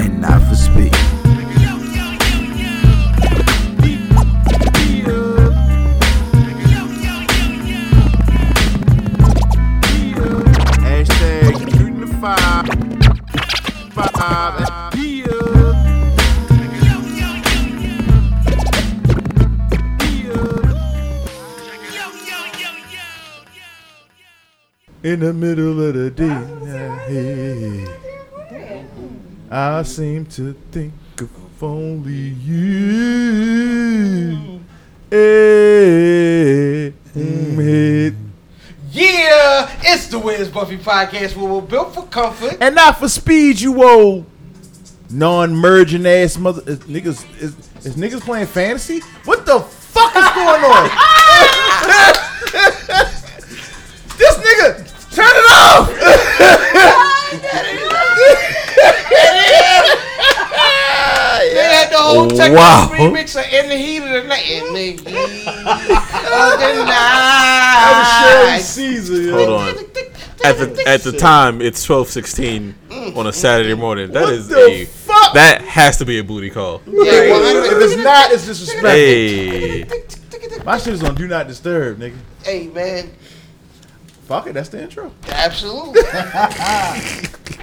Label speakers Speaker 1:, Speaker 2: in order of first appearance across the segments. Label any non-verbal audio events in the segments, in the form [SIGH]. Speaker 1: and not for speed.
Speaker 2: Hashtag shooting the five. Five. Yeah.
Speaker 3: In the middle of the day, I seem to think of only you. Hey, Eh, mm, hey.
Speaker 4: Hmm. Yeah, it's the Wiz Buffy podcast where we're built for comfort.
Speaker 3: And not for speed, you old non-merging ass mother. Is niggas, is, is niggas playing fantasy? What the fuck is going
Speaker 4: [LAUGHS]
Speaker 3: on? this nigga, turn it off.
Speaker 4: They had the whole technical remix of In the Heat of the Night. In the [LAUGHS] Heat of the Ah,
Speaker 3: Sherry
Speaker 4: Night.
Speaker 3: Caesar. yo.
Speaker 5: Hold on. At the at the time, it's twelve sixteen on a Saturday morning. That
Speaker 3: What
Speaker 5: is
Speaker 3: the
Speaker 5: a
Speaker 3: fuck?
Speaker 5: that has to be a booty call.
Speaker 4: Yeah,
Speaker 3: if
Speaker 4: 100.
Speaker 3: it's not, it's disrespectful.
Speaker 5: Hey,
Speaker 3: My shit is on Do Not Disturb, nigga.
Speaker 4: Hey, man.
Speaker 3: Fuck it, that's the intro.
Speaker 4: Absolutely.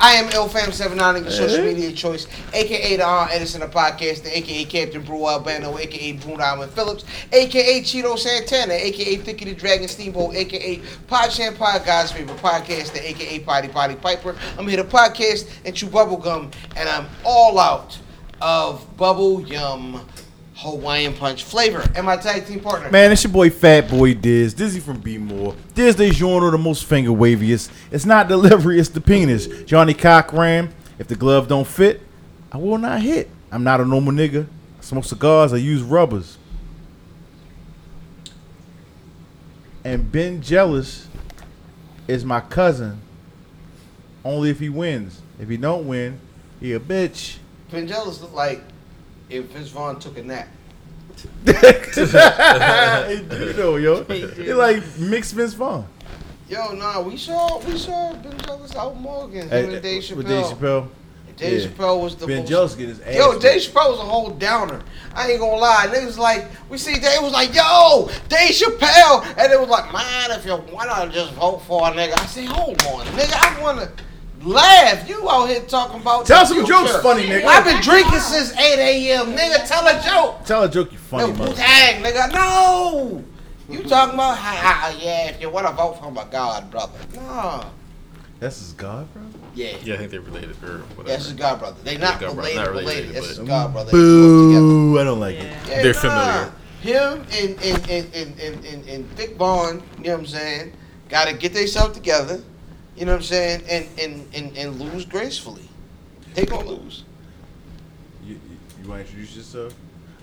Speaker 4: I am LFam79, your social media choice, aka the R. Edison of podcasting, aka Captain Brew Albano, aka Bruno Alvin Phillips, aka Cheeto Santana, aka Thicky the Dragon Steamboat, aka Pod Sham Pod, God's favorite podcaster, aka Potty Potty Piper. I'm here to podcast and chew bubble gum, and I'm all out of bubble yum Hawaiian punch flavor. And my tag team partner,
Speaker 3: Man, it's your boy Fat Boy Diz, Dizzy from B More. Diz de Giorno, the most finger waviest. It's not delivery, it's the penis. Johnny Cochran, if the glove don't fit, I will not hit. I'm not a normal nigga. I smoke cigars, I use rubbers. And Ben Jealous is my cousin. Only if he wins. If he don't win, he a bitch.
Speaker 4: Vangelis looked like if Vince Vaughn took a nap.
Speaker 3: Hey, [LAUGHS] you know, yo. It like mixed Vince Vaughn.
Speaker 4: Yo, nah, we saw we saw Ben Jealous out Morgan him
Speaker 3: Hey,
Speaker 4: and Dave Chappelle.
Speaker 3: With Dave Chappelle.
Speaker 4: Dave
Speaker 3: yeah.
Speaker 4: Chappelle was the
Speaker 3: Ben
Speaker 4: most.
Speaker 3: Jealous get his ass.
Speaker 4: Yo,
Speaker 3: beat.
Speaker 4: Dave Chappelle was a whole downer. I ain't gonna lie. Niggas like we see Dave was like, yo, Dave Chappelle, and it was like, man, if you wanna just vote for a nigga, I say, hold on, nigga, I wanna laugh. You out here talking about
Speaker 3: Tell
Speaker 4: the
Speaker 3: some
Speaker 4: future.
Speaker 3: jokes, funny nigga.
Speaker 4: I've been drinking since 8 a.m. Nigga, tell a joke.
Speaker 3: Tell a joke, you funny
Speaker 4: No,
Speaker 3: mother.
Speaker 4: Wu-Tang, nigga, no! You talking about, ha, ha, yeah, if you want to vote for my God, brother. No.
Speaker 3: That's his god, bro.
Speaker 4: Yeah.
Speaker 5: yeah, I think they're related or whatever.
Speaker 4: That's his God, brother. They not
Speaker 5: Yeah, God brother,
Speaker 4: related,
Speaker 5: not
Speaker 4: related.
Speaker 5: related,
Speaker 4: That's
Speaker 5: but-
Speaker 4: his God, brother. They grew up
Speaker 3: Boo! I don't like it.
Speaker 4: together.
Speaker 5: They're
Speaker 4: nah. Him and, and, and, and, and, and, and Dick Bond, you know what I'm saying, got to get themselves together, you know what I'm saying, and, and, and, and lose gracefully. They going to lose.
Speaker 3: You, you, you want to introduce yourself?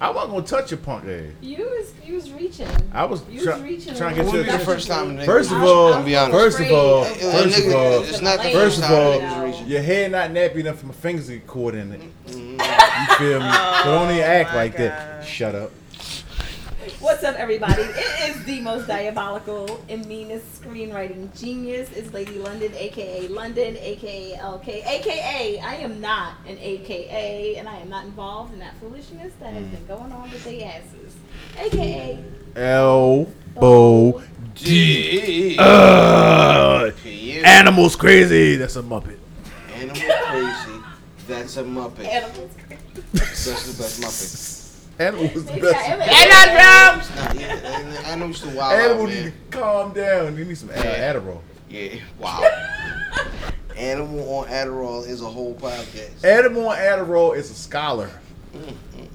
Speaker 3: I wasn't gonna touch your punk ass.
Speaker 6: You was you was reaching.
Speaker 3: I was
Speaker 6: you
Speaker 3: try-
Speaker 6: was reaching.
Speaker 3: trying to
Speaker 4: It
Speaker 3: get
Speaker 4: wouldn't
Speaker 3: your
Speaker 4: be the
Speaker 3: attention.
Speaker 4: first time. a nigga-
Speaker 3: First of
Speaker 6: I'm-
Speaker 3: all,
Speaker 6: I'm
Speaker 4: be honest.
Speaker 3: first of all,
Speaker 6: afraid.
Speaker 4: Uh,
Speaker 3: first of
Speaker 4: nigga,
Speaker 3: all,
Speaker 4: it's not the
Speaker 3: first
Speaker 4: first
Speaker 3: of
Speaker 4: time
Speaker 3: all,
Speaker 4: niggas reaching.
Speaker 3: your hair not nappy enough for my fingers to get caught in it.
Speaker 4: Mm-hmm.
Speaker 3: You feel me?
Speaker 4: [LAUGHS]
Speaker 3: But don't even
Speaker 4: Oh
Speaker 3: act like that. Shut up.
Speaker 6: What's up, everybody? It is the most diabolical and meanest screenwriting genius. It's Lady London, aka London, aka LK, aka I am not an AKA, and I am not involved in that foolishness that has been going on with their asses. AKA
Speaker 3: Elbow Oh, D. Uh,
Speaker 4: You
Speaker 3: animals crazy. That's a muppet.
Speaker 4: Animal crazy. That's a Muppet.
Speaker 6: animals.
Speaker 4: That's the best Muppet.
Speaker 3: Animal was the
Speaker 6: They
Speaker 3: best.
Speaker 6: got every- Animals.
Speaker 4: Nah, yeah, and the animals do wild
Speaker 3: Animal
Speaker 4: out,
Speaker 3: need to
Speaker 4: man.
Speaker 3: calm down. They need some Ad- Adderall.
Speaker 4: Yeah, wow. Animal on Adderall is a whole podcast.
Speaker 3: Animal Adderall is a scholar.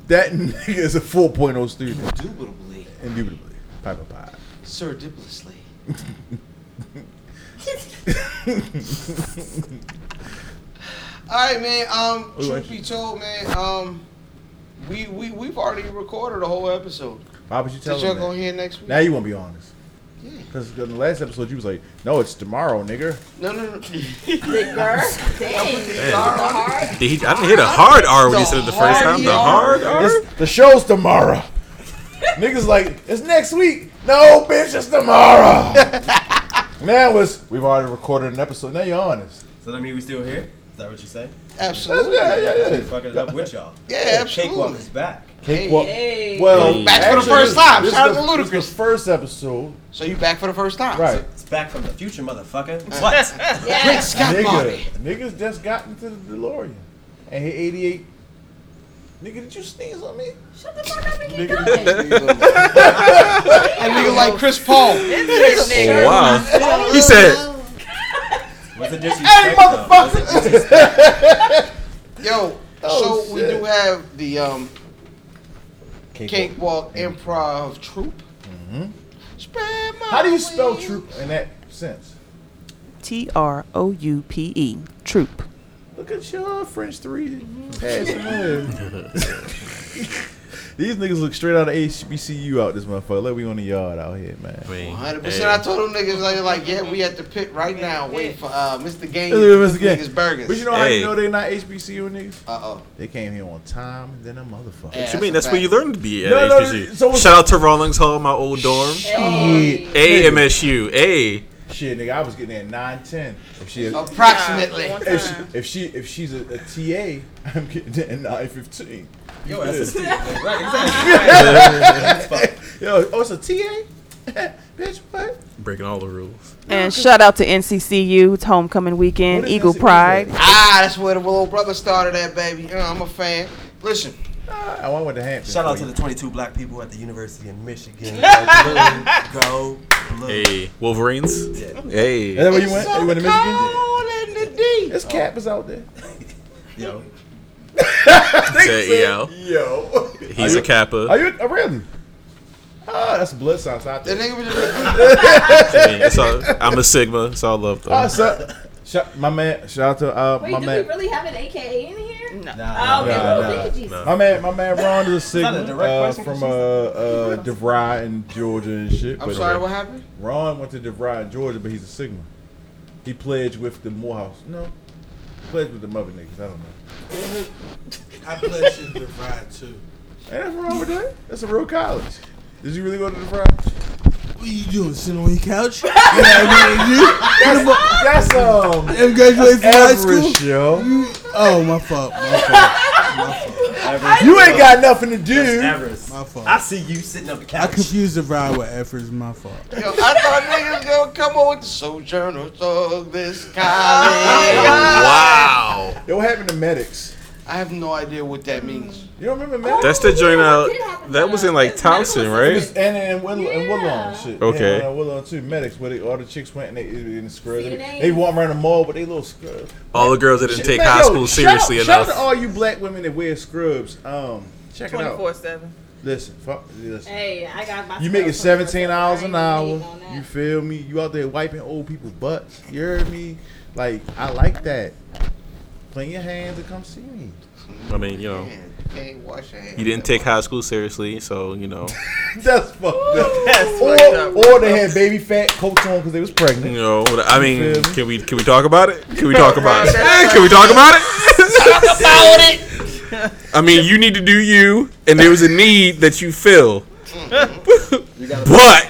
Speaker 3: That nigga is a 4.0 student.
Speaker 4: Indubitably,
Speaker 3: Indubitably. oh Piper Pie.
Speaker 4: surreptitiously. All right, man. Um,
Speaker 5: We
Speaker 4: truth
Speaker 5: went-
Speaker 4: be told, man. Um, we we we've already recorded a whole episode.
Speaker 3: Why would you tell
Speaker 4: Since y'all
Speaker 3: them
Speaker 4: gonna
Speaker 3: that?
Speaker 4: hear next week.
Speaker 3: Now you won't be honest.
Speaker 4: Yeah.
Speaker 3: Because in the last episode, you was like, no, it's tomorrow, nigga.
Speaker 4: No, no, no.
Speaker 6: Big girl. Dang. Hard.
Speaker 5: Did he, I didn't hit a hard R when he said it the first
Speaker 4: hard
Speaker 5: time. The
Speaker 4: R.
Speaker 5: hard R.
Speaker 3: It's, the show's tomorrow. [LAUGHS] Niggas like, it's next week. No, bitch, it's tomorrow. [LAUGHS] now it's, we've already recorded an episode. Now you're honest.
Speaker 7: So that mean we still here? Is that what you say?
Speaker 3: [LAUGHS]
Speaker 4: absolutely.
Speaker 3: Yeah, yeah, yeah.
Speaker 7: Fucking it up with y'all.
Speaker 4: Yeah,
Speaker 7: Cakewalk
Speaker 4: absolutely.
Speaker 7: is back.
Speaker 3: Cakewalk.
Speaker 6: Hey.
Speaker 3: Well,
Speaker 4: Back for the
Speaker 3: actually,
Speaker 4: first
Speaker 3: this-
Speaker 4: time.
Speaker 3: this
Speaker 4: Shout
Speaker 3: is
Speaker 4: out to
Speaker 3: the- this is the first episode.
Speaker 4: So you back for the first time?
Speaker 3: Right.
Speaker 7: It's back from the future, motherfucker. What?
Speaker 4: Great
Speaker 6: Yes.
Speaker 4: Scott,
Speaker 3: Nigga,
Speaker 4: Marty.
Speaker 3: niggas just got into the DeLorean and hit 88. Nigga, did you sneeze on me?
Speaker 6: Shut the fuck up and
Speaker 3: [LAUGHS]
Speaker 6: keep
Speaker 3: Nigga.
Speaker 6: going.
Speaker 4: That nigga like Chris Paul.
Speaker 6: This
Speaker 3: Oh,
Speaker 6: nigga.
Speaker 5: Wow. He said,
Speaker 7: What's the disrespect? Hey,
Speaker 4: Yo,
Speaker 3: Oh,
Speaker 4: so we
Speaker 3: shit.
Speaker 4: do have the um, Cakewalk Improv Troupe. Spread my
Speaker 3: Mm-hmm. How do you spell
Speaker 4: wings.
Speaker 3: troop in that sense?
Speaker 8: T R O U P E. Troop.
Speaker 3: Look at your French three
Speaker 4: Mm-hmm.
Speaker 3: [LAUGHS] passing. yeah. These niggas look straight out of HBCU out this motherfucker. Let we on the yard out here, man.
Speaker 5: I mean,
Speaker 4: 100%. I
Speaker 5: hey,
Speaker 4: told them niggas, like, like, yeah, we at the pit right now. Wait for uh, Mr. Game.
Speaker 3: Let's look at this again.
Speaker 4: Niggas burgers.
Speaker 3: But you know how
Speaker 5: Hey.
Speaker 3: you know they not HBCU niggas?
Speaker 4: uh oh.
Speaker 3: They came here on time and then a motherfucker.
Speaker 4: Yeah.
Speaker 5: what you mean? That's where you learned to be at
Speaker 3: No, no,
Speaker 5: HBCU.
Speaker 3: so-
Speaker 5: Shout out to Rawlings Hall, my old dorm.
Speaker 3: Shit.
Speaker 5: A MSU. A.
Speaker 3: Shit, nigga, I was getting there at nine ten. If she,
Speaker 4: Approximately.
Speaker 3: if she, if she, if she's a, a [LAUGHS] TA, I'm getting there at nine fifteen.
Speaker 7: Yo, that's a stupid. Right, exactly.
Speaker 3: [LAUGHS] Yo, oh, it's a TA, [LAUGHS] bitch. What?
Speaker 5: Breaking all the rules.
Speaker 8: And shout out to NCCU. It's homecoming
Speaker 3: What
Speaker 8: weekend.
Speaker 3: is
Speaker 8: Eagle
Speaker 3: NCCU?
Speaker 8: Pride.
Speaker 4: Ah, that's where the little brother started at, baby. You know, I'm a fan. Listen,
Speaker 3: Ah, I went with the Hampton.
Speaker 7: Shout out to the 22 black people at the University of Michigan. Go blue.
Speaker 5: Hey, Wolverines.
Speaker 7: Yeah.
Speaker 5: Hey.
Speaker 3: Is that where you
Speaker 4: It's
Speaker 3: went?
Speaker 4: so
Speaker 3: you went to Michigan?
Speaker 4: cold in the deep.
Speaker 3: This cap is out there.
Speaker 7: Yo,
Speaker 5: Said EL.
Speaker 3: Yo,
Speaker 5: He's a
Speaker 3: are
Speaker 5: Kappa.
Speaker 3: you oh, really? Ah, that's blood signs out
Speaker 4: The
Speaker 3: there.
Speaker 4: nigga was just
Speaker 5: I mean,
Speaker 3: [LAUGHS]
Speaker 5: it's all- I'm a Sigma. It's all love,
Speaker 3: Ah,
Speaker 5: though.
Speaker 3: so, shout, my man, shout out to uh,
Speaker 6: Wait,
Speaker 3: my
Speaker 6: do
Speaker 3: man,
Speaker 6: we really have an AKA in here?
Speaker 7: nah.
Speaker 6: Oh, okay.
Speaker 3: Nah,
Speaker 6: well,
Speaker 3: nah,
Speaker 6: thank you, Jesus.
Speaker 3: my man, my man, Ron is a
Speaker 7: not a
Speaker 3: signal
Speaker 7: direct
Speaker 3: uh,
Speaker 7: question,
Speaker 3: from uh,
Speaker 7: 'cause
Speaker 3: uh, DeVry and Georgia and shit.
Speaker 4: I'm
Speaker 3: but- uh,
Speaker 4: sorry, what happened?
Speaker 3: Ron went to DeVry in Georgia, but he's a Sigma. He pledged with the Morehouse. No. He pledged with the mother niggas. I don't know.
Speaker 9: I pledge you to ride too.
Speaker 3: Ain't nothing wrong with that. That's a real college. Did you really go to DeVry?
Speaker 9: What you doing? Sitting on your couch? you know what I mean? You-
Speaker 3: That's um
Speaker 9: You graduated from high school?
Speaker 3: average, yo. You
Speaker 9: Oh, my fault. My fault.
Speaker 3: ain't got nothing to do.
Speaker 7: Everest.
Speaker 9: My fault.
Speaker 7: I see you sitting on the
Speaker 9: I
Speaker 7: couch.
Speaker 9: confused the ride with efforts. My fault.
Speaker 4: Yo, I thought niggas gonna come on with the Sojourner Thug [LAUGHS] this college.
Speaker 5: Wow.
Speaker 3: Yo, what happened to medics?
Speaker 4: I have no idea what that means.
Speaker 3: You don't remember medics?
Speaker 5: That's the joint out.
Speaker 6: did happen
Speaker 5: That
Speaker 6: to
Speaker 5: was in like
Speaker 6: us. Medical
Speaker 5: Towson,
Speaker 3: It's-
Speaker 5: right?
Speaker 3: and and Woodlawn and Woodlawn
Speaker 6: Yeah.
Speaker 3: shit.
Speaker 5: Okay.
Speaker 3: And Woodlawn too. Medics, where they, all the chicks went and they in the scrubs. They,
Speaker 6: CNA.
Speaker 3: they walk around the mall, but they little scrubs.
Speaker 5: All the girls that didn't take
Speaker 3: Man,
Speaker 5: high
Speaker 3: yo,
Speaker 5: school seriously
Speaker 3: shout out, Shout out to
Speaker 5: enough.
Speaker 3: all you black women that wear scrubs. Um, check it out.
Speaker 8: 7.
Speaker 3: Listen, fuck, listen.
Speaker 6: Hey, I got my.
Speaker 3: You making
Speaker 6: stuff.
Speaker 3: seventeen dollars an
Speaker 6: I
Speaker 3: hour.
Speaker 6: ain't hating on that.
Speaker 3: You feel me? You out there wiping old people's butts. You heard me? Like I like that. Clean your hands and come see me. [LAUGHS]
Speaker 5: I mean, you know,
Speaker 4: Man, can't wash your hands.
Speaker 5: you didn't take high school seriously, so you know,
Speaker 3: That's fucked up.
Speaker 7: That's
Speaker 3: or,
Speaker 7: fucked up.
Speaker 3: or they had baby fat coats on because they was
Speaker 5: you
Speaker 3: pregnant.
Speaker 5: know. I mean,
Speaker 3: feel me?
Speaker 5: can we can we talk about it? Can we talk about it? Can we talk about it? I mean, you need to do you, and there was a need that you fill. But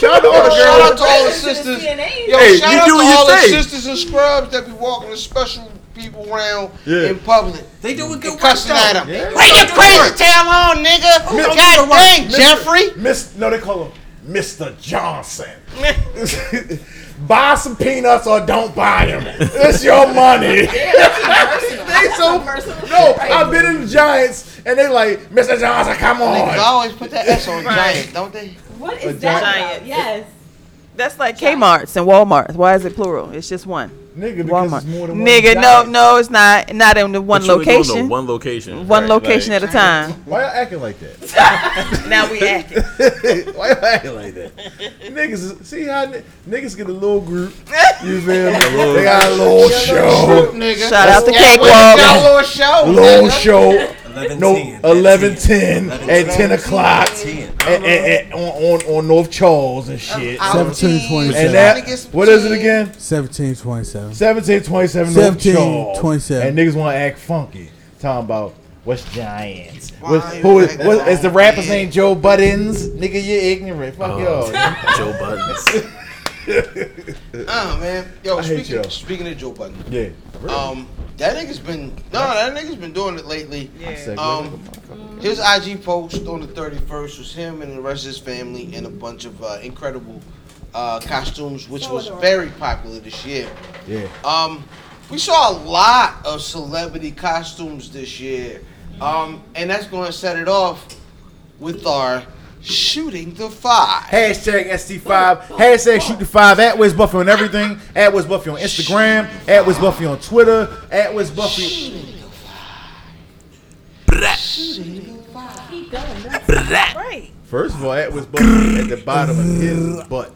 Speaker 3: Shout out to all the
Speaker 4: Shout
Speaker 3: girls.
Speaker 4: out to all the
Speaker 6: To the
Speaker 4: sisters.
Speaker 6: CNA.
Speaker 4: Yo,
Speaker 5: Hey,
Speaker 4: shout
Speaker 5: you
Speaker 4: out
Speaker 5: doing
Speaker 4: to
Speaker 5: your
Speaker 4: all the
Speaker 5: thing.
Speaker 4: sisters and scrubs that be walking the special people around
Speaker 3: Yeah.
Speaker 4: in public.
Speaker 7: They doing good
Speaker 4: and
Speaker 7: work
Speaker 4: cussing at
Speaker 7: though.
Speaker 4: them.
Speaker 3: Yeah.
Speaker 4: Lay your crazy tail on, nigga.
Speaker 3: Mr.
Speaker 4: God dang,
Speaker 3: Mr.
Speaker 4: Jeffrey.
Speaker 3: Miss, no, they call him Mr. Johnson. [LAUGHS] buy some peanuts or don't buy them. It's your money. [LAUGHS] they so no. I've been in the Giants and they like Mr. Johnson. Come
Speaker 4: Niggas
Speaker 3: on.
Speaker 4: always put that S on giant, don't they?
Speaker 6: What
Speaker 3: A
Speaker 6: is that?
Speaker 8: giant.
Speaker 6: about? Yes.
Speaker 8: That's like Kmart's and Walmart's. Why is it plural? It's just one.
Speaker 3: Nigga, because
Speaker 8: Walmart.
Speaker 3: it's more than one
Speaker 10: Nigga, no,
Speaker 3: diet.
Speaker 10: no, it's not. Not in the one
Speaker 5: But you only doing the
Speaker 10: location. One,
Speaker 5: One location. Right,
Speaker 10: location
Speaker 5: like-
Speaker 10: at
Speaker 3: [LAUGHS]
Speaker 10: a time.
Speaker 3: Why y'all acting like that? [LAUGHS]
Speaker 10: now we acting.
Speaker 3: Why y'all acting like that? Niggas, is- see how n- niggas get a little group. You feel me? they got a little show.
Speaker 4: Nigga.
Speaker 10: [LAUGHS] Shout out to
Speaker 4: Got
Speaker 10: Cakewalk.
Speaker 4: a little show.
Speaker 3: Little
Speaker 4: nigga.
Speaker 3: show.
Speaker 7: 11,
Speaker 3: No,
Speaker 7: 10,
Speaker 3: 11, 10,
Speaker 7: 11,
Speaker 3: at 10 o'clock.
Speaker 7: 10.
Speaker 3: And, and, and on, on, on North Charles and shit.
Speaker 4: Out
Speaker 9: Seventeen
Speaker 4: tea,
Speaker 9: twenty
Speaker 4: trying
Speaker 3: And
Speaker 9: seven.
Speaker 4: to
Speaker 3: that,
Speaker 4: get some
Speaker 3: what is it
Speaker 4: tea.
Speaker 3: again?
Speaker 9: 17, 27.
Speaker 3: 17, 27, North
Speaker 9: 17,
Speaker 3: Charles.
Speaker 9: 27.
Speaker 3: And niggas want to act funky. Talking about what's Giants.
Speaker 4: Why
Speaker 3: What's,
Speaker 4: you
Speaker 3: who is,
Speaker 4: like
Speaker 3: what,
Speaker 4: that?
Speaker 3: is the rapper's name Joe Buttons? Nigga, you're ignorant. Fuck y'all.
Speaker 5: Joe Buttons.
Speaker 4: Uh, man. Yo,
Speaker 3: I hate
Speaker 4: speaking,
Speaker 3: y'all.
Speaker 4: speaking of Joe Budden.
Speaker 3: Yeah.
Speaker 4: Um, that nigga's been no, that nigga's been doing it lately.
Speaker 3: Segue
Speaker 4: Um,
Speaker 3: like a motherfucker.
Speaker 4: His IG post on the 31st was him and the rest of his family in a bunch of uh, incredible uh, costumes, which was very popular this year.
Speaker 3: yeah.
Speaker 4: Um, we saw a lot of celebrity costumes this year, um, and that's going to set it off with our shooting the five.
Speaker 3: Hashtag ST5. Hashtag shoot the five. At Wiz Buffy on everything. At Wiz Buffy on Instagram. At Wiz Buffy on Twitter. At Wiz Buffy.
Speaker 6: Keep going.
Speaker 10: Right.
Speaker 3: First of all, at Wiz Buffy at the bottom of his butt.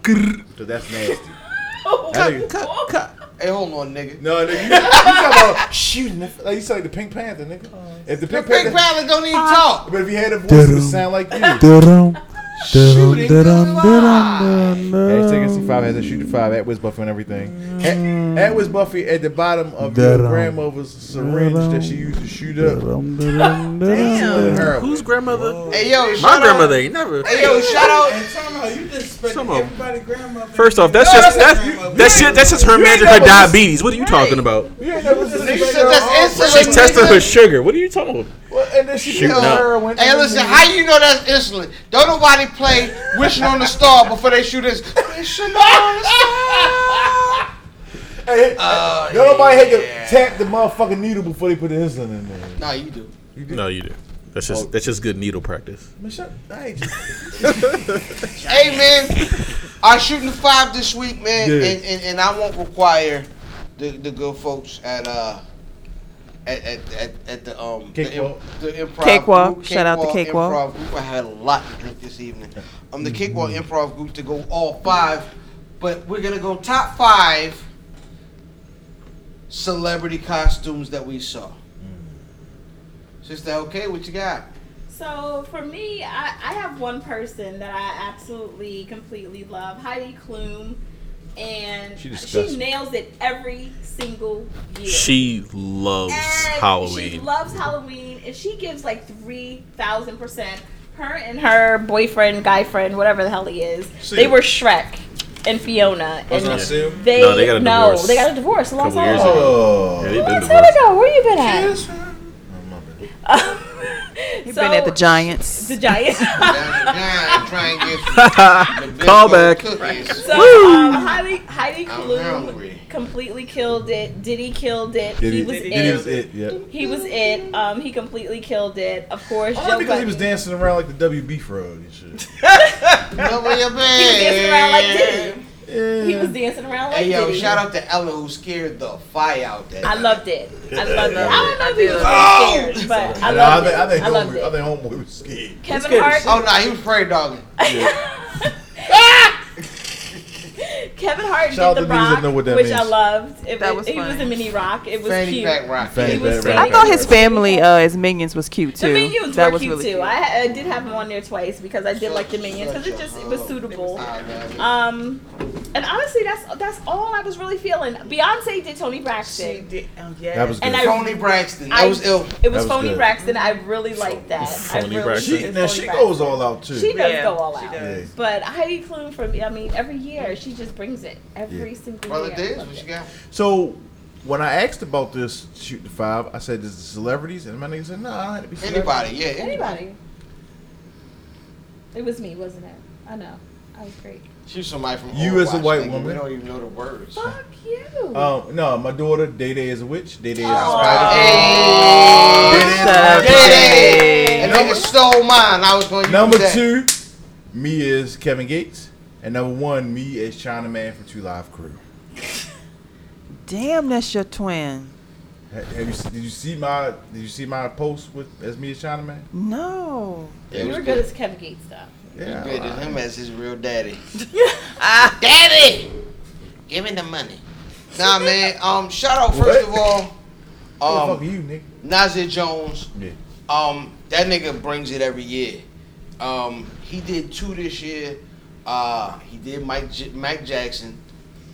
Speaker 3: So that's [LAUGHS] nasty. That nigga-
Speaker 4: Hey, hold on, nigga.
Speaker 3: No, nigga, you, you talking about shooting? the- Like you say, the Pink Panther, nigga. If the Pink
Speaker 4: Big
Speaker 3: Panther,
Speaker 4: Panther don't even talk.
Speaker 3: but if he had a voice, it would sound like you.
Speaker 9: Dum, dum,
Speaker 4: Shooting the
Speaker 9: dum,
Speaker 4: five.
Speaker 9: dum, dum.
Speaker 3: Hashtag SC5 has a shoot the five at Wiz Buffy and everything. At, at Wiz Buffy at the bottom of your
Speaker 9: Da-dum.
Speaker 3: grandmother's syringe that she used to shoot up.
Speaker 9: Dum, dum, dum.
Speaker 3: Heroin.
Speaker 5: Whose grandmother?
Speaker 4: Hey, yo, shout
Speaker 5: My
Speaker 4: out-
Speaker 5: grandmother ain't never.
Speaker 4: Hey, yo, shout out.
Speaker 5: Some of them. First off, that's just that's that's shit. That's just her managing her diabetes. What are you talking about?
Speaker 3: You ain't never seen
Speaker 4: Nigga
Speaker 3: a
Speaker 4: said
Speaker 3: girl-
Speaker 4: that's insulin.
Speaker 5: She's testing
Speaker 4: nigga.
Speaker 5: her sugar. What are you talking about?
Speaker 3: Well, and then she
Speaker 5: Shooting
Speaker 3: shooting
Speaker 5: up.
Speaker 3: heroin.
Speaker 4: Hey, listen, how you know that's insulin? Don't nobody play Wishing on the Star before they shoot this. Wishing on the Star.
Speaker 3: Hey,
Speaker 4: Oh,
Speaker 3: don't nobody had
Speaker 4: yeah.
Speaker 3: to tap the motherfucking needle before they put the insulin in there.
Speaker 4: [LAUGHS] Nah, you do.
Speaker 5: No, you do. That's just that's just good needle practice.
Speaker 3: Man, shut, I ain't just,
Speaker 4: Hey, man, I'm shooting five this week, man,
Speaker 3: Yeah.
Speaker 4: and, and, and I won't require the, the good folks at uh at at, at, at the um the, im-
Speaker 3: Cakewalk.
Speaker 4: the improv
Speaker 10: Cakewalk.
Speaker 4: group,
Speaker 10: Shout out to Cakewalk.
Speaker 4: Improv group. I had a lot to drink this evening. Um, the cakewalk
Speaker 3: Mm-hmm.
Speaker 4: improv group to go all five, but we're gonna go top five celebrity costumes that we
Speaker 3: Mm.
Speaker 4: saw. Sister, okay, what you got?
Speaker 6: So for me, I, I have one person that I absolutely, completely love, Heidi Klum, and
Speaker 3: She
Speaker 6: she,
Speaker 3: disgusts me.
Speaker 6: nails it every single year.
Speaker 5: She loves
Speaker 6: And She
Speaker 5: Halloween.
Speaker 6: loves Halloween, and she gives like three thousand percent. Her and her boyfriend, guy friend, whatever the hell he is, they were Shrek and Fiona, and
Speaker 5: not Sue?
Speaker 6: they
Speaker 5: Oh, No, they got a
Speaker 6: no,
Speaker 5: divorce
Speaker 6: they got a divorce a long
Speaker 5: couple
Speaker 6: time
Speaker 5: years
Speaker 6: ago.
Speaker 5: ago.
Speaker 3: oh.
Speaker 5: Yeah, they
Speaker 6: A
Speaker 5: been
Speaker 6: long time
Speaker 5: divorced.
Speaker 6: ago. Where you been at? [LAUGHS]
Speaker 10: You've been at the Giants.
Speaker 6: The
Speaker 10: [LAUGHS]
Speaker 6: Giant. [LAUGHS]
Speaker 4: I'm trying to get some
Speaker 5: Call back.
Speaker 4: cookies.
Speaker 6: [LAUGHS] So um, Heidi, Heidi
Speaker 4: I'm
Speaker 6: Klum
Speaker 4: hungry.
Speaker 6: completely killed it. Diddy killed it.
Speaker 3: Diddy,
Speaker 6: he was
Speaker 3: Diddy
Speaker 6: it.
Speaker 3: was it. Yeah.
Speaker 6: He was it. Um, he completely killed it. Of course,
Speaker 5: Oh,
Speaker 6: Joe
Speaker 3: Only because he was
Speaker 6: Budden-
Speaker 3: dancing around like the WB frog and shit.
Speaker 4: Cover your
Speaker 6: He was dancing around like Diddy.
Speaker 3: Yeah.
Speaker 6: He was dancing around like
Speaker 4: Hey yo,
Speaker 6: Diddy.
Speaker 4: shout out to Ella who scared the fire out there.
Speaker 6: I loved it. I loved it. I don't know if he was
Speaker 4: Oh!
Speaker 6: really scared, but I
Speaker 3: No, I
Speaker 6: loved
Speaker 3: think
Speaker 6: it.
Speaker 3: I think,
Speaker 6: I loved
Speaker 3: homeboy, I
Speaker 6: it.
Speaker 3: think homeboy was scared.
Speaker 6: Kevin Hart.
Speaker 4: Oh no, he was prairie dogging.
Speaker 6: Kevin Hart
Speaker 3: Shout out to niggas
Speaker 6: did the
Speaker 3: that
Speaker 6: rock,
Speaker 3: know what that
Speaker 6: which
Speaker 3: means.
Speaker 6: I loved. It
Speaker 10: That
Speaker 6: was,
Speaker 10: was
Speaker 6: he was
Speaker 10: funny.
Speaker 6: a mini rock. It was
Speaker 4: Fanny
Speaker 6: cute.
Speaker 4: pack rock.
Speaker 3: Fanny
Speaker 4: He was
Speaker 3: pack
Speaker 4: scared.
Speaker 3: rock.
Speaker 10: I thought his family, uh, his minions was cute too.
Speaker 6: The minions
Speaker 10: that
Speaker 6: were
Speaker 10: was
Speaker 6: cute
Speaker 10: really
Speaker 6: too.
Speaker 10: cute.
Speaker 6: I, I did have him on there twice because I did like the minions because it just it was suitable. Um, and honestly, that's that's all I was really feeling. Beyonce did Tony Braxton.
Speaker 3: That was good.
Speaker 6: And I-
Speaker 4: Tony Braxton.
Speaker 6: I-
Speaker 4: I was ill.
Speaker 6: It was
Speaker 3: That was
Speaker 6: Tony
Speaker 3: good.
Speaker 6: Braxton. I really liked that. I
Speaker 5: Toni
Speaker 6: really
Speaker 5: Braxton.
Speaker 3: she,
Speaker 6: did
Speaker 3: now
Speaker 6: Toni
Speaker 3: she
Speaker 6: Braxton.
Speaker 3: goes all out too.
Speaker 6: She does
Speaker 10: Yeah,
Speaker 6: go all
Speaker 10: she
Speaker 6: out.
Speaker 10: does.
Speaker 6: But Heidi Klum for me, I mean, every year she just brings it. Every single
Speaker 4: Brother
Speaker 6: year. I
Speaker 4: Diz,
Speaker 6: love
Speaker 4: what you
Speaker 6: it.
Speaker 4: got?
Speaker 3: So when I asked about this shoot the five, I said, "Is it celebrities?" And my nigga said, "No, nah, I had to be celebrities."
Speaker 4: Anybody, yeah. Anybody.
Speaker 6: Anybody? It was me, wasn't it? I know. I was great.
Speaker 4: She was somebody from
Speaker 3: You as a
Speaker 4: Overwatch,
Speaker 3: white
Speaker 4: nigga. We
Speaker 3: woman.
Speaker 4: don't even know the words.
Speaker 6: Fuck you.
Speaker 3: Um, no, my daughter Day Day is a witch. Day Day is.
Speaker 6: Oh.
Speaker 4: Hey,
Speaker 10: Shut up,
Speaker 4: Diddy.
Speaker 10: Diddy.
Speaker 4: And nigga stole mine. I was going to use
Speaker 3: Number
Speaker 4: that.
Speaker 3: two, me is Kevin Gates, and number one, me is China Man from Two Live Crew.
Speaker 10: Damn, that's your twin.
Speaker 3: Ha- Have you did you see my did you see my post with as me as China man?
Speaker 10: No.
Speaker 3: Yeah,
Speaker 6: you were good as Kevin Gates stuff.
Speaker 3: Yeah,
Speaker 4: Rated
Speaker 3: I-
Speaker 4: him as his real daddy. ah, daddy, give me the money. Nah, man. Um, shout out first of
Speaker 3: Who
Speaker 4: all,
Speaker 3: the
Speaker 4: um,
Speaker 3: fuck are you, nigga?
Speaker 4: Nazir Jones.
Speaker 3: Yeah.
Speaker 4: Um, that nigga brings it every year. Um, he did two this year. Uh, he did Mike J- Mike Jackson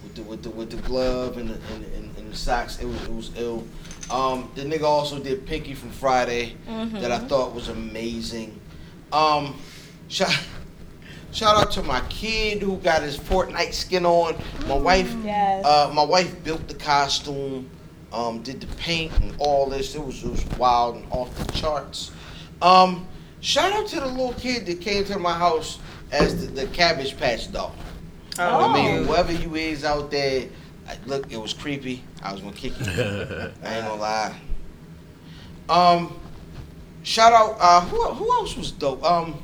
Speaker 4: with the with the with the glove and the and, the- and, and the socks. It was it was ill. Um, the nigga also did Pinky from Friday that I thought was amazing. Um, shout shout out to my kid who got his Fortnite skin on. My wife
Speaker 6: Yes.
Speaker 4: uh, my wife built the costume, um, did the paint and all this. It was, it was wild and off the charts. Um, shout out to the little kid that came to my house as the, the Cabbage Patch doll. I mean, whoever you is out there, I, look, it was creepy. I was gonna kick you. I ain't gonna lie. Um, shout out. Uh, who who else was dope? Um,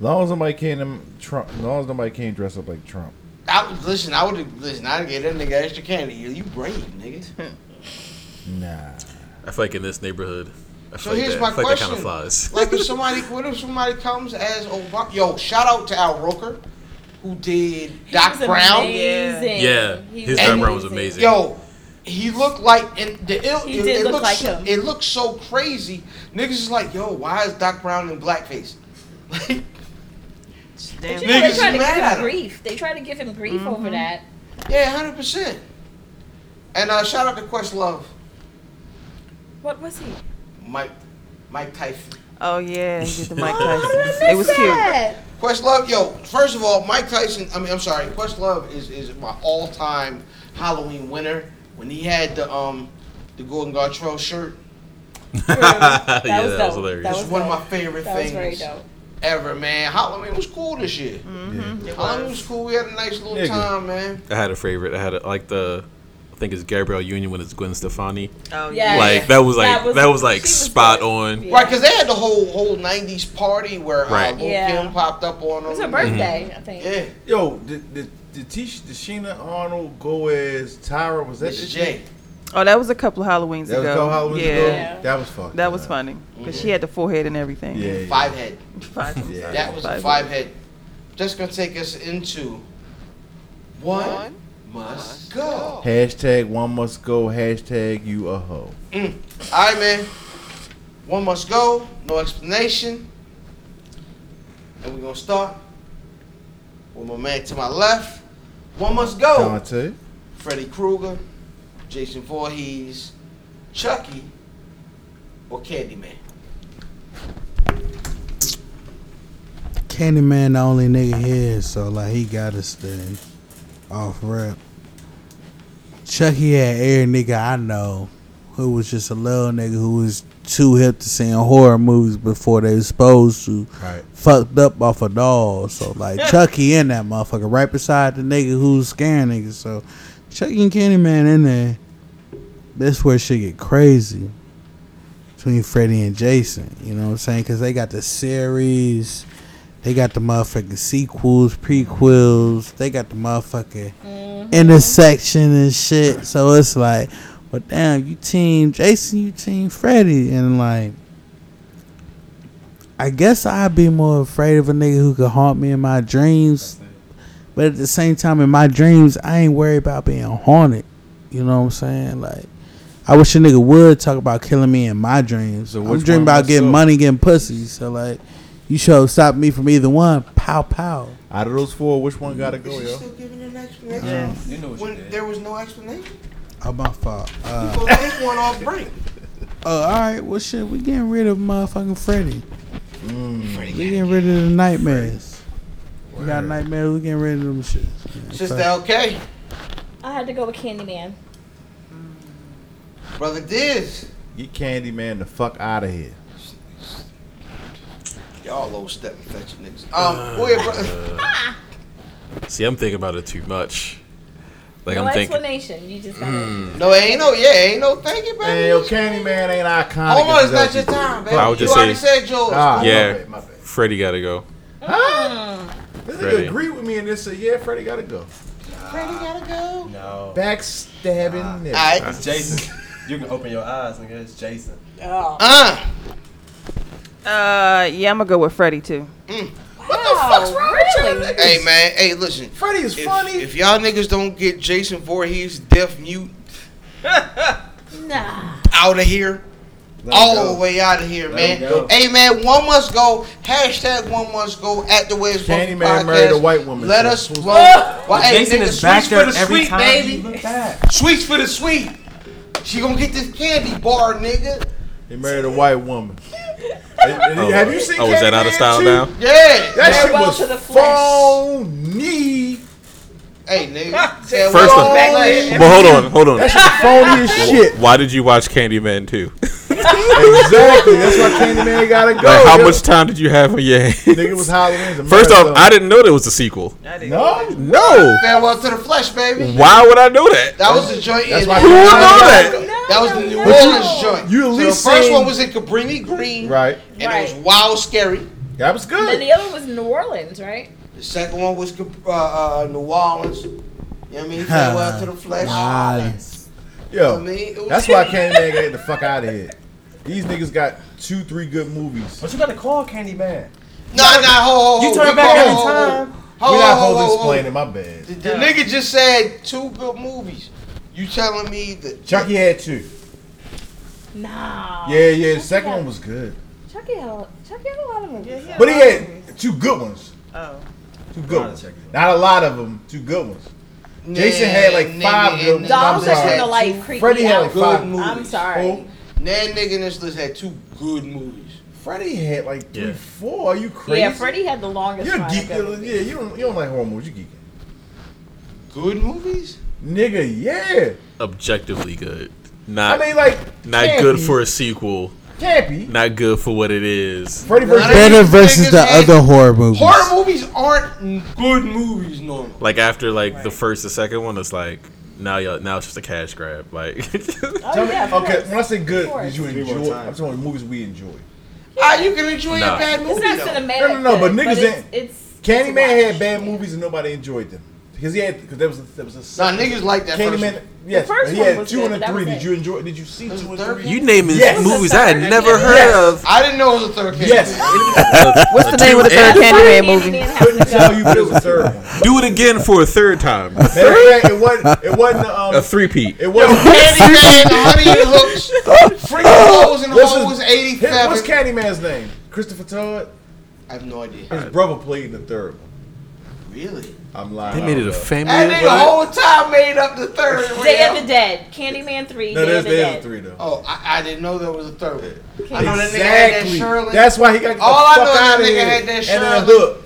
Speaker 3: long as nobody came to Trump, long as nobody came dressed up like Trump.
Speaker 4: I would listen. I would listen. I gave that nigga extra candy. You, you brave, nigga.
Speaker 6: [LAUGHS]
Speaker 3: Nah.
Speaker 5: I feel like in this neighborhood,
Speaker 4: So
Speaker 5: I feel like
Speaker 4: here's
Speaker 5: that,
Speaker 4: my
Speaker 5: I feel like that kind of
Speaker 4: question.
Speaker 5: flies.
Speaker 4: like if somebody what if somebody comes as Obama yo shout out to Al Roker who did Doc
Speaker 6: He was
Speaker 4: Brown
Speaker 6: Amazing.
Speaker 5: Yeah,
Speaker 6: He
Speaker 5: his
Speaker 4: Doc
Speaker 5: Brown was amazing.
Speaker 4: yo he looked like and the ill
Speaker 6: He
Speaker 4: it,
Speaker 6: did
Speaker 4: it
Speaker 6: look
Speaker 4: looks
Speaker 6: like
Speaker 4: so,
Speaker 6: him.
Speaker 4: it looks so crazy niggas is like yo why is Doc Brown in blackface [LAUGHS] like
Speaker 6: But
Speaker 10: Damn.
Speaker 6: you know,
Speaker 4: Niggas
Speaker 6: they tried
Speaker 4: mad
Speaker 6: to give
Speaker 4: at
Speaker 6: him
Speaker 4: him. Mm-hmm.
Speaker 6: grief. They tried to give him grief over that.
Speaker 4: yeah hundred percent and uh, shout out to Questlove
Speaker 6: What was he?
Speaker 4: Mike Mike Tyson
Speaker 10: Oh yeah, he did the Mike
Speaker 6: Oh, [LAUGHS] how
Speaker 10: Tyson.
Speaker 6: did I miss
Speaker 10: it was cute.
Speaker 5: [LAUGHS]
Speaker 6: that?
Speaker 4: Questlove, yo, first of all, Mike Tyson, I mean, I'm sorry, Questlove is, is my all time Halloween winner. When he had the um the Golden Gartrell shirt,
Speaker 5: yeah, that
Speaker 6: was
Speaker 5: was,
Speaker 6: dope.
Speaker 5: hilarious.
Speaker 6: That
Speaker 4: it's
Speaker 6: was
Speaker 4: one
Speaker 6: dope.
Speaker 4: of my favorite
Speaker 6: That was
Speaker 4: things
Speaker 6: very dope.
Speaker 4: ever, man. Halloween was cool this year. Halloween was cool. We had a nice little
Speaker 3: Nigga.
Speaker 4: time, man.
Speaker 5: I had a favorite. I had a, like the, I think it's Gabrielle Union when it's Gwen Stefani.
Speaker 10: Oh yeah.
Speaker 6: Yeah.
Speaker 5: Like that was like
Speaker 6: That
Speaker 5: that was,
Speaker 6: was- she
Speaker 5: like
Speaker 6: was
Speaker 5: spot
Speaker 6: good.
Speaker 5: on.
Speaker 4: Right, 'cause
Speaker 6: Yeah.
Speaker 4: Right, because they had the whole whole '90s party where
Speaker 5: Right.
Speaker 4: uh, Lil
Speaker 6: Yeah.
Speaker 4: Kim popped up on
Speaker 6: It
Speaker 4: them.
Speaker 6: was her birthday,
Speaker 5: Mm-hmm.
Speaker 6: I think.
Speaker 4: Yeah,
Speaker 3: Yo, did did, did, Tish, did Sheena Arnold go as Tyra? Was that
Speaker 4: Miss
Speaker 3: the
Speaker 4: J.
Speaker 10: Oh, that was a couple of Halloweens
Speaker 3: That was
Speaker 10: ago.
Speaker 3: a couple Halloween
Speaker 10: yeah.
Speaker 3: ago.
Speaker 6: Yeah.
Speaker 3: That was fucked.
Speaker 10: That was
Speaker 3: up.
Speaker 10: funny because she had the forehead and everything.
Speaker 3: Yeah, yeah.
Speaker 4: Five head.
Speaker 10: Five.
Speaker 3: Yeah.
Speaker 4: That was a
Speaker 10: Five.
Speaker 4: five head. That's gonna take us into one, must go.
Speaker 3: Hashtag one must go. Hashtag you a hoe.
Speaker 4: Mm. All right, man. One must go. No explanation. And we're gonna start with my man to my left. One must go.
Speaker 3: Dante.
Speaker 4: Freddy Krueger, Jason Voorhees, Chucky, or Candyman.
Speaker 9: Candyman the only nigga here, so like he gotta stay off rep. Chucky had every nigga I know who was just a little nigga who was too hip to seeing horror movies before they was supposed to.
Speaker 3: Right.
Speaker 9: Fucked up off a doll. So like Chucky in that motherfucker right beside the nigga who's scaring niggas. So Chucky and Candyman in there. That's where shit get crazy. Between Freddy and Jason, you know what I'm saying? Because they got the series, they got the motherfucking sequels, prequels. They got the motherfucking intersection and shit. So it's like, well, damn, you team Jason, you team Freddy, and like, I guess I'd be more afraid of a nigga who could haunt me in my dreams. But at the same time, in my dreams, I ain't worried about being haunted. You know what I'm saying? Like, I wish a nigga would talk about killing me in my dreams.
Speaker 3: So
Speaker 9: I'm
Speaker 3: which
Speaker 9: dreaming
Speaker 3: one
Speaker 9: about getting
Speaker 3: myself?
Speaker 9: money, getting pussy. So like, you should stop me from either one. Pow pow.
Speaker 3: Out of those four, which one gotta go, yo?
Speaker 4: giving an explanation?
Speaker 7: You know what you
Speaker 4: When
Speaker 7: did.
Speaker 4: there was no explanation?
Speaker 9: Oh my fault. Uh,
Speaker 4: Go take one off break.
Speaker 9: Oh, all right. Well, shit, we getting rid of motherfucking Freddy. We getting rid of the nightmares. We got nightmares. We getting rid of them shit.
Speaker 4: Sister LK,
Speaker 6: I had to go with Candyman.
Speaker 4: brother Diz.
Speaker 3: Get Candyman the fuck out of here.
Speaker 4: Y'all low step and fetch your niggas. Um, go ahead, brother.
Speaker 5: See, I'm thinking about it too much. Like
Speaker 6: no
Speaker 5: I'm thinking. Mm.
Speaker 6: explanation. You just gotta.
Speaker 4: No, ain't no, yeah, ain't no thank you, baby.
Speaker 3: Hey, yo, Candyman ain't iconic.
Speaker 4: Hold on,
Speaker 3: as other
Speaker 4: it's not your
Speaker 3: people.
Speaker 4: time, baby.
Speaker 5: I would
Speaker 4: you
Speaker 5: just
Speaker 4: already
Speaker 5: say-
Speaker 4: said yours.
Speaker 3: Ah,
Speaker 5: Yeah.
Speaker 3: My bad, my bad.
Speaker 5: Freddy gotta go.
Speaker 3: Huh? This nigga
Speaker 5: Freddie.
Speaker 3: agree with me and this say, yeah, Freddie gotta go.
Speaker 4: Freddie gotta go.
Speaker 7: No.
Speaker 3: Backstabbing. nigga.
Speaker 4: Alright.
Speaker 7: It's Jason. You can open your eyes, nigga. It's Jason.
Speaker 4: Oh.
Speaker 10: Uh, yeah, I'm gonna go with
Speaker 3: [LAUGHS]
Speaker 10: Freddie too.
Speaker 4: What the fuck's wrong with you niggas? Hey man, hey listen.
Speaker 3: Freddy is
Speaker 4: if,
Speaker 3: funny.
Speaker 4: If y'all niggas don't get Jason Voorhees deaf mute
Speaker 6: Nah.
Speaker 4: out of here,
Speaker 7: Let him
Speaker 4: all
Speaker 7: go.
Speaker 4: the way out of here,
Speaker 7: Let him
Speaker 4: man.
Speaker 7: go.
Speaker 4: Hey man, one must go. Hashtag one must go at the Wiz
Speaker 3: Candyman
Speaker 4: Podcast.
Speaker 3: married a white woman,
Speaker 4: Let
Speaker 3: so
Speaker 4: us
Speaker 3: who's-
Speaker 4: roll. Well, hey,
Speaker 7: Jason
Speaker 4: nigga,
Speaker 7: is back
Speaker 4: sweets
Speaker 7: there
Speaker 4: for the
Speaker 7: every
Speaker 4: sweet,
Speaker 7: time you
Speaker 4: baby. [LAUGHS]
Speaker 7: look back.
Speaker 4: Sweets for the sweet. She gonna get this candy bar, nigga.
Speaker 3: They married a white
Speaker 6: [LAUGHS]
Speaker 3: woman. Have you seen
Speaker 5: Oh, is that out of
Speaker 3: Candyman
Speaker 5: style
Speaker 3: too?
Speaker 5: now?
Speaker 4: Yeah.
Speaker 3: That shit
Speaker 6: Farewell
Speaker 3: was
Speaker 6: to the flesh.
Speaker 3: phony.
Speaker 4: Hey, nigga.
Speaker 7: [LAUGHS]
Speaker 4: Say
Speaker 5: First
Speaker 4: what?
Speaker 5: of- Well, hold on, hold on.
Speaker 3: That shit was phony as shit.
Speaker 5: Why did you watch Candyman too?
Speaker 3: [LAUGHS] Exactly. That's why Candyman gotta go.
Speaker 5: [LAUGHS] Like, how
Speaker 3: yo.
Speaker 5: much time did you have on your hands?
Speaker 3: Nigga was Halloween.
Speaker 5: [LAUGHS] First off, I didn't know there was a sequel.
Speaker 3: No.
Speaker 5: No.
Speaker 4: farewell to the flesh, baby.
Speaker 5: Why would I know that?
Speaker 4: That was the joint.
Speaker 3: Mm-hmm. That's
Speaker 4: in-
Speaker 3: why-
Speaker 5: Who would know that?
Speaker 4: That was the New
Speaker 3: But you-
Speaker 4: Orleans joint.
Speaker 3: you at
Speaker 4: So
Speaker 3: least
Speaker 4: the first
Speaker 3: seen-
Speaker 4: one was in Cabrini Green,
Speaker 3: Right.
Speaker 4: And it
Speaker 6: Right.
Speaker 4: was wild, scary.
Speaker 3: That was
Speaker 6: And
Speaker 3: good.
Speaker 6: the other one was New Orleans, right?
Speaker 4: The second one was Cab- uh, uh, New Orleans. You know
Speaker 3: [SIGHS]
Speaker 4: what I mean? Farewell to the flesh.
Speaker 9: Wow.
Speaker 3: Yo,
Speaker 4: I mean, it was-
Speaker 3: that's why Candyman got the fuck out of here. These niggas got two, three good movies.
Speaker 7: But you gotta call Candyman.
Speaker 4: No, no, ho, ho, ho.
Speaker 7: You turn
Speaker 4: Ho,
Speaker 7: back
Speaker 4: ho,
Speaker 7: every
Speaker 4: ho, ho.
Speaker 7: time.
Speaker 4: Ho,
Speaker 6: Oh,
Speaker 3: We're not
Speaker 4: ho, ho,
Speaker 3: supposed to
Speaker 4: ho, ho.
Speaker 3: explain it. My bad.
Speaker 4: The, the nigga just said two good movies. You telling me that?
Speaker 3: Chucky had two.
Speaker 6: Nah.
Speaker 3: Yeah, yeah. The second one was good,
Speaker 6: Chucky had a, Chucky had a lot of movies.
Speaker 3: but he had two good ones.
Speaker 10: Oh.
Speaker 3: Two
Speaker 7: Gotta
Speaker 3: good ones.
Speaker 7: check it
Speaker 3: Not a lot of them. Two good ones. Jason had like
Speaker 4: Nah,
Speaker 3: five
Speaker 4: nigga,
Speaker 3: good
Speaker 4: and
Speaker 6: Dolls
Speaker 3: I'm
Speaker 6: are
Speaker 3: sorry.
Speaker 6: kind of like creepy.
Speaker 3: Freddie had like
Speaker 6: out.
Speaker 3: five
Speaker 4: Good Oh.
Speaker 3: movies. Oh,
Speaker 6: I'm sorry.
Speaker 4: That nigga in this list had two good movies.
Speaker 3: Freddy had like three,
Speaker 5: Yeah.
Speaker 3: four. Are you crazy?
Speaker 6: Yeah, Freddie had the longest
Speaker 3: You're
Speaker 6: run of
Speaker 3: geek.
Speaker 6: good movies.
Speaker 3: Yeah, you don't. You don't like horror movies. You geeking.
Speaker 4: Good movies?
Speaker 3: Nigga, yeah.
Speaker 5: Objectively good.
Speaker 3: I
Speaker 5: Not
Speaker 3: mean, like
Speaker 5: not
Speaker 3: campy,
Speaker 5: good for a sequel.
Speaker 3: campy.
Speaker 5: Not good for what it is.
Speaker 3: Freddy versus.
Speaker 4: Nah, that-
Speaker 9: Better
Speaker 4: Niggas
Speaker 9: versus the
Speaker 4: had-
Speaker 9: other horror movies.
Speaker 4: Horror movies aren't good movies normally.
Speaker 5: Like after like the first and second one, it's like now y'all now it's just a cash grab. Like [LAUGHS]
Speaker 6: Oh,
Speaker 3: Tell me-
Speaker 6: yeah, of
Speaker 3: okay,
Speaker 6: course.
Speaker 3: when I say good,
Speaker 6: Of course.
Speaker 3: did you
Speaker 7: Three more
Speaker 3: enjoy?
Speaker 7: times.
Speaker 3: I'm talking about movies we enjoy.
Speaker 4: Ah, you can enjoy
Speaker 5: Nah.
Speaker 4: a bad movie
Speaker 6: It's not
Speaker 4: though.
Speaker 6: cinematic.
Speaker 3: No, no, no, but
Speaker 6: good,
Speaker 3: niggas
Speaker 6: it's,
Speaker 3: ain't-
Speaker 6: it's
Speaker 3: Candyman
Speaker 6: it's
Speaker 3: had bad
Speaker 6: watch.
Speaker 3: movies and nobody enjoyed them because he had because there was a, there was a
Speaker 4: Nah, niggas like that first
Speaker 3: Candyman.
Speaker 4: one.
Speaker 3: Yes,
Speaker 6: The first
Speaker 3: he
Speaker 6: one
Speaker 3: had
Speaker 6: was
Speaker 3: two
Speaker 6: good,
Speaker 3: and
Speaker 6: but
Speaker 3: a
Speaker 6: that
Speaker 3: three.
Speaker 6: was
Speaker 3: Did
Speaker 6: it.
Speaker 3: you enjoy? Did you see
Speaker 4: There's
Speaker 3: two and
Speaker 4: a third
Speaker 3: three?
Speaker 4: one?
Speaker 5: you naming
Speaker 3: Yes.
Speaker 5: movies I had never heard
Speaker 3: Yes.
Speaker 5: of.
Speaker 4: I didn't know it was a third Candyman.
Speaker 3: Yes,
Speaker 10: What's the name of the
Speaker 5: Yeah.
Speaker 10: third Candyman
Speaker 6: Candyman
Speaker 10: movie?
Speaker 6: has
Speaker 3: couldn't tell you there was a third
Speaker 5: [LAUGHS]
Speaker 3: one.
Speaker 5: Do it again for a third time.
Speaker 3: Matter of fact, it wasn't. It wasn't. Um,
Speaker 5: A three peat.
Speaker 3: it [LAUGHS]
Speaker 6: [LAUGHS]
Speaker 3: wasn't.
Speaker 4: Candyman, Honey and Hooks, Free Hoes and
Speaker 3: Listen, His,
Speaker 4: Hoes,
Speaker 3: what's
Speaker 4: 87.
Speaker 3: Candyman's name? Christopher Todd.
Speaker 4: I have no idea.
Speaker 3: His brother played in the third one.
Speaker 4: Really?
Speaker 3: I'm lying.
Speaker 5: They made
Speaker 3: I don't
Speaker 5: it a
Speaker 3: know.
Speaker 5: family.
Speaker 4: That nigga the
Speaker 5: event?
Speaker 4: whole time made up the third one.
Speaker 6: Day of the Dead, Candyman Three,
Speaker 3: No,
Speaker 6: Day
Speaker 3: there's
Speaker 6: of the
Speaker 3: there's a
Speaker 6: Dead.
Speaker 3: three though.
Speaker 4: Oh, I, I didn't know there was a third one. I know that nigga had that
Speaker 3: Exactly.
Speaker 4: Shirley.
Speaker 3: That's why he got
Speaker 4: All
Speaker 3: the
Speaker 4: I
Speaker 3: fuck
Speaker 4: know is that
Speaker 3: outta
Speaker 4: nigga
Speaker 3: here.
Speaker 4: had that
Speaker 3: And then
Speaker 4: Shirley.
Speaker 3: look,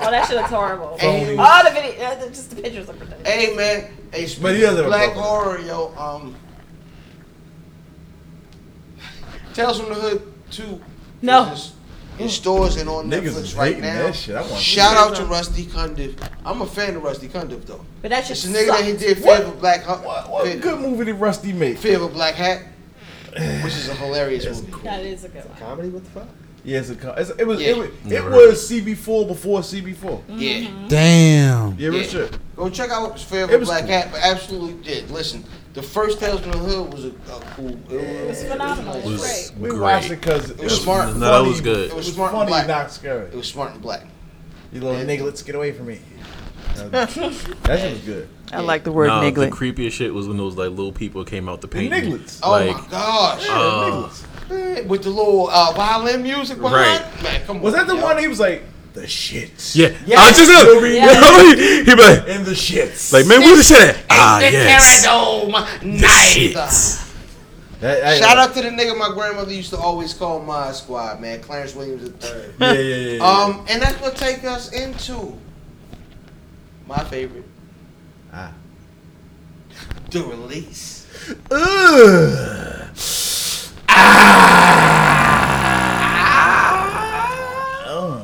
Speaker 6: Oh, that shit looks horrible.
Speaker 4: Hey.
Speaker 6: All the video, uh, just the pictures are ridiculous.
Speaker 4: Hey man, hey,
Speaker 3: But he
Speaker 4: speaking
Speaker 3: doesn't
Speaker 4: of
Speaker 3: have a
Speaker 4: black
Speaker 3: problem.
Speaker 4: horror, yo, um, Tales from the Hood two.
Speaker 6: No.
Speaker 4: is in- in stores and on
Speaker 3: Niggas is
Speaker 4: Netflix right
Speaker 3: hating
Speaker 4: now.
Speaker 3: that shit. I want to
Speaker 4: Shout out to Rusty Cundiff. I'm a fan of Rusty Cundiff though.
Speaker 6: But that shit
Speaker 4: It's a nigga that he
Speaker 6: sucked.
Speaker 4: did Fear of a Black Hu-
Speaker 3: what, what
Speaker 4: Fear-
Speaker 3: good movie did Rusty make?
Speaker 4: Fear of a
Speaker 3: [SIGHS]
Speaker 4: Black Hat, which is a hilarious movie.
Speaker 6: That is a good one.
Speaker 7: Comedy? What the fuck?
Speaker 3: Yeah, it's a, co- it's, it was
Speaker 4: Yeah.
Speaker 3: it was, it
Speaker 5: Never
Speaker 3: was CB4 before CB4.
Speaker 4: Yeah.
Speaker 9: Mm-hmm. Damn.
Speaker 3: Yeah, real
Speaker 4: Yeah.
Speaker 3: shit.
Speaker 4: Go check out Fear of
Speaker 3: It
Speaker 4: a
Speaker 3: was
Speaker 4: Black
Speaker 3: cool.
Speaker 4: Hat, but absolutely did. Listen, the first Tales from the Hood was a, a cool. It was,
Speaker 6: phenomenal.
Speaker 4: nice.
Speaker 6: It was
Speaker 5: was
Speaker 3: We
Speaker 5: great.
Speaker 3: watched it because it
Speaker 4: was smart.
Speaker 5: No, that was good.
Speaker 4: It
Speaker 3: It
Speaker 4: was
Speaker 3: was
Speaker 4: smart and
Speaker 3: funny,
Speaker 4: black.
Speaker 3: not scary.
Speaker 4: It was smart and black.
Speaker 3: You little nigga, let's get away from
Speaker 4: [LAUGHS]
Speaker 3: me. that shit was good.
Speaker 10: I like the word
Speaker 5: Nah, the
Speaker 10: niglet.
Speaker 5: creepiest shit was when those like little people came out the paint.
Speaker 3: Nigglets.
Speaker 4: Oh
Speaker 5: Like,
Speaker 4: my gosh.
Speaker 3: Yeah,
Speaker 5: uh,
Speaker 3: nigglets.
Speaker 4: Man, With the little uh, violin music behind.
Speaker 5: Right.
Speaker 4: Man, come
Speaker 3: Was
Speaker 4: on,
Speaker 3: that the
Speaker 4: yo.
Speaker 3: one he was like the shit?
Speaker 5: yeah, I just [LAUGHS] he be like,
Speaker 3: In the shits.
Speaker 5: like, man, where the shit at? Ah,
Speaker 4: Ah, the
Speaker 5: yes,
Speaker 4: Terradome
Speaker 5: the shit.
Speaker 4: night.
Speaker 3: That- that-
Speaker 4: Shout out to the nigga my grandmother used to always call my squad, man. Clarence Williams III.
Speaker 3: Yeah, yeah, yeah. yeah.
Speaker 4: Um, and that's gonna take us into my favorite,
Speaker 3: Ah.
Speaker 4: the release.
Speaker 3: Ugh. Ah. Uh,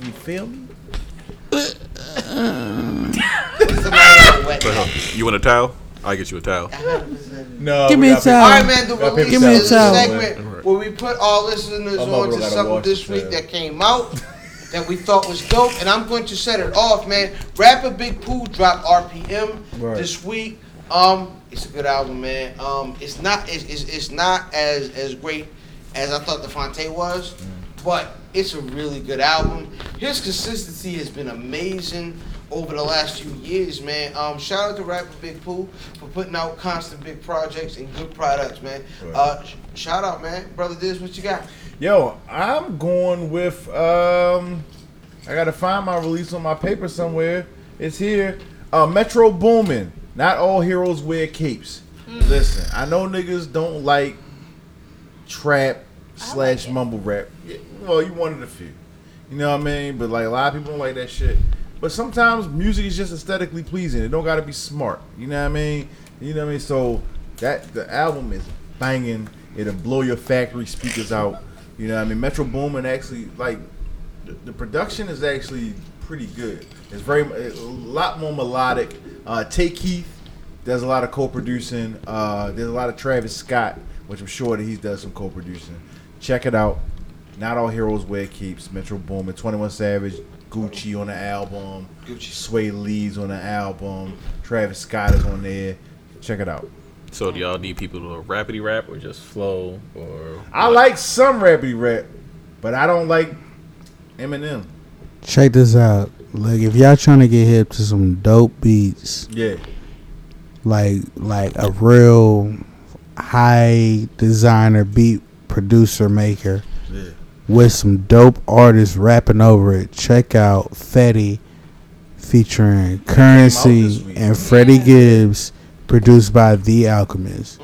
Speaker 3: you feel me?
Speaker 4: Somebody had a wet hat.
Speaker 5: um, You want a towel? I get you a towel.
Speaker 3: No.
Speaker 9: Give
Speaker 3: we
Speaker 9: me
Speaker 3: gotta
Speaker 9: a
Speaker 3: pick-
Speaker 9: towel.
Speaker 4: All right, man. The
Speaker 3: Gotta pick
Speaker 4: release
Speaker 9: Give me a
Speaker 4: is a
Speaker 9: towel.
Speaker 4: segment
Speaker 5: Alright.
Speaker 4: where we put all listeners
Speaker 3: I'm
Speaker 4: on
Speaker 3: over
Speaker 4: to
Speaker 3: gotta
Speaker 4: something
Speaker 3: wash
Speaker 4: this
Speaker 3: this
Speaker 4: week
Speaker 3: towel.
Speaker 4: that came out that we thought was dope, and I'm going to set it off, man. Rapper Big Pooh dropped RPM
Speaker 11: Right.
Speaker 4: this week. Um, it's a good album, man. Um, it's not it's, it's, it's not as as great as I thought the Fonte was, but it's a really good album. His consistency has been amazing over the last few years, man. Um, shout out to rapper Big Pooh for putting out constant big projects and good products, man.
Speaker 3: Right.
Speaker 4: Uh, sh- shout out, man, brother. This what you got?
Speaker 3: Yo, I'm going with um I gotta find my release on my paper somewhere. It's here. Uh Metro Boomin. Not all heroes wear capes. Listen, I know niggas don't like trap slash mumble rap. Yeah, well, you one of the few. You know what I mean? But like a lot of people don't like that shit. But sometimes music is just aesthetically pleasing. It don't gotta be smart. You know what I mean? You know what I mean? So that the album is banging. It'll blow your factory speakers out. You know what I mean? Metro Boomin actually like the, the production is actually pretty good. It's very a lot more melodic. Uh, Take Keith does a lot of co-producing. Uh, there's a lot of Travis Scott, which I'm sure that he does some co-producing. Check it out. Not all heroes wear capes. Metro Boomin, 21 Savage, Gucci on the album, Gucci. Sway Lee's on the album, Travis Scott is on there. Check it out.
Speaker 5: So do y'all need people to rapidy rap or just flow or
Speaker 3: I like some rappy rap, but I don't like Eminem.
Speaker 9: Check this out. Like if y'all trying to get hip to some dope beats,
Speaker 3: Yeah.
Speaker 9: like like a real high designer beat producer maker
Speaker 3: Yeah.
Speaker 9: with some dope artists rapping over it. Check out Fetty featuring Currency and Freddie Gibbs produced by The Alchemist.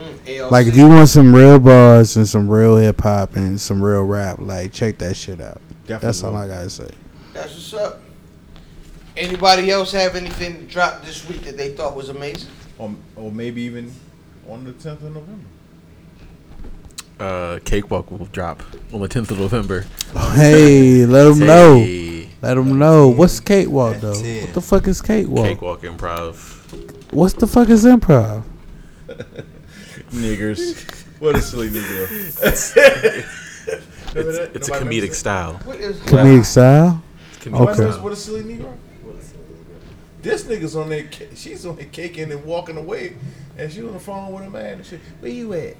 Speaker 9: Like if you want some real bars and some real hip hop and some real rap, like check that shit out. That's all I gotta say. [LAUGHS]
Speaker 4: That's what's up. Anybody else have anything dropped this week that they thought was amazing?
Speaker 3: Or, or maybe even on the 10th of November.
Speaker 5: uh, Cakewalk will drop on the 10th of November.
Speaker 9: Hey, let them know.
Speaker 5: Hey.
Speaker 9: Let them know. What's catewalk though? What the fuck is catewalk?
Speaker 5: Cakewalk improv.
Speaker 9: What's the fuck is improv?
Speaker 3: Niggers. [LAUGHS] What a silly nigga.
Speaker 5: It's,
Speaker 3: Nobody
Speaker 5: it's a comedic
Speaker 3: remembers
Speaker 5: style.
Speaker 9: Comedic style.
Speaker 3: Nobody knows
Speaker 9: Okay.
Speaker 3: What a silly nigga. This nigga's on there. ca- She's on there caking and walking away, and she on the phone with a man and shit. Where you at?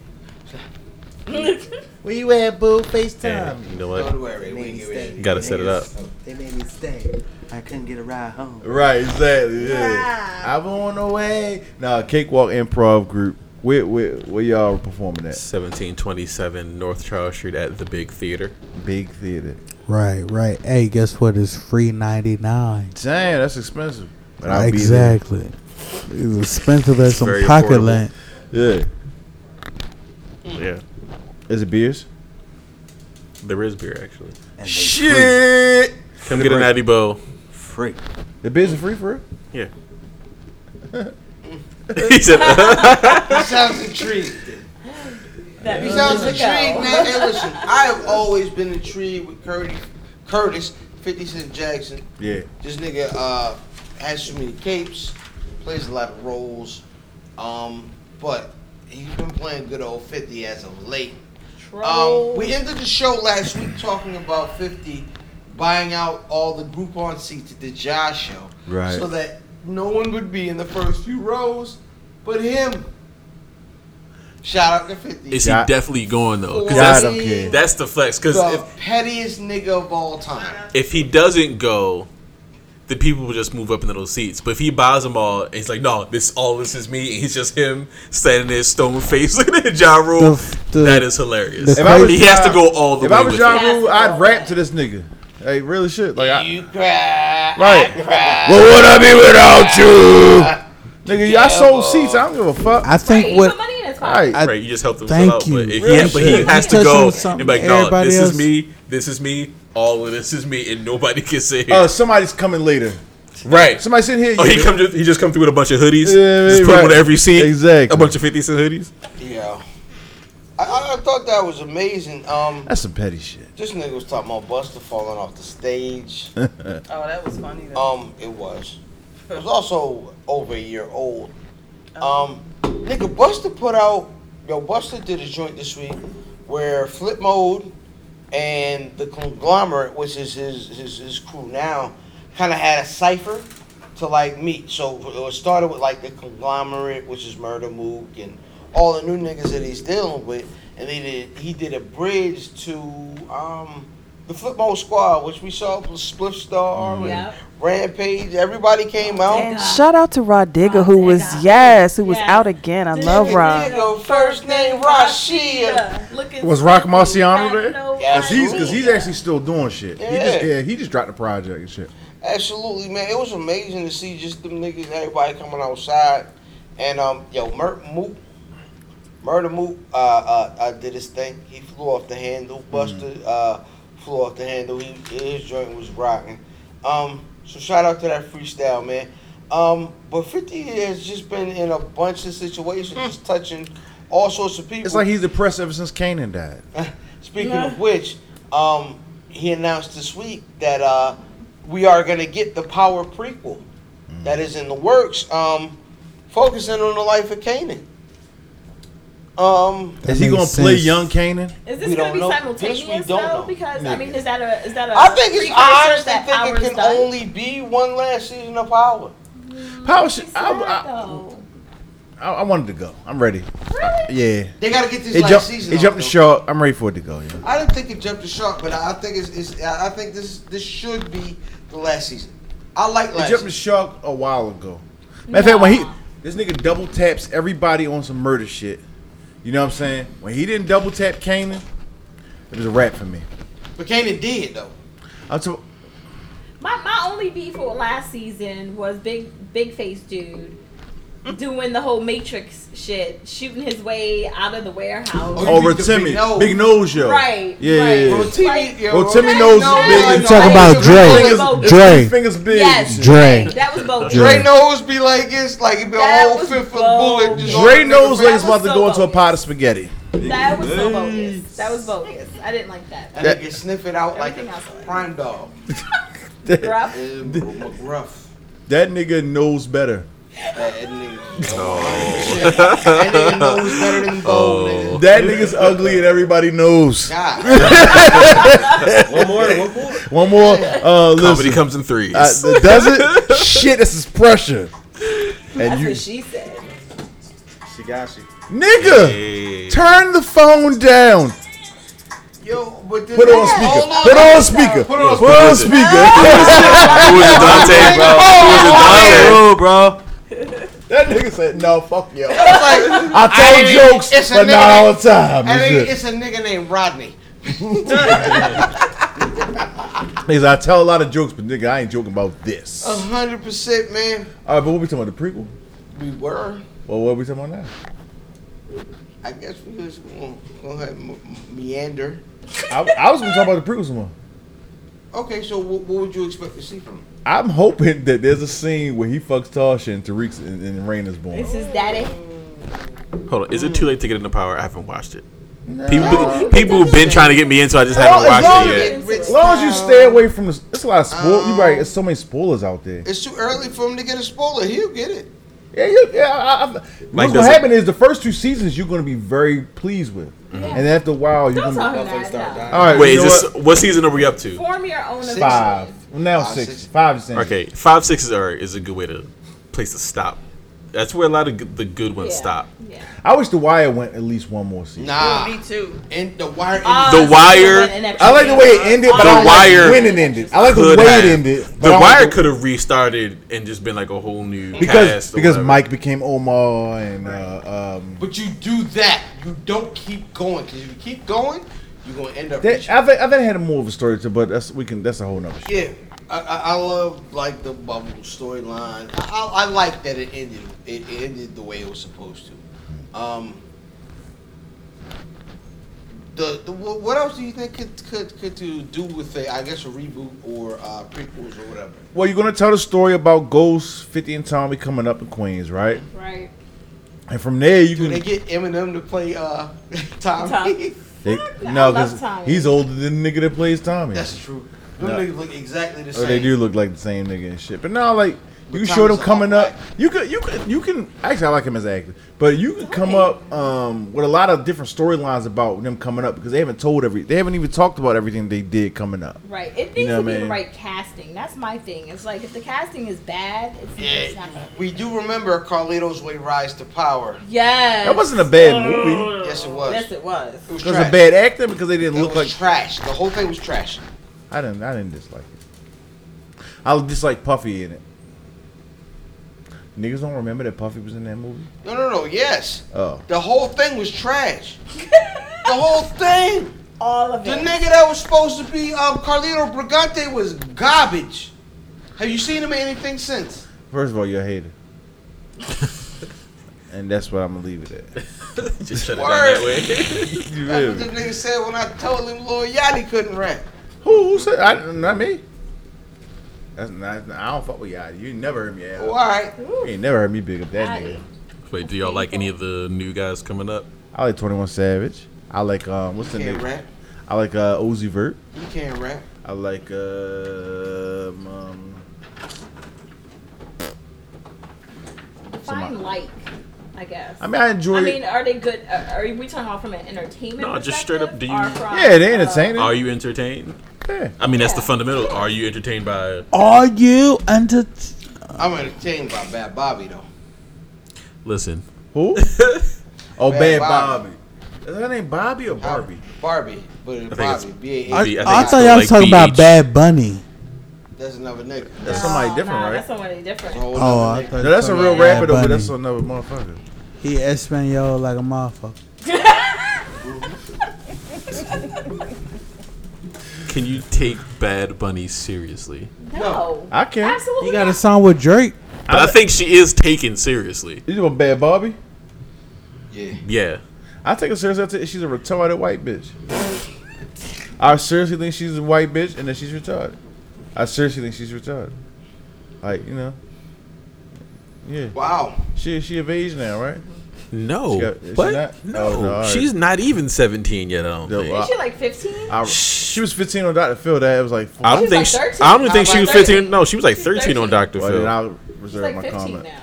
Speaker 3: [LAUGHS] Where you at, boo? FaceTime.
Speaker 5: You know what?
Speaker 7: Don't worry, we get ready.
Speaker 5: You gotta set it up.
Speaker 7: They made me stay. I couldn't get a ride home.
Speaker 3: Right, exactly. Yeah. I'm on the way. Nah, Cakewalk Improv Group. Where, where, where y'all performing at?
Speaker 5: 1727 North Charles Street at the Big Theater.
Speaker 3: Big Theater.
Speaker 9: Right, right. Hey, guess what? It's free ninety nine.
Speaker 3: Damn, that's expensive. But I'll be there.
Speaker 9: Exactly. It's expensive as some
Speaker 3: Very
Speaker 9: pocket
Speaker 3: affordable.
Speaker 9: land.
Speaker 3: Yeah. Yeah. Is it beers?
Speaker 5: There is beer, actually.
Speaker 3: Shit.
Speaker 5: Come get an Addy Bow.
Speaker 7: Free.
Speaker 3: The beers are free for it? [LAUGHS]
Speaker 5: Yeah. he said, [LAUGHS]
Speaker 4: He sounds intrigued.
Speaker 6: That
Speaker 4: he
Speaker 6: means
Speaker 4: sounds
Speaker 6: to go.
Speaker 4: intrigued, man. Hey, listen, I have always been intrigued with Curtis, Curtis, 50 Cent Jackson.
Speaker 3: Yeah.
Speaker 4: This nigga uh, has too many capes, plays a lot of roles, um, but he's been playing good old 50 as of late. Um, we ended the show last week talking about 50 buying out all the Groupon seats at the Josh show.
Speaker 3: Right.
Speaker 4: So that no one would be in the first few rows but him. Shout out to 50.
Speaker 5: Is he definitely going though?
Speaker 4: God,
Speaker 5: Because
Speaker 4: I'm kidding.
Speaker 5: that's, that's the flex. Because
Speaker 4: the
Speaker 5: if,
Speaker 4: pettiest nigga of all time.
Speaker 5: if he doesn't go, the people will just move up into those seats. But if he buys them all, and he's like, no, this all this is me. And he's just him standing there, stone faced, [LAUGHS] looking at Ja Rule. that is hilarious.
Speaker 3: If I was
Speaker 5: he has
Speaker 3: Ja-
Speaker 5: to go all the
Speaker 3: if
Speaker 5: way.
Speaker 3: I was
Speaker 5: with
Speaker 3: Ja
Speaker 5: it.
Speaker 3: Rule, I'd rap to this nigga. Hey, really shit. Like I,
Speaker 4: you cry.
Speaker 3: Right.
Speaker 4: cry.
Speaker 3: What would I be without you? Nigga, y'all sold seats. I don't give a fuck.
Speaker 9: I think
Speaker 5: what-
Speaker 9: Right. I-
Speaker 5: right, you just helped him
Speaker 9: Thank
Speaker 5: fill out. But,
Speaker 9: you.
Speaker 5: if
Speaker 9: Real
Speaker 5: he, but he
Speaker 9: shit.
Speaker 5: has
Speaker 9: You
Speaker 5: to
Speaker 9: touching
Speaker 5: go
Speaker 9: on
Speaker 5: and
Speaker 9: something
Speaker 5: be like, no,
Speaker 9: everybody
Speaker 5: this
Speaker 9: else-
Speaker 5: is me, this is me, all of this is me, and nobody can sit here.
Speaker 3: Uh, somebody's coming later.
Speaker 5: right.
Speaker 3: Somebody sitting here.
Speaker 5: Oh,
Speaker 3: you
Speaker 5: he come. Just, he just come through with a bunch of hoodies.
Speaker 3: Yeah,
Speaker 5: just put
Speaker 3: right.
Speaker 5: them on every seat.
Speaker 3: Exactly.
Speaker 5: A bunch of fifty cent hoodies.
Speaker 4: Yeah. I- I, I thought that was amazing. Um,
Speaker 3: That's some petty shit.
Speaker 4: This nigga was talking about Buster falling off the stage.
Speaker 3: oh,
Speaker 4: that was funny. Um, it was. It was also over a year old. Um, nigga, Buster put out. Yo, Buster did a joint this week where Flip Mode and the conglomerate, which is his his, his crew now, kind of had a cipher to like meet. So it was started with like the conglomerate, which is Murder Mook and all the new niggas that he's dealing with, and they did he did a bridge to um the Flipmo Squad, which we saw was Split Star and
Speaker 6: Yep.
Speaker 4: Rampage. Everybody came out.
Speaker 10: And shout out to Rod Digger, who was yes, who was out again. I love Rod.
Speaker 4: Nigga, First name Rashia.
Speaker 3: Was Rock Marciano there? Cause he's cause
Speaker 4: Absolutely.
Speaker 3: he's actually still doing shit. He just
Speaker 4: Yeah.
Speaker 3: yeah, he just dropped the project and shit.
Speaker 4: Absolutely, man. It was amazing to see just them niggas, everybody coming outside. And um, yo, Mur- Mook, Murder Mook, uh, uh, uh, did his thing. He flew off the handle.
Speaker 3: Mm-hmm.
Speaker 4: Buster uh, flew off the handle. He, his joint was rocking. Um, so shout out to that freestyle, man. Um, but 50 has just been in a bunch of situations, just touching all sorts of people.
Speaker 3: It's like he's depressed ever since Kanan died.
Speaker 4: Speaking of which, um, he announced this week that uh, we are going to get the Power prequel that is in the works, um, focusing on the life of Canaan. Um,
Speaker 3: Is he
Speaker 9: makes
Speaker 3: gonna play
Speaker 9: sense.
Speaker 3: young Kanan?
Speaker 6: Is this
Speaker 4: We
Speaker 6: going to
Speaker 4: don't
Speaker 6: be
Speaker 4: know. This we
Speaker 6: simultaneous
Speaker 4: don't
Speaker 6: though?
Speaker 4: know.
Speaker 6: Because I
Speaker 3: Nigga.
Speaker 6: mean, is that a is that a
Speaker 4: I think it's. I
Speaker 6: precursor
Speaker 4: honestly
Speaker 6: that
Speaker 4: think
Speaker 6: Howard's
Speaker 4: it can
Speaker 6: done?
Speaker 4: only be one last season of Power.
Speaker 3: Power shit.
Speaker 6: It's
Speaker 3: I,
Speaker 6: not,
Speaker 3: I,
Speaker 6: though.
Speaker 3: I, I wanted to go. I'm ready. Yeah.
Speaker 4: They got to get this
Speaker 3: It
Speaker 4: last
Speaker 3: jumped,
Speaker 4: season.
Speaker 3: it
Speaker 4: off,
Speaker 3: jumped the
Speaker 4: though.
Speaker 3: shark. I'm ready for it to go. Yeah.
Speaker 4: I didn't think it jumped the shark, but I I think it's. it's I I think this this should be the last season. I like
Speaker 3: He
Speaker 4: last.
Speaker 3: jumped the
Speaker 4: Season.
Speaker 3: shark a while ago. Matter of fact, when he this nigga double taps everybody on some murder shit. You know what I'm saying? When he didn't double tap Kanan, it was a wrap for me.
Speaker 4: But Canaan did though.
Speaker 3: I'm so
Speaker 6: My my only beef with last season was big big face dude doing the whole Matrix shit, shooting his way out of the warehouse.
Speaker 4: Oh, you
Speaker 3: over
Speaker 4: think the
Speaker 3: Timmy,
Speaker 4: Big Nose?
Speaker 3: Big Nose yo.
Speaker 6: Right,
Speaker 3: Yeah,
Speaker 6: right.
Speaker 3: yeah,
Speaker 4: Bro,
Speaker 3: yeah.
Speaker 4: Timmy,
Speaker 6: Like-
Speaker 4: yo,
Speaker 3: Well, Timmy
Speaker 4: Timmy
Speaker 3: knows
Speaker 4: knows
Speaker 3: big.
Speaker 4: big.
Speaker 3: You
Speaker 9: talking about Dre.
Speaker 3: Fingers,
Speaker 6: Dre.
Speaker 3: it's three fingers big.
Speaker 6: Yes,
Speaker 9: Dre.
Speaker 6: That was bogus.
Speaker 9: Dre.
Speaker 4: Dre knows be like it's like it'd be
Speaker 6: That
Speaker 4: a whole
Speaker 6: was
Speaker 4: fifth of
Speaker 6: bold.
Speaker 4: bullet. Just
Speaker 3: Dre
Speaker 4: on the
Speaker 3: knows
Speaker 4: nigga
Speaker 3: like it's about to
Speaker 6: so
Speaker 3: go into a
Speaker 6: bogus.
Speaker 3: pot of spaghetti.
Speaker 6: That was so bogus. That was bogus. I didn't like that.
Speaker 4: That nigga sniff it out like a
Speaker 6: Everything else I like.
Speaker 4: prime dog.
Speaker 6: Bruh.
Speaker 4: And bro,
Speaker 3: [LAUGHS]
Speaker 4: McGruff.
Speaker 3: That nigga knows better.
Speaker 4: That nigga. That nigga knows better than bold nigga.
Speaker 3: That nigga's ugly and everybody knows.
Speaker 4: God.
Speaker 7: One more, one more.
Speaker 3: One more. Uh,
Speaker 5: Comedy
Speaker 3: listen,
Speaker 5: comes in threes.
Speaker 3: uh, does it? Shit, this is pressure. And
Speaker 6: That's
Speaker 3: you,
Speaker 6: what she said.
Speaker 7: She got you.
Speaker 3: nigga,
Speaker 5: Hey.
Speaker 3: turn the phone down.
Speaker 4: Yo, but this
Speaker 3: Put it on
Speaker 4: nigga-
Speaker 3: speaker.
Speaker 4: Hold on.
Speaker 3: Put it on speaker. Put
Speaker 5: it on
Speaker 3: it on
Speaker 5: speaker.
Speaker 3: [LAUGHS] speaker.
Speaker 5: Who is
Speaker 3: [LAUGHS]
Speaker 5: Dante, bro? Who is Dante?
Speaker 7: bro.
Speaker 3: That nigga said, "No, fuck
Speaker 4: [LAUGHS]
Speaker 3: yo."
Speaker 4: It's like,
Speaker 3: I
Speaker 4: I-
Speaker 3: told jokes,
Speaker 4: it's a
Speaker 3: but
Speaker 4: nigga
Speaker 3: not all the time.
Speaker 4: I
Speaker 3: and
Speaker 4: think
Speaker 3: shit.
Speaker 4: it's a nigga named Rodney.
Speaker 3: Niggas, I tell a lot of jokes, but nigga, I ain't joking about this.
Speaker 4: A hundred percent, man.
Speaker 3: All right, but what we talking about the prequel?
Speaker 4: We were.
Speaker 3: Well, what we talking about now?
Speaker 4: I guess we just gonna go ahead and m- meander.
Speaker 3: I, I was gonna talk about the prequel some more.
Speaker 4: Okay, so what, what would you expect to see from him?
Speaker 3: I'm hoping that there's a scene where he fucks Tasha and Tariq's and, and Raina's born.
Speaker 6: This is daddy.
Speaker 5: Hold on. Is it too late to get into power? I haven't watched it. People, people have been trying to get me into. it, I just
Speaker 3: Well,
Speaker 5: haven't
Speaker 3: as long
Speaker 5: watched
Speaker 3: as-
Speaker 5: it yet.
Speaker 4: Get
Speaker 3: As
Speaker 4: rich
Speaker 3: long as you stay away from the, it's a lot of spoil. you right. It's so many spoilers out there.
Speaker 4: It's too early for him to get a spoiler. He'll get it.
Speaker 3: Yeah, you, yeah. I, I, what's gonna
Speaker 5: doesn't-
Speaker 3: happen is the first two seasons you're gonna be very pleased with, and after a while you're
Speaker 6: Don't
Speaker 3: gonna.
Speaker 6: tell
Speaker 3: Be,
Speaker 6: her that.
Speaker 7: dying.
Speaker 6: though.
Speaker 3: all right.
Speaker 5: Mm-hmm. Wait,
Speaker 3: you
Speaker 5: is
Speaker 3: know
Speaker 5: this
Speaker 3: what?
Speaker 5: what season are we up to?
Speaker 6: Form your own opinion.
Speaker 3: five? Well, now
Speaker 4: Five,
Speaker 3: six.
Speaker 4: six.
Speaker 3: Five is saying.
Speaker 5: Okay, five six is alright. Is a good way to place to stop. That's where a lot of g- the good
Speaker 6: Yeah.
Speaker 5: ones stop.
Speaker 6: Yeah.
Speaker 3: I wish the Wire went at least one more season.
Speaker 4: Nah.
Speaker 10: too.
Speaker 4: And the wire.
Speaker 6: Ah. Uh,
Speaker 5: The Wire-
Speaker 3: I like the way it ended, but
Speaker 5: The
Speaker 3: I don't
Speaker 5: Wire
Speaker 3: like when it ended. I like the way
Speaker 5: Could have.
Speaker 3: it ended. but I
Speaker 5: The
Speaker 3: don't
Speaker 5: Wire
Speaker 3: like
Speaker 5: could have restarted and just been like a whole new
Speaker 3: because
Speaker 5: cast or
Speaker 3: because
Speaker 5: whatever.
Speaker 3: Mike became Omar and uh, um.
Speaker 4: But you do that. You don't keep going. Because if you keep going, you're going to end up.
Speaker 3: That,
Speaker 4: rich.
Speaker 3: I've I've had more of a story too, but that's we can that's a whole nother shit.
Speaker 4: yeah. I, I, I love, like, the bubble storyline. I, I, I like that it ended. It, it ended the way it was supposed to. Um. The, the wh- what else do you think could could could to do with a I guess a reboot or uh, prequels or whatever?
Speaker 3: Well, you're gonna tell the story about Ghost, Fifty, and Tommy coming up in Queens, right?
Speaker 6: Right.
Speaker 3: And from there you
Speaker 4: Do
Speaker 3: can
Speaker 4: they get Eminem to play uh, [LAUGHS] Tommy?
Speaker 6: Tommy.
Speaker 3: they,
Speaker 6: I
Speaker 3: no
Speaker 6: love
Speaker 3: because
Speaker 6: Tommy.
Speaker 3: he's older than the nigga that plays Tommy.
Speaker 4: That's true. Them
Speaker 3: No. Oh,
Speaker 4: niggas look exactly the
Speaker 3: or
Speaker 4: same.
Speaker 3: they do look like the same nigga and shit. But now like You show them coming up. You could, you could, you can. Actually, I like him as an actor, but you can come up um, with a lot of different storylines about them coming up because they haven't told every, they haven't even talked about everything they did coming up.
Speaker 6: Right. It needs
Speaker 3: You know
Speaker 6: to
Speaker 3: what
Speaker 6: be
Speaker 3: I
Speaker 6: the
Speaker 3: mean?
Speaker 6: right casting. That's my thing. It's like if the casting is bad, it's, it's not gonna
Speaker 4: We do remember Carlito's Way Rise to Power.
Speaker 6: Yes.
Speaker 3: That wasn't a bad movie.
Speaker 4: Yes, it was.
Speaker 6: Yes, it
Speaker 4: It
Speaker 6: was.
Speaker 4: was
Speaker 3: It was
Speaker 4: trash.
Speaker 3: a bad acting because they didn't
Speaker 4: It
Speaker 3: look
Speaker 4: was
Speaker 3: like.
Speaker 4: trash. The whole thing was trash.
Speaker 3: I didn't, I didn't dislike it. I dislike Puffy in it. Niggas don't remember that Puffy was in that movie.
Speaker 4: No, no, no. Yes.
Speaker 3: Oh,
Speaker 4: The whole thing was
Speaker 6: [LAUGHS]
Speaker 4: trash. the whole thing.
Speaker 6: All of
Speaker 4: The
Speaker 6: it.
Speaker 4: nigga that was supposed to be um, Carlito Brigante was garbage. Have you seen him in anything since?
Speaker 3: first of all, you're a hater. And that's what I'm gonna leave it at.
Speaker 5: Just shut it down
Speaker 4: Word.
Speaker 5: that way. [LAUGHS]
Speaker 3: You
Speaker 4: That's
Speaker 3: feel
Speaker 4: what
Speaker 3: me?
Speaker 4: the nigga said when I told him Lil Yachty couldn't rap.
Speaker 3: Who, who said? I, not me. That's not. I don't fuck with y'all. You never heard me. ass.
Speaker 4: Well, all right.
Speaker 3: You ain't never heard me big up that nigga.
Speaker 5: Wait, do y'all like any of the new guys coming up?
Speaker 3: I like Twenty One Savage. I like um. What's the
Speaker 4: You can't
Speaker 3: nigga?
Speaker 4: rap.
Speaker 3: I like uh Uzi Vert.
Speaker 4: You can't rap.
Speaker 3: I like um. um
Speaker 6: Fine, like, I guess.
Speaker 3: I mean, I enjoy.
Speaker 6: I mean, are they good? Uh, are we talking about from an entertainment?
Speaker 5: No, just straight up, do
Speaker 6: perspective,
Speaker 5: you-
Speaker 6: or from,
Speaker 3: yeah, they
Speaker 6: uh,
Speaker 3: entertaining.
Speaker 5: Are you entertained?
Speaker 3: yeah.
Speaker 5: I mean, that's the fundamental. Are you entertained by?
Speaker 9: Are you under?
Speaker 4: I'm entertained by Bad Bobby though.
Speaker 5: Listen,
Speaker 3: Who? [LAUGHS] oh,
Speaker 4: Bad
Speaker 3: Bad,
Speaker 4: Bobby.
Speaker 3: Bobby. Is that name Bobby or Barbie?
Speaker 4: Barbie, but it's
Speaker 5: think it's-
Speaker 4: Bobby. B A
Speaker 9: I,
Speaker 4: A.
Speaker 5: B- I think it's
Speaker 9: I thought
Speaker 5: still
Speaker 9: y'all
Speaker 5: like
Speaker 9: was talking
Speaker 5: BH.
Speaker 9: about Bad Bunny.
Speaker 4: That's another nigga.
Speaker 3: That's somebody different,
Speaker 6: nah,
Speaker 3: right?
Speaker 6: That's somebody different.
Speaker 4: That's a whole
Speaker 9: Oh,
Speaker 4: nother
Speaker 9: I
Speaker 4: nigga.
Speaker 9: thought
Speaker 3: no, that's a
Speaker 9: you
Speaker 3: real
Speaker 9: talking about
Speaker 3: rapper though,
Speaker 9: Bad
Speaker 3: but that's
Speaker 9: Bunny.
Speaker 3: another motherfucker.
Speaker 9: He Espanol like a motherfucker.
Speaker 5: can you take Bad Bunny seriously?
Speaker 6: No,
Speaker 3: I can't.
Speaker 6: absolutely.
Speaker 9: He got a song with Drake.
Speaker 5: But I think she is taken seriously.
Speaker 3: You doing Bad Bobby?
Speaker 4: Yeah.
Speaker 5: Yeah.
Speaker 3: I take her seriously. I take- she's a retarded white bitch. I seriously think she's a white bitch and that she's retarded. I seriously think she's retarded. Like you know, yeah.
Speaker 4: Wow.
Speaker 3: She she of age now, right?
Speaker 5: No.
Speaker 3: She got- is she
Speaker 5: what?
Speaker 3: not?
Speaker 5: No.
Speaker 3: Oh, no, all right.
Speaker 5: She's not even 17 yet, I don't
Speaker 3: No,
Speaker 5: think.
Speaker 3: I-
Speaker 6: Is she like 15?
Speaker 3: I, she was 15 on Dr. Phil. That was like.
Speaker 5: I don't
Speaker 6: She was
Speaker 5: think
Speaker 6: like
Speaker 5: she,
Speaker 6: 13.
Speaker 5: I don't think
Speaker 6: Nah,
Speaker 5: she
Speaker 6: like
Speaker 5: was 15.
Speaker 6: 13.
Speaker 5: No, she was like
Speaker 6: She's
Speaker 5: 13 on
Speaker 6: 13.
Speaker 5: Dr.
Speaker 3: Well, then
Speaker 5: Phil.
Speaker 3: I'll
Speaker 6: She's
Speaker 3: reserve
Speaker 6: like
Speaker 3: my
Speaker 6: 15
Speaker 3: comment.
Speaker 6: now.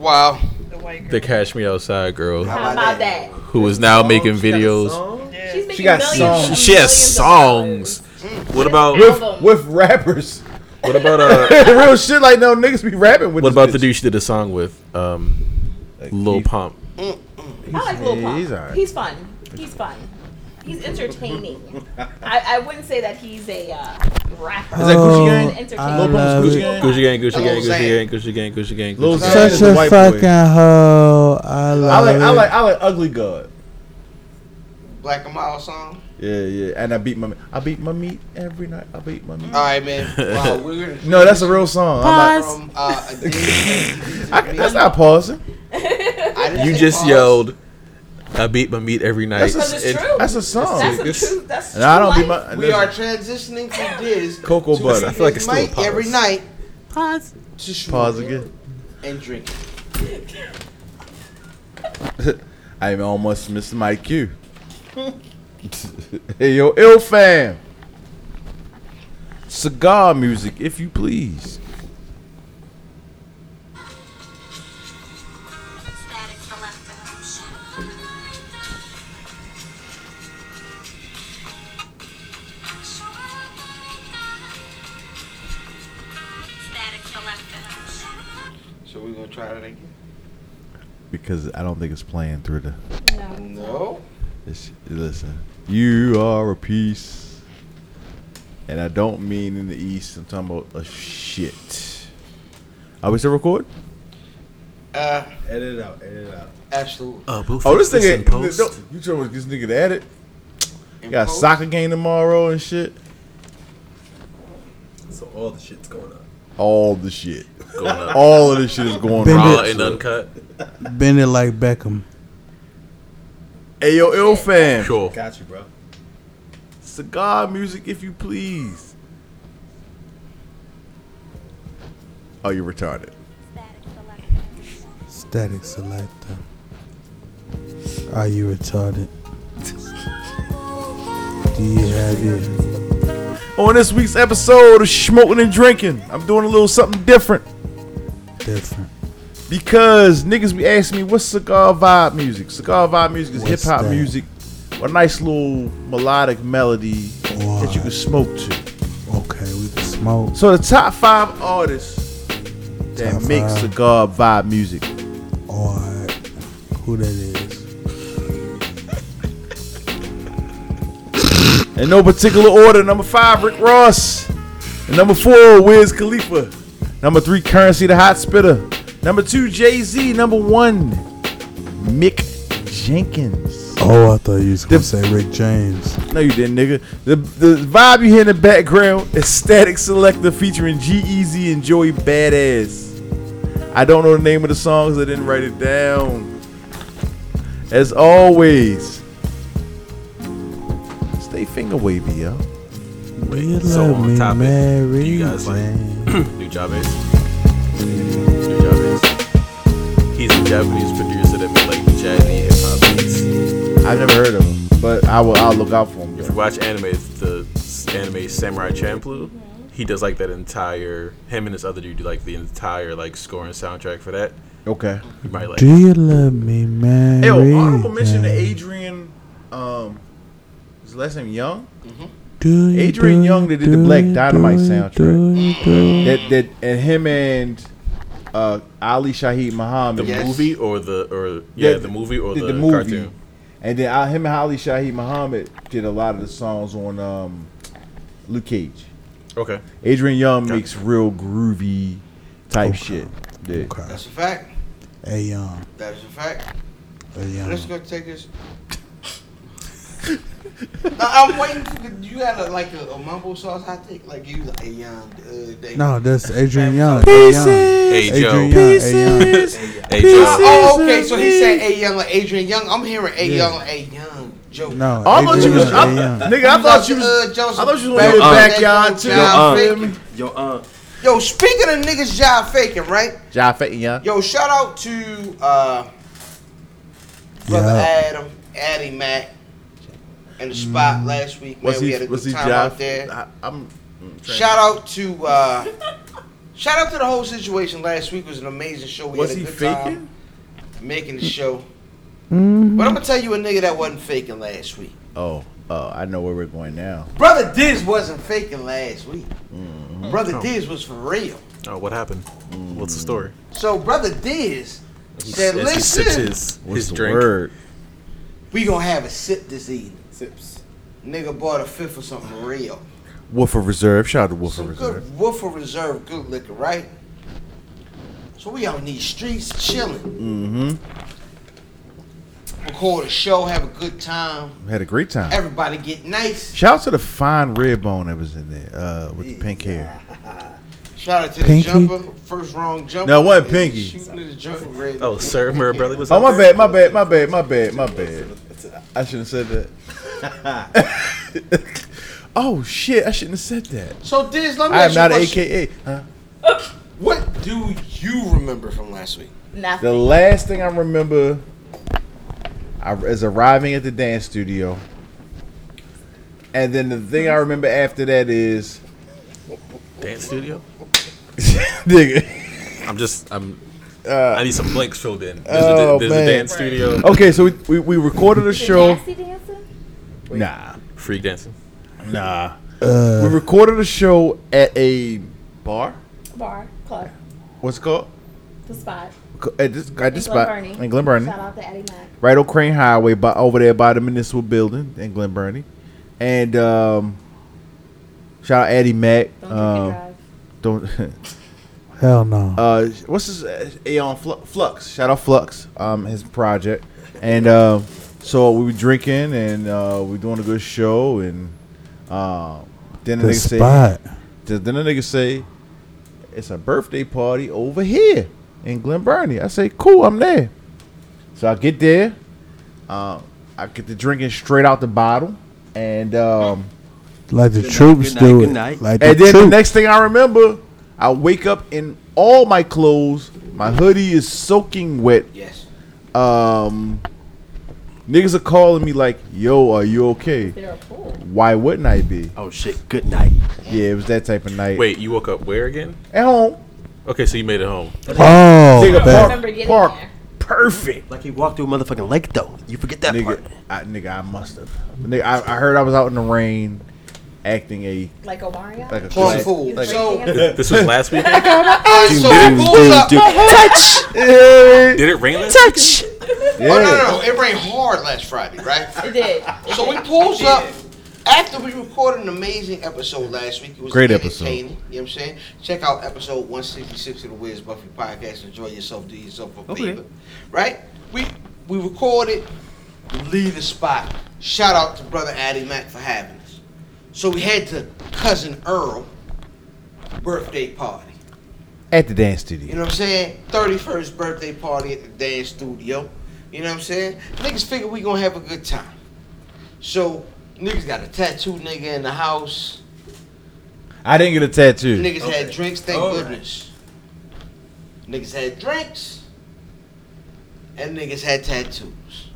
Speaker 4: Wow.
Speaker 6: The white
Speaker 5: The
Speaker 6: girl.
Speaker 5: Cash Me Outside girl
Speaker 6: How about that?
Speaker 5: who is now making videos.
Speaker 7: videos.
Speaker 6: She's making
Speaker 3: got
Speaker 6: millions.
Speaker 3: songs.
Speaker 6: and
Speaker 5: She has Mm.
Speaker 6: millions of
Speaker 5: songs. What about
Speaker 3: With with rappers,
Speaker 5: what about uh
Speaker 3: [LAUGHS]
Speaker 5: [LAUGHS]
Speaker 3: real shit like no niggas be rapping with.
Speaker 5: what
Speaker 3: this
Speaker 5: about
Speaker 3: bitch.
Speaker 5: the dude she did a song with? Um
Speaker 3: Like,
Speaker 5: Lil
Speaker 3: he-
Speaker 5: Pump.
Speaker 6: I like
Speaker 3: Yeah,
Speaker 6: Lil
Speaker 3: he's
Speaker 6: Pump. He's,
Speaker 3: alright.
Speaker 6: fun. He's fun. He's entertaining. I, I wouldn't say that he's a uh, rapper.
Speaker 3: Is that
Speaker 4: Oh.
Speaker 3: Gucci Gang?
Speaker 6: An entertainer.
Speaker 9: I
Speaker 3: Lil Pump's
Speaker 9: love
Speaker 3: Gucci
Speaker 9: it.
Speaker 3: Gang?
Speaker 5: Gucci Gang,
Speaker 4: Lil
Speaker 5: Gucci Gang, Gucci
Speaker 4: Zane.
Speaker 5: Gang, Gucci Gang, Gucci Gang.
Speaker 3: Lil
Speaker 5: Gucci
Speaker 3: Zane.
Speaker 5: Gang.
Speaker 9: Such
Speaker 3: is a
Speaker 9: a
Speaker 3: white
Speaker 9: fucking
Speaker 3: boy.
Speaker 9: hoe. I love
Speaker 3: I like I
Speaker 9: it.
Speaker 3: like I like Ugly God.
Speaker 4: Black and Mild song.
Speaker 3: Yeah, yeah. And I beat my I beat my meat every night. I beat my meat.
Speaker 4: All right,
Speaker 5: [LAUGHS]
Speaker 4: man. Wow, we're gonna
Speaker 3: No, that's a real song. I'm like,
Speaker 4: from
Speaker 9: [LAUGHS]
Speaker 4: uh, a dude-
Speaker 3: I, that's not pausing.
Speaker 4: I didn't
Speaker 5: You
Speaker 4: say
Speaker 5: just
Speaker 4: pause.
Speaker 5: yelled I beat my meat every night.
Speaker 3: That's a,
Speaker 6: it's
Speaker 3: it-
Speaker 6: true.
Speaker 3: that's a song.
Speaker 6: That's the
Speaker 5: this-
Speaker 6: truth. That's
Speaker 3: and I
Speaker 6: true
Speaker 3: don't beat
Speaker 6: life.
Speaker 3: my.
Speaker 4: We are transitioning from
Speaker 5: [LAUGHS]
Speaker 4: this
Speaker 3: cocoa
Speaker 4: to
Speaker 3: butter.
Speaker 5: I feel like it's
Speaker 4: this
Speaker 5: still a
Speaker 4: mic
Speaker 5: pause.
Speaker 4: every night
Speaker 10: Pause.
Speaker 4: to smoke
Speaker 3: Pause
Speaker 4: [LAUGHS]
Speaker 3: again.
Speaker 4: and drink.
Speaker 3: I almost missed my cue. [LAUGHS] hey yo, ill fam. Cigar music, if you please.
Speaker 4: So we're gonna try that again.
Speaker 3: Because I don't think it's playing through the.
Speaker 4: No.
Speaker 3: It's, listen, you are a piece, and I don't mean in the east. I'm talking about a shit. Are we still recording?
Speaker 4: Uh,
Speaker 3: Edit it out. Edit it out.
Speaker 4: absolutely.
Speaker 5: Uh, we'll
Speaker 3: Oh, this
Speaker 5: fix
Speaker 3: nigga.
Speaker 5: in post.
Speaker 3: no, you talking about this nigga to edit?
Speaker 4: In
Speaker 3: Got a
Speaker 4: post,
Speaker 3: soccer game tomorrow and shit.
Speaker 7: So all the shit's going up.
Speaker 3: All the shit.
Speaker 5: Going up.
Speaker 3: All of this shit is going
Speaker 9: Bend
Speaker 5: Raw
Speaker 3: on.
Speaker 5: and uncut.
Speaker 9: Bend it like Beckham.
Speaker 3: Hey yo, ill fam.
Speaker 5: Sure.
Speaker 7: Got you, bro.
Speaker 3: Cigar music, if you please. Oh, you retarded.
Speaker 9: Static selector. Are you retarded? [LAUGHS] Do you have it?
Speaker 3: On this week's episode of Smoking and Drinking, I'm doing a little something different.
Speaker 9: different.
Speaker 3: Because niggas be asking me what's cigar vibe music. Cigar vibe music is hip
Speaker 9: What's
Speaker 3: hop
Speaker 9: that?
Speaker 3: music, a nice little melodic melody that you can smoke to.
Speaker 9: Okay, we can smoke.
Speaker 3: So the top five artists that
Speaker 9: Top
Speaker 3: make
Speaker 9: five.
Speaker 3: cigar vibe music.
Speaker 9: Alright. Who that is?
Speaker 3: In no particular order, number five, Rick Ross. And number four, Wiz Khalifa. Number three, Currency the Hot Spitter. Number two, Jay Z. Number one, Mick Jenkins.
Speaker 9: Oh, I thought you was gonna say Rick James.
Speaker 3: No, you didn't, nigga. The, the vibe you hear in the background is Static Selector featuring G Easy and Joey Badass. I don't know the name of the songs, I didn't write it down. As always, stay finger wavy, yo.
Speaker 9: Do you
Speaker 5: so
Speaker 9: love
Speaker 5: on
Speaker 9: me,
Speaker 5: topic, do
Speaker 9: Mary
Speaker 5: you guys like- [CLEARS THROAT]
Speaker 9: Jane?
Speaker 5: New job is. New job is. He's a Japanese producer that made like jazzy hip hop beats.
Speaker 3: I've never heard of him, but I will. I'll look out for him.
Speaker 5: If you watch anime, it's the s- anime Samurai Champloo, he does like that entire. Him and this other dude do like the entire like score and soundtrack for that.
Speaker 3: Okay.
Speaker 5: You might like.
Speaker 9: Do you love me, Mary?
Speaker 3: Yo, honorable mention to
Speaker 9: Jane?
Speaker 3: Adrian. Um, his last name Young.
Speaker 9: Do you,
Speaker 3: Adrian
Speaker 9: do
Speaker 3: Young
Speaker 9: you,
Speaker 3: that did the
Speaker 9: do
Speaker 3: Black
Speaker 9: you,
Speaker 3: Dynamite
Speaker 9: do you,
Speaker 3: soundtrack.
Speaker 9: do you, do you?
Speaker 3: That that and him and uh, Ali Shaheed Muhammad.
Speaker 5: The
Speaker 4: Yes.
Speaker 5: movie or the or yeah,
Speaker 3: Yeah,
Speaker 5: the movie or
Speaker 3: did
Speaker 5: the,
Speaker 3: the movie.
Speaker 5: cartoon.
Speaker 3: And then uh, him and Ali Shaheed Muhammad did a lot of the songs on um, Luke Cage.
Speaker 5: Okay.
Speaker 3: Adrian Young makes real groovy type shit. Yeah.
Speaker 9: Okay.
Speaker 4: That's a fact.
Speaker 9: Hey, Young.
Speaker 4: That is a fact.
Speaker 9: Hey,
Speaker 4: Let's
Speaker 9: Young.
Speaker 4: go take this. I, am waiting for the- you got a, like a, a mumble sauce. I think like you like a young. Uh, they,
Speaker 9: No, that's Adrian Young. Hey, Young.
Speaker 5: Hey
Speaker 9: Adrian
Speaker 5: Joe.
Speaker 9: Young. Hey, Young.
Speaker 5: Hey Joe.
Speaker 4: Oh, okay. So he said a young like Adrian Young. I'm hearing a young, a young Joe.
Speaker 9: No,
Speaker 3: I thought you
Speaker 9: Adrian
Speaker 3: was,
Speaker 9: Young.
Speaker 3: I,
Speaker 9: Hey, Young.
Speaker 3: nigga. I thought you was.
Speaker 4: Uh, Joseph
Speaker 3: I thought you was
Speaker 4: Baker,
Speaker 3: in the
Speaker 4: uh,
Speaker 3: backyard too.
Speaker 4: Joe Job
Speaker 3: Yo,
Speaker 4: Faking.
Speaker 7: Yo, uh,
Speaker 4: Yo, speaking of niggas job faking, right?
Speaker 3: Ja Fenton Young.
Speaker 4: Yo, shout out to uh, brother
Speaker 9: Yeah.
Speaker 4: Adam, Addy Mac, in the spot last week. Man,
Speaker 3: Mm. Was
Speaker 4: we
Speaker 3: he?
Speaker 4: had a
Speaker 3: Was
Speaker 4: good
Speaker 3: he
Speaker 4: time
Speaker 3: Ja?
Speaker 4: out there.
Speaker 3: I- I'm.
Speaker 4: Shout out to uh, shout out to the whole situation. Last week was an amazing show. We
Speaker 3: Was
Speaker 4: had a
Speaker 3: he
Speaker 4: good
Speaker 3: faking?
Speaker 4: time making the show. But I'm gonna tell you a nigga that wasn't faking last week.
Speaker 3: Oh, uh, I know where we're going now.
Speaker 4: Brother Diz wasn't faking last week. Brother Diz was for real.
Speaker 5: Oh, what happened? What's the story?
Speaker 4: So brother Diz said,
Speaker 5: As he sips
Speaker 4: "Listen,
Speaker 5: his, his drink.
Speaker 3: word?
Speaker 4: we gonna have a sip this evening." Sips. Nigga bought a fifth of something real.
Speaker 3: Woofer Reserve. Shout out to Woofer
Speaker 4: Some
Speaker 3: Reserve.
Speaker 4: good Woofer Reserve, good liquor, right? So we out in these streets chilling. Mm-hmm. Record a show, have a good time.
Speaker 3: Had a great time.
Speaker 4: Everybody get nice.
Speaker 3: Shout out to the fine red bone that was in there uh, with the pink hair.
Speaker 4: Shout out to
Speaker 9: Pinky?
Speaker 4: the jumper, first wrong jumper.
Speaker 3: No, it wasn't Pinky.
Speaker 4: Shooting at the jumper, red.
Speaker 5: Oh, sir, Murray was
Speaker 3: Oh my bad, my bad, my bad, my bad, my bad. I shouldn't have said that. [LAUGHS] oh shit, I shouldn't have said that.
Speaker 4: So Diz, let me
Speaker 3: I am
Speaker 4: ask you
Speaker 3: not
Speaker 4: a
Speaker 3: an
Speaker 4: question.
Speaker 3: AKA. Huh?
Speaker 4: What do you remember from last week?
Speaker 3: The
Speaker 6: Nothing.
Speaker 3: last thing I remember I, is arriving at the dance studio. And then the thing I remember after that is, [LAUGHS]
Speaker 5: dance studio.
Speaker 3: nigga.
Speaker 5: I'm just I'm. I need some blanks filled in. There's,
Speaker 3: Uh, oh,
Speaker 5: a, there's
Speaker 3: man.
Speaker 5: a dance studio.
Speaker 3: Okay, so we, we, we recorded a show.
Speaker 6: Nasty dancing?
Speaker 3: Nah,
Speaker 5: Freak dancing.
Speaker 3: nah. we
Speaker 9: Uh,
Speaker 3: recorded a show at a bar.
Speaker 6: Bar, club,
Speaker 3: What's it called?
Speaker 6: the spot.
Speaker 3: At this, at this
Speaker 6: In
Speaker 3: spot
Speaker 6: Glen Burnie.
Speaker 3: in Glen Burnie,
Speaker 6: Shout out to Eddie Mac.
Speaker 3: right on Crane Highway, by over there by the municipal building in Glen Burnie, and um, shout out Addie Mac.
Speaker 6: Don't
Speaker 3: Um,
Speaker 6: drink and drive.
Speaker 3: don't. [LAUGHS]
Speaker 9: hell no.
Speaker 3: uh, what's his uh, Aeon Flu- Flux? Shout out Flux, um, his project, and um, so we were drinking and uh, we were doing a good show, and uh, then the
Speaker 9: the
Speaker 3: nigga say,
Speaker 9: spot.
Speaker 3: Then the nigga say, it's a birthday party over here in Glen Burnie. I say, cool, I'm there. So I get there. Uh, I get the drinking straight out the bottle. And um,
Speaker 9: Like the
Speaker 7: Good night,
Speaker 9: troops
Speaker 7: good
Speaker 9: do
Speaker 7: night,
Speaker 9: it.
Speaker 7: good night.
Speaker 9: Like the
Speaker 3: and then the
Speaker 9: troops.
Speaker 3: next thing I remember, I wake up in all my clothes. My hoodie is soaking wet.
Speaker 4: Yes.
Speaker 3: Um, niggas are calling me like, yo, are you okay?
Speaker 6: They're a pool.
Speaker 3: Why wouldn't I be?
Speaker 7: oh shit, good night.
Speaker 3: Yeah, it was that type of night.
Speaker 5: Wait, you woke up where again?
Speaker 3: At home.
Speaker 5: Okay, so you made it home.
Speaker 9: Oh,
Speaker 3: nigga,
Speaker 9: bet.
Speaker 6: remember
Speaker 3: park,
Speaker 6: getting
Speaker 3: park
Speaker 6: there.
Speaker 3: perfect.
Speaker 7: Like he walked through a motherfucking lake though. You forget that part.
Speaker 3: Nigga, I, nigga, I must have. Nigga, I, I heard I was out in the rain, acting a
Speaker 6: Like Omarion.
Speaker 3: like a
Speaker 4: Plum
Speaker 3: class-
Speaker 4: fool.
Speaker 3: Like,
Speaker 4: so,
Speaker 5: This was last weekend.
Speaker 4: alright, so it goes up. [LAUGHS]
Speaker 10: Touch,
Speaker 3: yeah,
Speaker 5: Did it rain last?
Speaker 10: touch.
Speaker 4: Oh, no, no, no. It rained hard last Friday, right?
Speaker 6: it did.
Speaker 4: So we pulls up after we recorded an amazing episode last week. It was
Speaker 3: Great
Speaker 4: entertaining, You know what I'm saying? Check out episode 166 of the Wiz Buffy podcast. Enjoy yourself. Do yourself a favor. Right? We we recorded. Leave the spot. Shout out to brother Addy Mac for having us. So we had to cousin Earl birthday party.
Speaker 3: at the dance
Speaker 4: You
Speaker 3: studio.
Speaker 4: know what I'm saying? 31st birthday party at the dance studio. You know what I'm saying? Niggas figure we gonna have a good time. So, niggas got a tattoo nigga in the house.
Speaker 3: I didn't get a tattoo.
Speaker 4: Niggas had drinks, thank goodness. Niggas had drinks. And niggas had tattoos.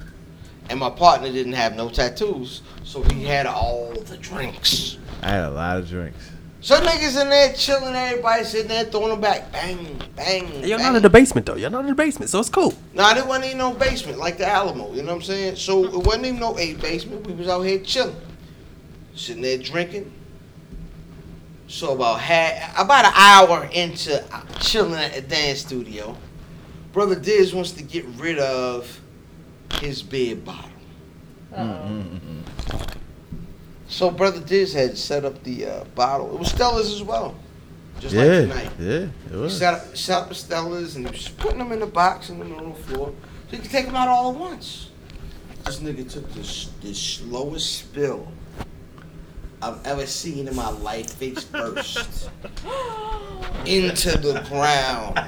Speaker 4: And my partner didn't have no tattoos, so he had all the drinks.
Speaker 3: I had a lot of drinks.
Speaker 4: So niggas in there chilling, everybody sitting there throwing them back. Bang, bang. bang.
Speaker 7: Y'all not in the basement though. Y'all not in the basement, so it's cool.
Speaker 4: Nah, there wasn't even no basement like the Alamo. You know what I'm saying? So it wasn't even no a basement. We was out here chilling, sitting there drinking. So about half, about an hour into uh, chilling at the dance studio, brother Diz wants to get rid of his bed bottom. So brother Diz had set up the uh, bottle. It was Stella's as well, just like
Speaker 3: Yeah,
Speaker 4: tonight.
Speaker 3: yeah, it
Speaker 4: He
Speaker 3: was.
Speaker 4: set up, set up the Stellas and he was putting them in the box in the middle of the floor so you could take them out all at once. This nigga took the, s- the slowest spill I've ever seen in my life face [LAUGHS] first into the ground.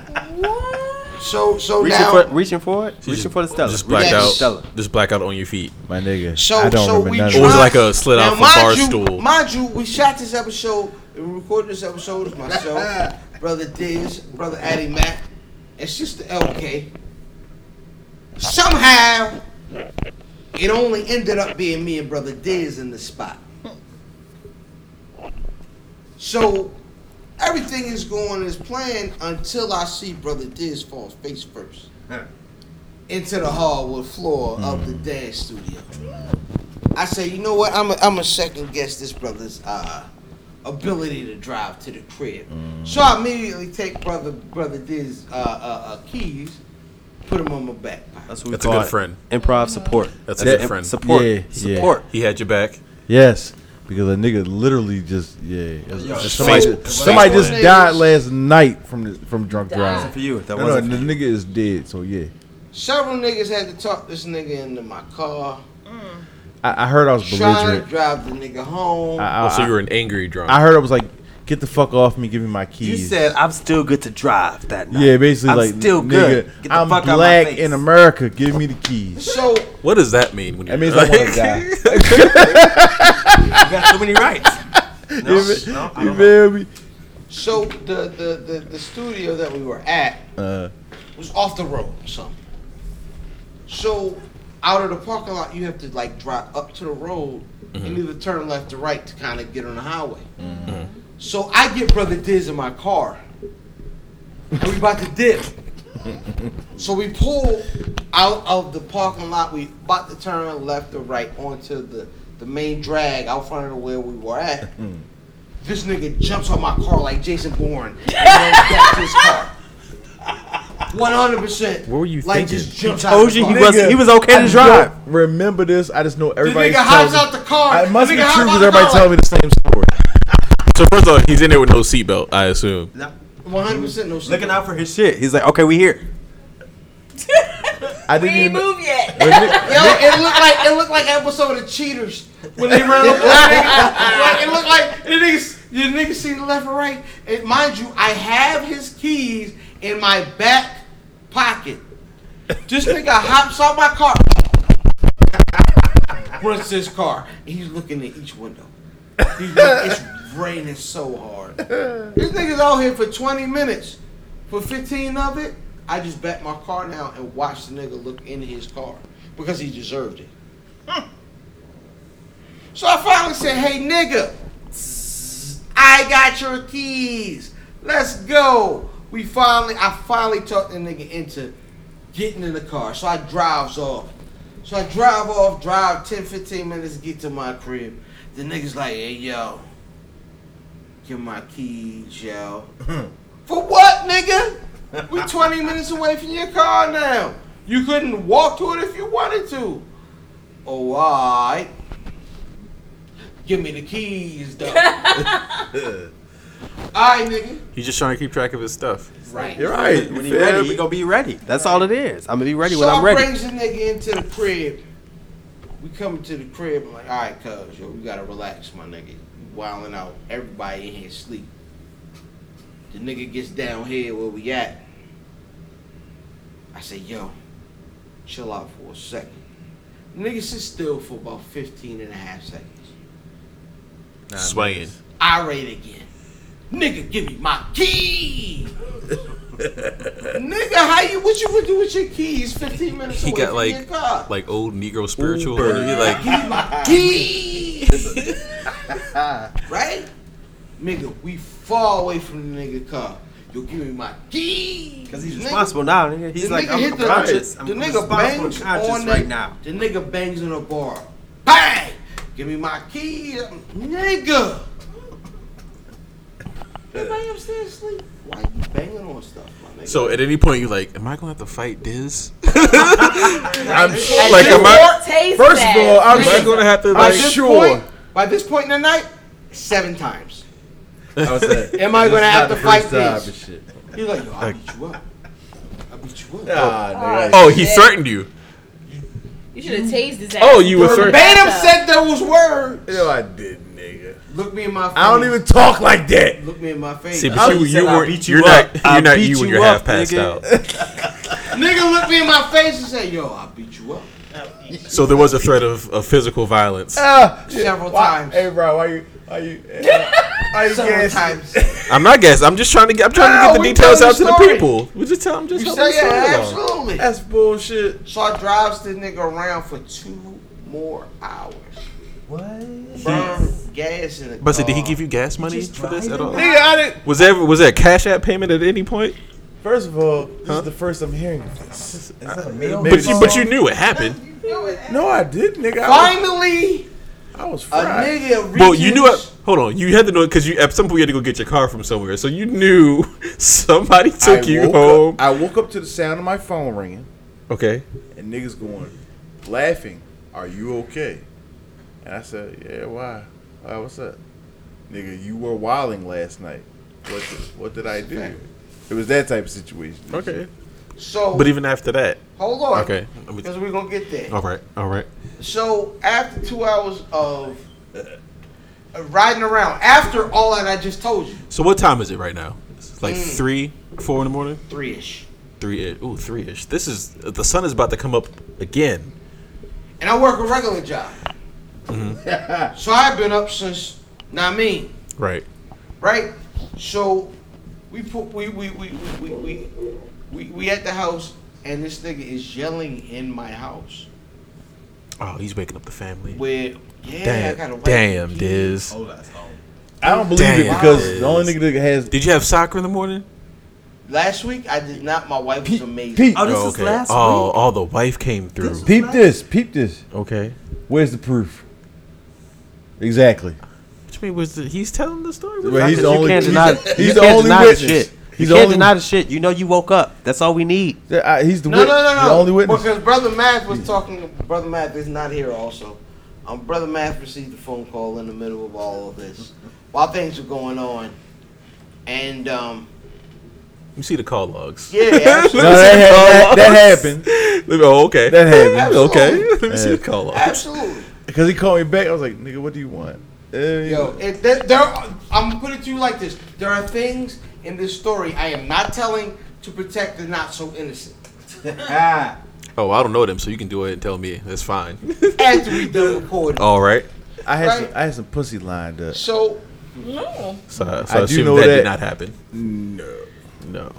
Speaker 4: So, so
Speaker 7: Reaching
Speaker 4: now.
Speaker 7: for, reaching for it,
Speaker 5: She
Speaker 7: reaching for the Stella.
Speaker 5: Just blacked
Speaker 7: Reaching for the
Speaker 5: out.
Speaker 4: Yes.
Speaker 7: Stella.
Speaker 5: Just blacked out on your feet.
Speaker 3: My nigga,
Speaker 4: So,
Speaker 3: I don't
Speaker 4: so
Speaker 3: remember
Speaker 4: we
Speaker 3: none of
Speaker 5: It
Speaker 3: that.
Speaker 5: was
Speaker 4: tried-
Speaker 5: like a slid
Speaker 4: now,
Speaker 5: off a bar
Speaker 4: mind you,
Speaker 5: stool.
Speaker 4: Mind you, we shot this episode and we recorded this episode with myself, brother Diz, brother Addy Mac, and sister LK. Somehow, it only ended up being me and brother Diz in the spot. So everything is going as planned until I see brother Diz fall face first into the hardwood floor of
Speaker 3: Hmm.
Speaker 4: the dance studio. I say, you know what? I'm a, I'm a second guess this brother's uh, ability to drive to the crib.
Speaker 3: Mm.
Speaker 4: So I immediately take brother brother Diz uh, uh, uh, keys, put him on my back.
Speaker 7: That's what we
Speaker 5: That's a
Speaker 7: call
Speaker 5: good
Speaker 7: it.
Speaker 5: friend.
Speaker 7: Improv support.
Speaker 5: That's a good
Speaker 7: Imp-
Speaker 5: friend.
Speaker 7: Support.
Speaker 3: Yeah, yeah.
Speaker 7: Support.
Speaker 5: He had your back.
Speaker 3: Yes, because a nigga literally just yeah. it was-
Speaker 7: Yo,
Speaker 3: just
Speaker 5: face-
Speaker 3: somebody
Speaker 5: face
Speaker 3: somebody just
Speaker 4: plant.
Speaker 3: died last night from the, from drunk
Speaker 7: For
Speaker 3: driving.
Speaker 7: you, if that
Speaker 3: No, no,
Speaker 7: wasn't.
Speaker 3: the nigga is dead. So yeah,
Speaker 4: Several niggas had to talk this nigga into my car,
Speaker 3: I, I heard I was
Speaker 4: trying to
Speaker 3: belligerent. Ah.
Speaker 4: drive the nigga home.
Speaker 3: I,
Speaker 5: Oh,
Speaker 3: I,
Speaker 5: so you were an angry drunk.
Speaker 3: Uh, I heard I was like, get the fuck off me, give me my keys.
Speaker 7: You said I'm still good to drive that night.
Speaker 3: yeah, basically
Speaker 7: I'm
Speaker 3: like
Speaker 7: still
Speaker 3: nigga,
Speaker 7: good. Get the
Speaker 3: I'm
Speaker 7: fuck out
Speaker 3: black
Speaker 7: my face.
Speaker 3: in America. Give me the keys.
Speaker 4: so
Speaker 5: what does that mean? When you're
Speaker 3: That
Speaker 5: [LAUGHS]
Speaker 3: means I want to die.
Speaker 7: [LAUGHS] You got so
Speaker 3: [LAUGHS]
Speaker 7: many rights. No, no, I
Speaker 3: you
Speaker 7: don't know.
Speaker 3: feel me?
Speaker 4: so the the, the the studio that we were at
Speaker 3: Uh,
Speaker 4: was off the road or something. So out of the parking lot, you have to like drive up to the road
Speaker 5: Mm-hmm.
Speaker 4: and either turn left or right to kind of get on the highway.
Speaker 5: Mm-hmm.
Speaker 4: So I get brother Diz in my car. And we about to dip. so we pull out of the parking lot. We about to turn left or right onto the the main drag out front of the where we were at.
Speaker 5: Mm-hmm.
Speaker 4: This nigga jumps on my car like Jason Bourne and runs back to his
Speaker 5: [LAUGHS]
Speaker 4: car. One hundred percent. What
Speaker 5: were you
Speaker 4: like,
Speaker 5: thinking?
Speaker 4: Just jumps out
Speaker 7: Told
Speaker 4: the
Speaker 7: you he
Speaker 4: car.
Speaker 7: was he was okay to
Speaker 3: I
Speaker 7: drive.
Speaker 3: don't remember this. I just know
Speaker 4: The
Speaker 3: everybody.
Speaker 4: nigga hops out the car.
Speaker 3: It must
Speaker 4: the
Speaker 3: be
Speaker 4: nigga hops
Speaker 3: true
Speaker 4: out
Speaker 3: because
Speaker 4: the
Speaker 3: everybody
Speaker 4: car
Speaker 3: telling me the same story.
Speaker 5: so first of all, he's in there with no seatbelt. I assume.
Speaker 4: like, One hundred percent no shit.
Speaker 7: Looking out for his shit. He's like, okay, we here.
Speaker 3: I
Speaker 6: We
Speaker 3: didn't
Speaker 6: ain't
Speaker 3: even.
Speaker 6: moved yet.
Speaker 3: When [LAUGHS] nigga-
Speaker 4: Yo, it looked like it looked like an episode of Cheaters when they ran [LAUGHS] up. on niggas. like, it looked like the niggas, the niggas see the left and right. And mind you, I have his keys in my back pocket. This nigga hops out my car, runs to his car. and He's looking at each window. He's look- it's raining so hard. This nigga's out here for 20 minutes. For 15 of it, I just bet my car now and watched the nigga look in his car because he deserved it. So I finally said, hey, nigga, I got your keys. Let's go. We finally, I finally talked the nigga into getting in the car. So I drives off. So I drive off, drive 10, 15 minutes, get to my crib. The nigga's like, hey, yo, give my keys, yo. For what, nigga? We 20 minutes away from your car now. You couldn't walk to it if you wanted to. Oh, all right. Give me the keys, though. all right, nigga.
Speaker 5: He's just trying to keep track of his stuff.
Speaker 4: Right.
Speaker 11: You're right.
Speaker 7: When
Speaker 11: Yeah,
Speaker 7: you're ready,
Speaker 11: we
Speaker 7: we gonna be ready. That's all it is. I'm gonna be ready
Speaker 4: so
Speaker 7: when I'm
Speaker 4: I
Speaker 7: ready.
Speaker 4: brings the nigga into the crib. We coming to the crib. I'm like, all right, cuz, yo, we gotta relax, my nigga. Wilding out. Everybody in here sleep. The nigga gets down here where we at. I say, yo, chill out for a second. Nigga sit still for about 15 and a half seconds.
Speaker 5: Swaying.
Speaker 4: Irate again. Nigga, give me my
Speaker 5: [LAUGHS]
Speaker 4: key. Nigga, how you what you gonna do with your keys 15 minutes
Speaker 5: He
Speaker 4: away
Speaker 5: got
Speaker 4: from your
Speaker 5: like
Speaker 4: car?
Speaker 5: like old Negro spiritual. energy, like
Speaker 4: keys. right? Nigga, we far away from the nigga car. Yo, give me my keys. Cause
Speaker 7: he's responsible now, nigga. He's like, I'm conscious. I'm
Speaker 4: the nigga
Speaker 7: responsible and
Speaker 4: bangs
Speaker 7: conscious
Speaker 4: on
Speaker 7: right
Speaker 4: the,
Speaker 7: now.
Speaker 4: The nigga bangs on the bar. Bang! Give me my keys, nigga. Everybody upstairs asleep. Why you banging on stuff, my nigga?
Speaker 5: so. At any point, you're like, am I gonna have to fight [LAUGHS] Diz?
Speaker 4: I'm
Speaker 5: like, am I?
Speaker 4: Taste
Speaker 5: First
Speaker 4: that.
Speaker 5: of all, I'm
Speaker 4: Taste
Speaker 5: not gonna have to
Speaker 4: By
Speaker 5: like.
Speaker 4: this point, by this point in the night, seven times.
Speaker 5: I was like,
Speaker 4: Am I
Speaker 5: this
Speaker 4: gonna
Speaker 5: is
Speaker 4: have
Speaker 5: not
Speaker 4: to
Speaker 5: the
Speaker 4: fight
Speaker 5: first time
Speaker 4: this?
Speaker 5: and shit.
Speaker 4: He's like, yo, I beat you up. I beat you up.
Speaker 5: Ah, Oh, he threatened you.
Speaker 6: You should have tased his ass.
Speaker 5: Oh, you were
Speaker 6: Throw the
Speaker 5: threatened.
Speaker 6: back
Speaker 4: Verbatim said
Speaker 6: up.
Speaker 4: those words.
Speaker 3: No, I didn't, nigga.
Speaker 4: Look me in my face.
Speaker 3: I don't even talk like that.
Speaker 4: Look me in my face.
Speaker 5: See, but you, you were you are not you're not you when you're half passed out.
Speaker 4: Nigga looked me in my face and said, yo, I beat you up.
Speaker 5: [LAUGHS] So there was a threat of, of physical violence.
Speaker 3: Ah,
Speaker 4: Several
Speaker 3: [LAUGHS] why-
Speaker 4: times.
Speaker 3: Hey, bro, why you? Why you? Why you
Speaker 4: Several
Speaker 3: gassing?
Speaker 4: times.
Speaker 5: I'm not guessing. I'm just trying to get I'm trying
Speaker 4: No,
Speaker 5: to get the
Speaker 4: we
Speaker 5: details
Speaker 4: telling
Speaker 5: out to the
Speaker 4: the story.
Speaker 5: people. We just tell them just
Speaker 4: You
Speaker 5: help
Speaker 4: say,
Speaker 5: us out.
Speaker 4: yeah, absolutely.
Speaker 3: That's bullshit.
Speaker 4: So I drives the nigga around for two more hours. What? Burn gas in the
Speaker 5: But so
Speaker 4: car.
Speaker 5: did he give you gas money for this at all?
Speaker 3: Nigga, I didn't.
Speaker 5: Was there was there a cash app payment at any point?
Speaker 3: First of all, this is the first I'm hearing of this. Is that a male?
Speaker 5: But you but you knew it happened.
Speaker 3: No, I didn't, nigga. I was,
Speaker 4: Finally,
Speaker 3: I was
Speaker 4: a
Speaker 3: fried.
Speaker 4: nigga reaches.
Speaker 5: Well, you knew it. Hold on, you had to know it because you at some point you had to go get your car from somewhere. So you knew [LAUGHS] somebody
Speaker 3: I
Speaker 5: took you
Speaker 3: woke
Speaker 5: home.
Speaker 3: Up, I woke up to the sound of my phone ringing
Speaker 5: Okay.
Speaker 3: and niggas going, laughing. Are you okay? And I said, Yeah, why? Why? What's up, nigga? You were wilding last night. What? Did, what did I do? It was that type of situation.
Speaker 5: Okay.
Speaker 4: So,
Speaker 5: But even after that.
Speaker 4: hold on.
Speaker 5: Okay. Let me-
Speaker 4: Because we're going to get there.
Speaker 5: All right. All right.
Speaker 4: So after two hours of uh, riding around, after all that I just told you,
Speaker 5: So what time is it right now? It's like
Speaker 3: Mm.
Speaker 5: three, four in the morning.
Speaker 4: three ish,
Speaker 5: Three. i- Ooh, three ish. This is the sun is about to come up again.
Speaker 4: and I work a regular job, [LAUGHS]
Speaker 5: Mm-hmm.
Speaker 4: so I've been up since. Not me,
Speaker 5: Right.
Speaker 4: right? So we put we we we we we we, we, we at the house, and this nigga is yelling in my house.
Speaker 5: Oh, he's waking up the family.
Speaker 4: Where yeah, I gotta
Speaker 5: Damn.
Speaker 4: wait.
Speaker 5: Damn, Diz.
Speaker 3: I don't believe it
Speaker 5: Damn.
Speaker 3: because the only nigga that has
Speaker 5: Did you have soccer in the morning?
Speaker 4: Last week I did not. My wife was amazing.
Speaker 3: peep,
Speaker 7: Oh, this is last
Speaker 5: oh, all the wife came through.
Speaker 3: peep this, peep this.
Speaker 5: Okay.
Speaker 3: Where's the proof? Exactly.
Speaker 5: Which mean was the, he's telling the story?
Speaker 3: Well, he's the
Speaker 7: you
Speaker 3: only.
Speaker 7: can't
Speaker 3: he's
Speaker 7: deny.
Speaker 3: the-
Speaker 7: you
Speaker 3: he's the
Speaker 7: can't
Speaker 3: only
Speaker 7: deny the
Speaker 3: witness.
Speaker 7: shit. You
Speaker 3: He's the
Speaker 7: can't deny
Speaker 3: only.
Speaker 7: the shit. You know you woke up. That's all
Speaker 3: [LAUGHS]
Speaker 7: we need.
Speaker 3: uh, He's the
Speaker 4: No, no,
Speaker 3: wit-
Speaker 4: no, no.
Speaker 3: the only witness.
Speaker 4: Because Brother Math was talking. Brother Math is not here also. Um, Brother Math received a phone call in the middle of all of this while things were going on. And, um,
Speaker 5: You see the call
Speaker 3: [LAUGHS]
Speaker 5: logs.
Speaker 4: yeah, absolutely.
Speaker 3: No, that, ha- that, that happened.
Speaker 5: Let me- oh, okay.
Speaker 3: That happened.
Speaker 5: okay. [LAUGHS] Let me see the call logs.
Speaker 4: absolutely.
Speaker 3: Because he called me back. I was like, nigga, what do you want? Uh,
Speaker 4: Yo, it, there, there are, I'm going to put it to you like this. There are things in this story I am not telling to protect the not so innocent.
Speaker 5: Oh, I don't know them, so you can do it and tell me. That's fine.
Speaker 4: After we done recording.
Speaker 5: [LAUGHS] All right.
Speaker 3: I had some,
Speaker 4: Right.
Speaker 3: I had some pussy lined up.
Speaker 4: So,
Speaker 6: No.
Speaker 5: So, so
Speaker 3: I
Speaker 5: I,
Speaker 3: do
Speaker 5: assume
Speaker 3: know
Speaker 5: that,
Speaker 3: that-
Speaker 5: did not happen. No.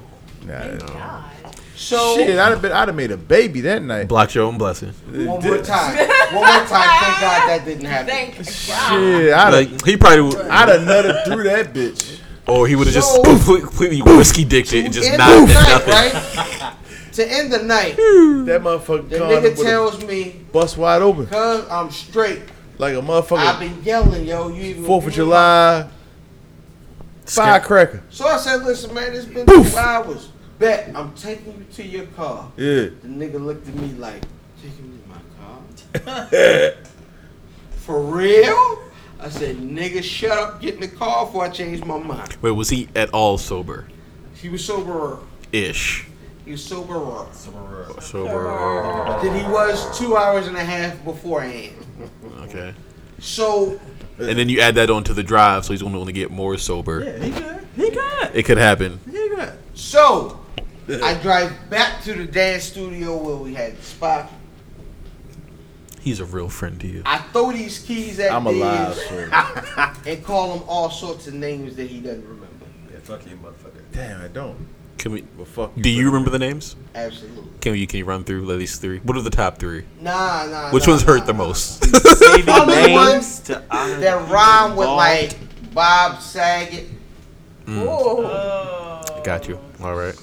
Speaker 3: Nah,
Speaker 4: so,
Speaker 3: Shit, I'd have been, I'd have made a baby that night.
Speaker 5: Block your own blessing.
Speaker 3: [LAUGHS]
Speaker 4: one more time. One more time. Thank God that didn't happen.
Speaker 6: Thank God.
Speaker 3: Shit, I'd have,
Speaker 5: Like he probably would.
Speaker 3: I'd have nutted through that bitch.
Speaker 5: Or he would have just
Speaker 4: So-
Speaker 5: [LAUGHS] completely whiskey dicked it and just
Speaker 4: end
Speaker 5: not
Speaker 4: the
Speaker 5: did
Speaker 4: night,
Speaker 5: nothing.
Speaker 4: right? to end
Speaker 3: [LAUGHS]
Speaker 4: the night,
Speaker 3: That motherfucker
Speaker 4: the
Speaker 3: gone
Speaker 4: nigga
Speaker 3: with
Speaker 4: tells me,
Speaker 3: a bust wide open
Speaker 4: "Cuz I'm straight."
Speaker 3: like a
Speaker 4: I've
Speaker 3: motherfucker.
Speaker 4: been yelling, yo. You even
Speaker 3: Fourth of
Speaker 4: you-
Speaker 3: July firecracker.
Speaker 4: So I said, "Listen, man, it's been two hours. Bet I'm taking you to your car."
Speaker 3: Yeah.
Speaker 4: The nigga looked at me like, taking me to my car?
Speaker 3: [LAUGHS]
Speaker 4: For real? I said, nigga, shut up, get in the car before I change my mind.
Speaker 5: Wait, was he at all sober?
Speaker 4: He was soberer.
Speaker 5: Ish.
Speaker 4: He was soberer.
Speaker 5: Sober.
Speaker 4: Then he was two hours and a half beforehand.
Speaker 5: Okay.
Speaker 4: So,
Speaker 5: And then you add that on to the drive, so he's going to want to get more sober.
Speaker 4: he good. He good.
Speaker 5: It could happen.
Speaker 4: He good. So, I drive back to the dance studio where we had the spot.
Speaker 5: He's a real friend to you.
Speaker 4: I throw these keys at
Speaker 3: I'm
Speaker 4: Diz
Speaker 3: alive,
Speaker 4: and call him all sorts of names that he doesn't remember.
Speaker 7: Yeah, fuck you, motherfucker.
Speaker 3: Damn, I don't.
Speaker 5: Can we?
Speaker 3: Well, fuck
Speaker 5: Do you remember the names?
Speaker 4: Absolutely.
Speaker 5: Can you can you run through at least three? What are the top three?
Speaker 4: Nah, nah.
Speaker 5: Which
Speaker 4: nah,
Speaker 5: ones
Speaker 4: nah,
Speaker 5: hurt the
Speaker 4: nah.
Speaker 5: most?
Speaker 7: Saving
Speaker 4: Only
Speaker 7: names
Speaker 4: ones
Speaker 7: to honor
Speaker 4: That
Speaker 7: the
Speaker 4: rhyme with
Speaker 7: people
Speaker 4: like Bob Saget.
Speaker 5: Mm. [LAUGHS]
Speaker 6: Ooh.
Speaker 5: Got you. All right.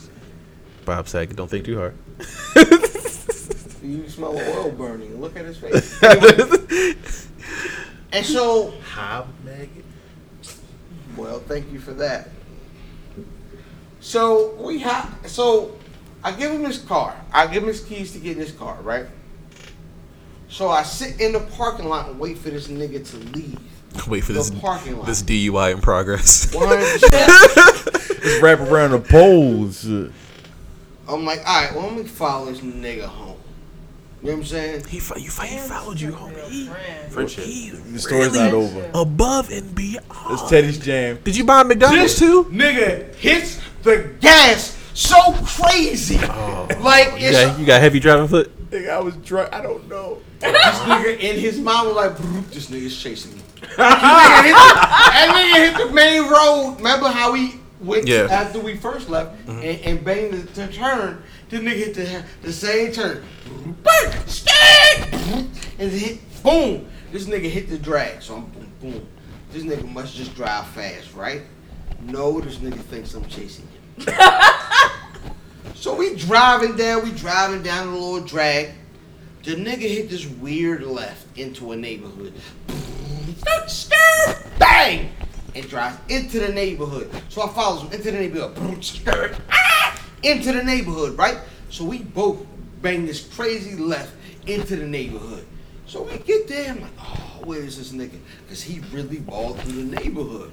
Speaker 5: Bob Saget, don't think too hard.
Speaker 4: You smell oil burning. Look at his face. Anyway. and so,
Speaker 3: Hob maggot.
Speaker 4: well, thank you for that. So we have. So I give him his car. I give him his keys to get in his car, right? So I sit in the parking lot and wait for this nigga to leave.
Speaker 5: [LAUGHS] Wait for
Speaker 4: The
Speaker 5: this
Speaker 4: parking lot.
Speaker 5: this DUI in [LAUGHS] progress.
Speaker 4: 100%.
Speaker 3: Just wrap around the pole and shit.
Speaker 4: [LAUGHS] I'm like, all right, well, let me follow this nigga home. You know what I'm saying?
Speaker 5: He fo- you fo- he followed you home. He,
Speaker 7: Friendship.
Speaker 5: he
Speaker 3: The story's
Speaker 5: really
Speaker 3: not over.
Speaker 5: above and beyond.
Speaker 3: It's Teddy's jam.
Speaker 5: Did you buy McDonald's too?
Speaker 4: Nigga hits the gas so crazy. like, it's,
Speaker 5: Yeah, you got heavy driving foot.
Speaker 3: Nigga, I was drunk. I don't know.
Speaker 4: this nigga in his mind was like, "Broop, this nigga's chasing me. that, nigga hit the, that nigga hit the main road. Remember how we went
Speaker 5: Yeah.
Speaker 4: after we first left and, and banged the, the turn? The nigga hit the, the same turn. Broop, bang, skank, broop, And hit, boom. This nigga hit the drag. So I'm boom, boom. This nigga must just drive fast, right? No, this nigga thinks I'm chasing him. So we driving down, we driving down the little drag. The nigga hit this weird left into a neighborhood. Skirt, bang! And drives into the neighborhood. So I follows him into the neighborhood. Skirt, ah! Into the neighborhood, right? So we both bang this crazy left into the neighborhood. So we get there, I'm like, oh, where is this nigga? Because he really balled through the neighborhood.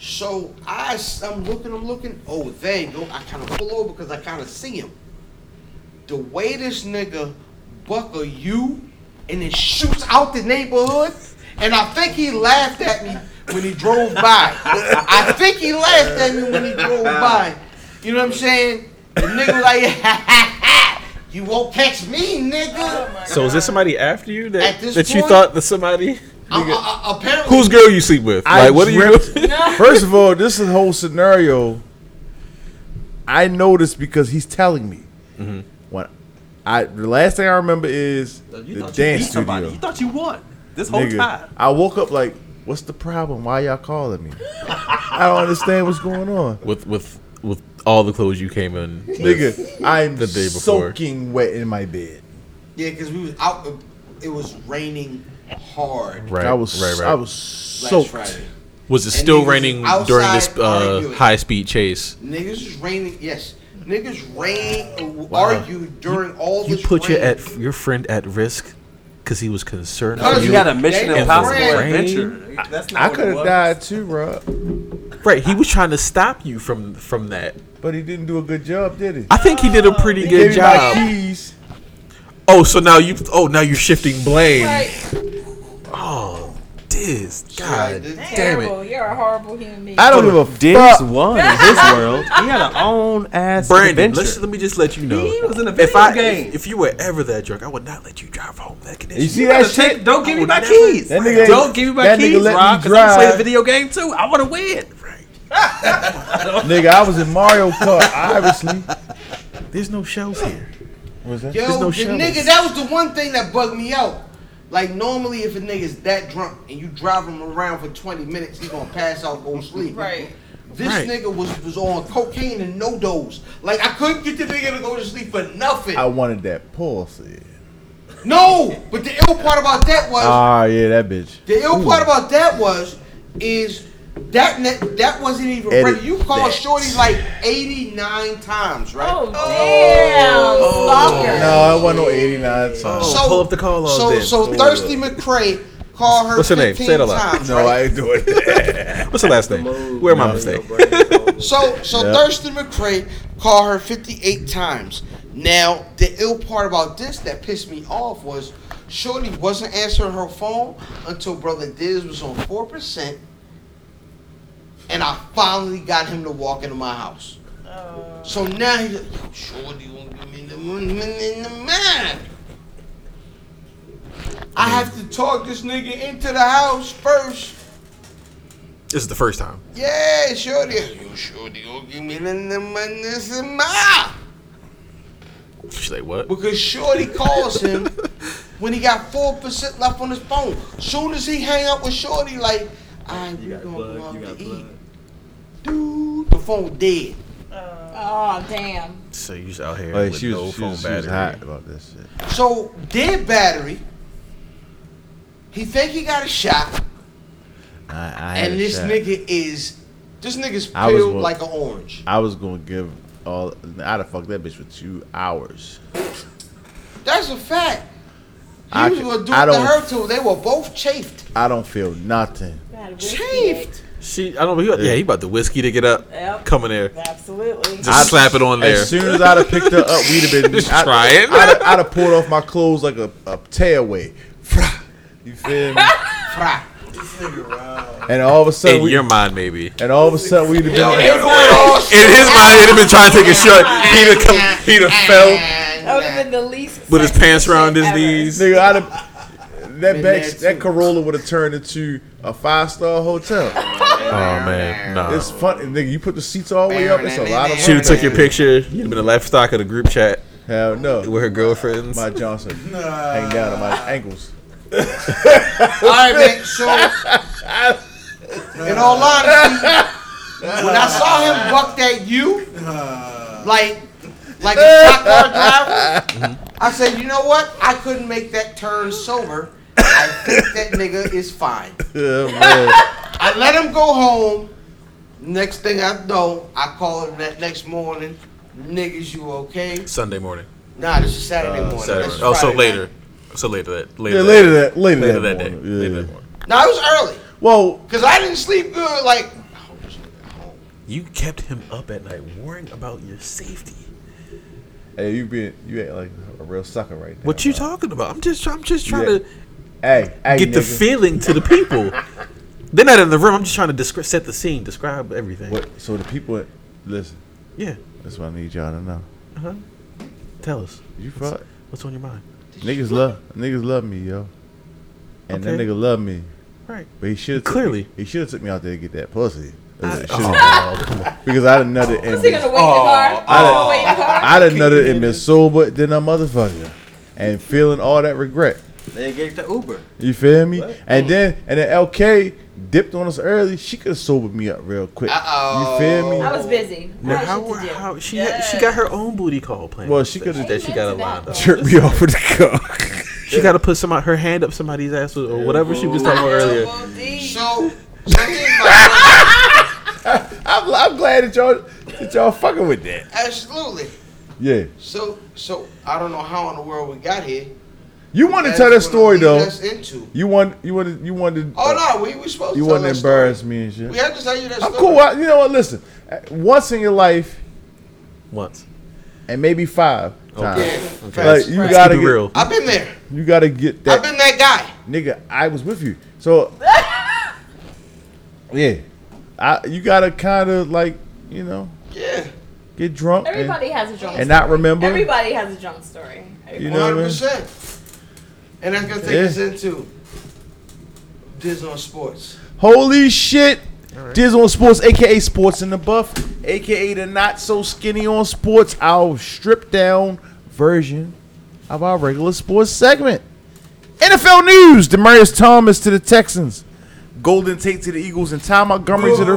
Speaker 4: So I, am looking, I'm looking. Oh, there you go. I kind of pull over because I kind of see him. The way this nigga buckle you and then shoots out the neighborhood, and I think he laughed at me when he drove by. [LAUGHS] I think he laughed at me when he drove by. You know what I'm saying? The nigga like, ha ha ha, [LAUGHS] you won't catch me, nigga.
Speaker 5: So is there somebody after you
Speaker 4: At
Speaker 5: that
Speaker 4: this
Speaker 5: that you
Speaker 4: point-
Speaker 5: thought that somebody
Speaker 4: I- I- I- Uh, apparently,
Speaker 5: whose girl you sleep with?
Speaker 3: I
Speaker 5: like what are you?
Speaker 3: [LAUGHS]
Speaker 5: [LAUGHS]
Speaker 3: dreamt-
Speaker 7: [LAUGHS]
Speaker 3: First of all, this is a whole scenario. I noticed because he's telling me.
Speaker 5: Mm-hmm.
Speaker 3: When I the last thing I remember is
Speaker 7: who- You
Speaker 3: the
Speaker 7: thought you
Speaker 3: dance
Speaker 7: beat somebody.
Speaker 3: studio.
Speaker 7: You thought you won this whole
Speaker 3: Nigga,
Speaker 7: time.
Speaker 3: I woke up like, what's the problem? Why y'all calling me? I don't understand what's going on.
Speaker 5: with with with all the clothes you came in.
Speaker 3: Nigga, I'm
Speaker 5: The day before.
Speaker 3: soaking wet in my bed.
Speaker 4: yeah, because we was out. uh, It was raining hard.
Speaker 5: Right.
Speaker 3: I was
Speaker 5: right, right.
Speaker 3: I was
Speaker 4: last
Speaker 3: soaked.
Speaker 4: Friday.
Speaker 5: Was it
Speaker 4: And
Speaker 5: still
Speaker 4: niggas
Speaker 5: raining
Speaker 4: outside
Speaker 5: during this uh,
Speaker 4: arguing.
Speaker 5: high speed chase?
Speaker 4: Niggas is raining. Yes, niggas rain argued during all
Speaker 5: You
Speaker 4: this.
Speaker 5: put your
Speaker 4: rain.
Speaker 5: at your friend at risk because he was concerned.
Speaker 4: Cause
Speaker 5: for
Speaker 4: you
Speaker 7: You got a mission
Speaker 4: They
Speaker 7: impossible
Speaker 4: friends.
Speaker 7: adventure. That's not
Speaker 3: I
Speaker 7: what it
Speaker 3: could have
Speaker 7: was.
Speaker 3: died too, Rob.
Speaker 5: Right, he was trying to stop you from from that.
Speaker 3: But he didn't do a good job, did he?
Speaker 5: I think he did a pretty
Speaker 3: Gave
Speaker 5: good
Speaker 3: me my
Speaker 5: job.
Speaker 3: keys.
Speaker 5: Oh, so now you oh now you're shifting blame.
Speaker 6: Right.
Speaker 5: Oh, this
Speaker 4: I
Speaker 5: god
Speaker 4: did.
Speaker 5: damn it.
Speaker 6: Terrible. You're a horrible human being.
Speaker 3: I don't give a
Speaker 7: Diggs
Speaker 3: fuck.
Speaker 7: won in his world. He had an own ass
Speaker 5: Brandon,
Speaker 7: adventure.
Speaker 5: let's, let me just let you know.
Speaker 7: He was in a
Speaker 5: if
Speaker 7: video
Speaker 5: I
Speaker 7: game.
Speaker 5: if you were ever that drunk, I would not let you drive home that condition.
Speaker 3: You see
Speaker 7: You
Speaker 3: that
Speaker 7: gotta take-
Speaker 3: shit?
Speaker 7: don't give me my
Speaker 5: never-
Speaker 7: keys.
Speaker 3: That nigga-
Speaker 7: don't give me my
Speaker 3: that nigga
Speaker 7: keys,
Speaker 3: let me
Speaker 7: Rob, because I play
Speaker 3: drive.
Speaker 7: the video game too. I want to win.
Speaker 5: Right.
Speaker 3: Nigga, I was in Mario Kart, obviously.
Speaker 5: There's no shells here.
Speaker 3: Was that?
Speaker 4: Yo,
Speaker 5: There's no
Speaker 4: the
Speaker 5: shovels.
Speaker 4: nigga, that was the one thing that bugged me out. Like normally, if a nigga's that drunk and you drive him around for twenty minutes, he gonna pass out, go to sleep.
Speaker 6: Right.
Speaker 4: This
Speaker 5: Right.
Speaker 4: nigga was, was on cocaine and no dose. Like I couldn't get the nigga to go to sleep for nothing.
Speaker 3: I wanted that pussy.
Speaker 4: no, but the ill part about that was
Speaker 3: Ah, yeah, that bitch.
Speaker 4: the ill
Speaker 3: Ooh.
Speaker 4: part about that was is that ne- that wasn't even
Speaker 3: Edit
Speaker 4: ready. You
Speaker 3: that.
Speaker 4: called Shorty like eighty nine times, right? Oh,
Speaker 3: No, I want no 89 times.
Speaker 4: So-
Speaker 5: Oh, pull up the call log
Speaker 4: so
Speaker 5: then.
Speaker 4: so
Speaker 5: Pull it
Speaker 4: thirsty McCray called her
Speaker 5: What's her name?
Speaker 4: 15
Speaker 5: Say it aloud.
Speaker 4: times,
Speaker 3: No,
Speaker 4: right?
Speaker 3: I ain't doing that.
Speaker 5: What's the last name? Where am I mistaken?
Speaker 4: So so
Speaker 3: Yeah.
Speaker 4: Thurston McCray called her 58 times. Now the ill part about this that pissed me off was Shorty wasn't answering her phone until Brother Diz was on four percent, and I finally got him to walk into my house. So now he's like, Shorty won't give me the money in the man. I have to talk this nigga into the house first.
Speaker 5: This is the first time.
Speaker 4: Yeah, shorty. You shorty gonna give me the number this is my
Speaker 5: She's like, what?
Speaker 4: because shorty calls him when he got four percent left on his phone. Soon as he hang up with shorty, like, alright, we gonna go out to eat. Dude, the phone dead.
Speaker 6: Oh damn.
Speaker 5: So you just out here
Speaker 3: Like,
Speaker 5: with
Speaker 3: she was,
Speaker 5: no
Speaker 3: she
Speaker 5: phone
Speaker 3: was, she was
Speaker 5: battery.
Speaker 3: hot about this shit.
Speaker 4: So dead battery. He think he got a shot,
Speaker 3: I, I had
Speaker 4: and
Speaker 3: a
Speaker 4: this
Speaker 3: shot.
Speaker 4: nigga is this nigga's
Speaker 3: I was
Speaker 4: peeled
Speaker 3: wa-
Speaker 4: like an orange.
Speaker 3: I was gonna give all. I'd have fucked that bitch for two hours.
Speaker 4: That's a fact. He
Speaker 3: I
Speaker 4: was
Speaker 3: c-
Speaker 4: gonna do
Speaker 3: I
Speaker 4: it to
Speaker 3: don't-
Speaker 4: her too. They were both chafed.
Speaker 3: I don't feel nothing.
Speaker 6: Got a whiskey
Speaker 4: Chafed.
Speaker 5: She, I don't know. He, yeah, he about the whiskey to get up.
Speaker 6: Yep.
Speaker 5: Coming there.
Speaker 6: neck. Absolutely.
Speaker 5: Just slap it on there.
Speaker 3: As soon as I'd have picked her up, we'd have been.
Speaker 5: [LAUGHS] Just
Speaker 3: I'd,
Speaker 5: try it.
Speaker 3: I'd, I'd have pulled off my clothes like a, a tearaway. You feel me?
Speaker 4: Fry.
Speaker 3: And all of a sudden,
Speaker 5: In
Speaker 3: we,
Speaker 5: your mind, maybe.
Speaker 3: and all of a sudden, we'd have been.
Speaker 4: Yo,
Speaker 3: like-
Speaker 4: it went all
Speaker 5: In his mind, he'd have been trying to take a shot. He'd have, come, he'd have fell
Speaker 6: That would have been the least.
Speaker 5: with his
Speaker 6: sexy
Speaker 5: pants
Speaker 6: shit
Speaker 5: around his
Speaker 6: ever.
Speaker 5: knees.
Speaker 3: Nigga, I'd have, that back,
Speaker 4: Midnight
Speaker 3: that
Speaker 4: too.
Speaker 3: Corolla would have turned into a five star hotel.
Speaker 5: Oh man, nah.
Speaker 3: It's fun, and nigga. You put the seats all the way up. It's a lot of
Speaker 5: She
Speaker 3: money.
Speaker 5: would took your picture. You'd have been a livestock of the group chat
Speaker 3: Hell no,
Speaker 5: with her girlfriends.
Speaker 3: my Johnson hang down on my ankles.
Speaker 4: All right, man. So, in all honesty, when I saw him buck at you, like, like a top car driver,
Speaker 3: Mm-hmm.
Speaker 4: I said, you know what? I couldn't make that turn sober. I think that nigga is fine. [LAUGHS]
Speaker 3: Yeah, man.
Speaker 4: I let him go home. Next thing I know, I call him that next morning. Niggas, you okay?
Speaker 5: Sunday morning.
Speaker 4: Nah, this is Saturday
Speaker 3: Uh,
Speaker 4: morning.
Speaker 5: Saturday.
Speaker 4: This is
Speaker 5: Oh, so
Speaker 4: Friday night.
Speaker 5: later. So later that. Later,
Speaker 3: Yeah,
Speaker 5: that,
Speaker 3: later that later,
Speaker 5: later
Speaker 3: that,
Speaker 5: that day.
Speaker 3: morning.
Speaker 5: Later
Speaker 3: Yeah.
Speaker 5: that morning.
Speaker 4: Nah, it was early.
Speaker 3: Well,
Speaker 4: Because I didn't sleep good. Like, oh, this nigga home.
Speaker 5: You kept him up at night, worrying about your safety.
Speaker 3: hey, you been you act like a real sucker right now.
Speaker 5: What you talking about? I'm just, I'm just trying
Speaker 3: Yeah.
Speaker 5: to
Speaker 3: Hey, hey,
Speaker 5: get the
Speaker 3: nigga.
Speaker 5: feeling to the people. They're not in the room. I'm just trying to descri- set the scene, describe everything.
Speaker 3: What, so the people, listen.
Speaker 5: Yeah,
Speaker 3: That's what I need y'all to know.
Speaker 5: tell us
Speaker 3: You fuck
Speaker 5: what's on your mind.
Speaker 3: niggas love niggas love me, yo. And that
Speaker 5: Okay.
Speaker 3: nigga love me,
Speaker 5: Right.
Speaker 3: but he should
Speaker 5: Clearly.
Speaker 3: he should have took me out there to get that pussy.
Speaker 5: [LAUGHS]
Speaker 3: That's what he shoulda done.
Speaker 5: Oh, come on.
Speaker 3: Because I'd have nutted and
Speaker 6: Was he
Speaker 3: been,
Speaker 6: gonna wait in the car?
Speaker 3: I'd
Speaker 6: Oh, wait in the car.
Speaker 3: I'd have nutted and been sober than a motherfucker, and feeling all that regret.
Speaker 7: They gave the Uber.
Speaker 3: You feel me?
Speaker 4: Oh.
Speaker 3: And then and then LK dipped on us early. She could have sobered me up real quick.
Speaker 4: Uh-oh.
Speaker 3: You feel me?
Speaker 6: I was busy. I
Speaker 5: Now,
Speaker 6: had
Speaker 5: how,
Speaker 6: shit to do.
Speaker 5: how she had, she got her own booty call plan.
Speaker 3: Well, she coulda-
Speaker 5: that she got a lined up.
Speaker 3: Jerked me off with the car.
Speaker 5: She got to put some her hand up somebody's ass or or whatever she was talking about earlier.
Speaker 4: So, so here's my
Speaker 3: I'm, I'm glad that y'all that y'all fucking with that.
Speaker 4: absolutely.
Speaker 3: Yeah.
Speaker 4: So, so I don't know how in the world we got here.
Speaker 3: You want to
Speaker 4: That's
Speaker 3: tell that
Speaker 4: what
Speaker 3: story
Speaker 4: lead
Speaker 3: though.
Speaker 4: us into.
Speaker 3: You want you want to you want to
Speaker 4: Oh no, we we supposed
Speaker 3: you
Speaker 4: to. tell
Speaker 3: want to
Speaker 4: that story.
Speaker 3: embarrass me and shit.
Speaker 4: We have to tell you that
Speaker 3: I'm
Speaker 4: story.
Speaker 3: cool. I, you know what? Listen, uh, once in your life,
Speaker 5: Once.
Speaker 3: and maybe five times,
Speaker 4: Yeah,
Speaker 3: like
Speaker 4: facts.
Speaker 3: you
Speaker 5: Let's
Speaker 3: gotta
Speaker 5: keep
Speaker 3: get
Speaker 5: it real.
Speaker 4: I've been there.
Speaker 3: you gotta get
Speaker 4: I've
Speaker 3: that
Speaker 4: been that guy.
Speaker 3: nigga. I was with you, so yeah, I you gotta kind of like you know
Speaker 4: Yeah,
Speaker 3: get drunk and,
Speaker 6: Everybody has a drunk.
Speaker 3: and not remember.
Speaker 6: Everybody has a drunk story.
Speaker 3: You
Speaker 4: one
Speaker 3: know what I
Speaker 4: hundred
Speaker 3: mean?
Speaker 4: percent. And that's gonna take
Speaker 3: Yeah.
Speaker 4: us into Diz on sports.
Speaker 3: Holy shit. Diz on Sports, aka Sports in the Buff, aka the Not So Skinny on Sports, our stripped down version of our regular sports segment. NFL news: Demarius Thomas to the Texans, Golden Tate to the Eagles, and Ty Montgomery to the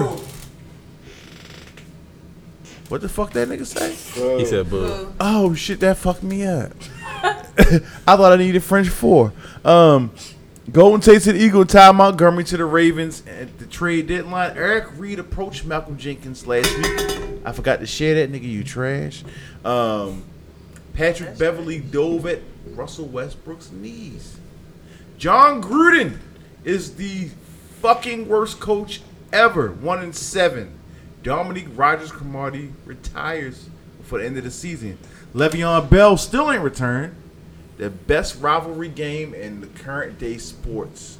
Speaker 3: What the fuck that nigga say?
Speaker 5: He said boo.
Speaker 3: Oh shit, that fucked me up. [LAUGHS] I thought I needed French four. Um, Golden Tate to the Eagle, Ty Montgomery to the Ravens at the trade deadline. Eric Reed approached Malcolm Jenkins last week. I forgot to share that nigga. You trash. Um, Patrick Beverly dove at Russell Westbrook's knees. John Gruden is the fucking worst coach ever. One in seven. Dominique Rogers Cromartie retires for the end of the season. Le'Veon Bell still ain't returned. The best rivalry game in the current day sports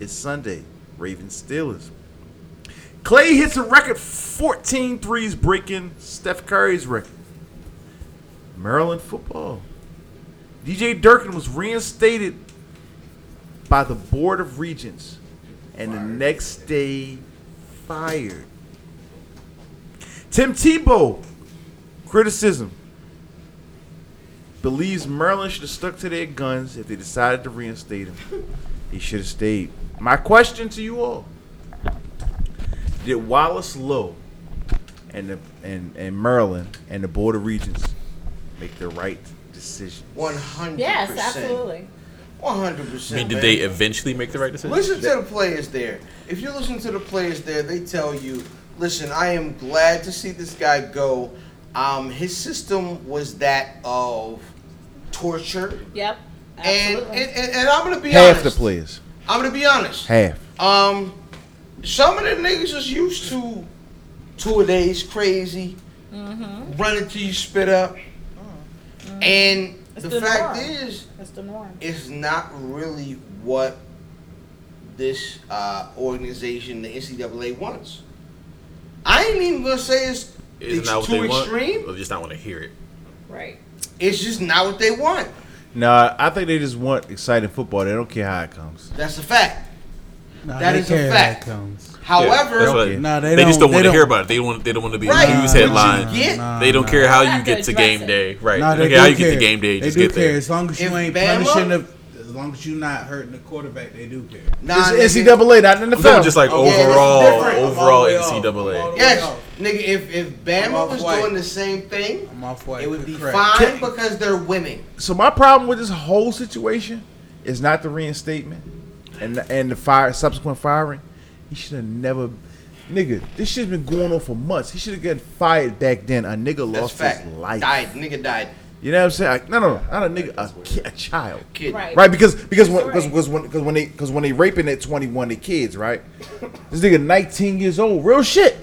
Speaker 3: is Sunday. Ravens Steelers. Clay hits a record 14 threes, breaking Steph Curry's record. Maryland football. DJ Durkin was reinstated by the Board of Regents and the next day fired. Tim Tebow, criticism, believes Maryland should have stuck to their guns if they decided to reinstate him. He should have stayed. My question to you all Did Wallace Lowe and, the, and, and Maryland and the Board of Regents make the right decision?
Speaker 4: One hundred.
Speaker 6: Yes, absolutely.
Speaker 4: One hundred
Speaker 5: I
Speaker 4: percent.
Speaker 5: mean, did they eventually make the right decision?
Speaker 4: Listen to the players there. If you listen to the players there, they tell you, listen, I am glad to see this guy go. Um, his system was that of torture.
Speaker 6: Yep.
Speaker 4: And,
Speaker 6: Absolutely.
Speaker 4: and, and, and I'm going to be
Speaker 3: Half the
Speaker 4: honest.
Speaker 3: players.
Speaker 4: I'm going to be honest.
Speaker 3: Half.
Speaker 4: Um, some of the niggas is used to two a days crazy,
Speaker 6: Mm-hmm.
Speaker 4: running till you spit up. And
Speaker 6: Mm. It's
Speaker 4: the
Speaker 6: the
Speaker 4: fact
Speaker 6: norm.
Speaker 4: is,
Speaker 6: That's the norm.
Speaker 4: it's not really what this uh, organization, the NCAA, wants. I ain't even gonna say it's,
Speaker 5: Isn't
Speaker 4: it's
Speaker 5: that what
Speaker 4: too
Speaker 5: they want?
Speaker 4: extreme.
Speaker 5: Or just not want to hear it.
Speaker 6: Right.
Speaker 4: It's just not what they want.
Speaker 3: Nah, I think they just want exciting football. They don't care how it comes.
Speaker 4: That's a fact.
Speaker 9: Nah,
Speaker 4: That
Speaker 9: they
Speaker 4: is a
Speaker 9: care
Speaker 4: fact.
Speaker 9: That comes.
Speaker 4: However,
Speaker 5: that's what I-
Speaker 9: Nah,
Speaker 5: they,
Speaker 9: they
Speaker 5: just don't
Speaker 9: don't-
Speaker 5: want
Speaker 9: they
Speaker 5: to hear
Speaker 9: don't-
Speaker 5: about it. They don't. They don't want to be
Speaker 4: Right.
Speaker 5: a news
Speaker 4: Nah,
Speaker 5: headline.
Speaker 4: nah, Yeah.
Speaker 9: nah,
Speaker 5: they don't
Speaker 9: nah.
Speaker 5: care how
Speaker 6: They
Speaker 5: you
Speaker 6: have
Speaker 5: get
Speaker 6: to
Speaker 5: to
Speaker 6: address
Speaker 5: game
Speaker 6: it.
Speaker 5: day. Right.
Speaker 9: Nah,
Speaker 5: they don't
Speaker 9: they
Speaker 5: care how
Speaker 9: do
Speaker 5: you get to
Speaker 9: care.
Speaker 5: game day.
Speaker 9: They
Speaker 5: Just
Speaker 9: do
Speaker 5: get
Speaker 9: care
Speaker 5: there.
Speaker 9: as long as you
Speaker 4: If
Speaker 9: ain't
Speaker 4: Bama-
Speaker 9: punishing the. As long as you not hurting the quarterback, they do care.
Speaker 4: nah,
Speaker 3: it's
Speaker 4: nigga.
Speaker 3: NCAA, not
Speaker 5: I'm talking
Speaker 3: NFL.
Speaker 5: just like
Speaker 4: Okay, that's
Speaker 5: overall,
Speaker 4: different.
Speaker 9: I'm all
Speaker 5: overall
Speaker 9: the way off. I'm all
Speaker 5: NCAA.
Speaker 9: the way
Speaker 4: Yes,
Speaker 9: off.
Speaker 4: nigga. If if
Speaker 9: I'm
Speaker 4: Bama
Speaker 9: off
Speaker 4: was
Speaker 9: white.
Speaker 4: doing the same thing,
Speaker 9: I'm off white.
Speaker 4: it would be
Speaker 9: Correct.
Speaker 4: fine because they're women.
Speaker 3: so my problem with this whole situation is not the reinstatement and the, and the fire subsequent firing. He should have never, nigga. This shit's been going on for months. He should have gotten fired back then. A nigga
Speaker 4: That's
Speaker 3: lost
Speaker 4: fact.
Speaker 3: his life.
Speaker 4: Died, nigga died.
Speaker 3: You know what I'm saying? Like, no, no, no, not a nigga, a, ki- a child.
Speaker 4: Kid.
Speaker 6: Right.
Speaker 3: Right, because because when
Speaker 6: Right.
Speaker 3: because because when because when they because when they raping at 21 the kids, right? This nigga 19 years old, real shit.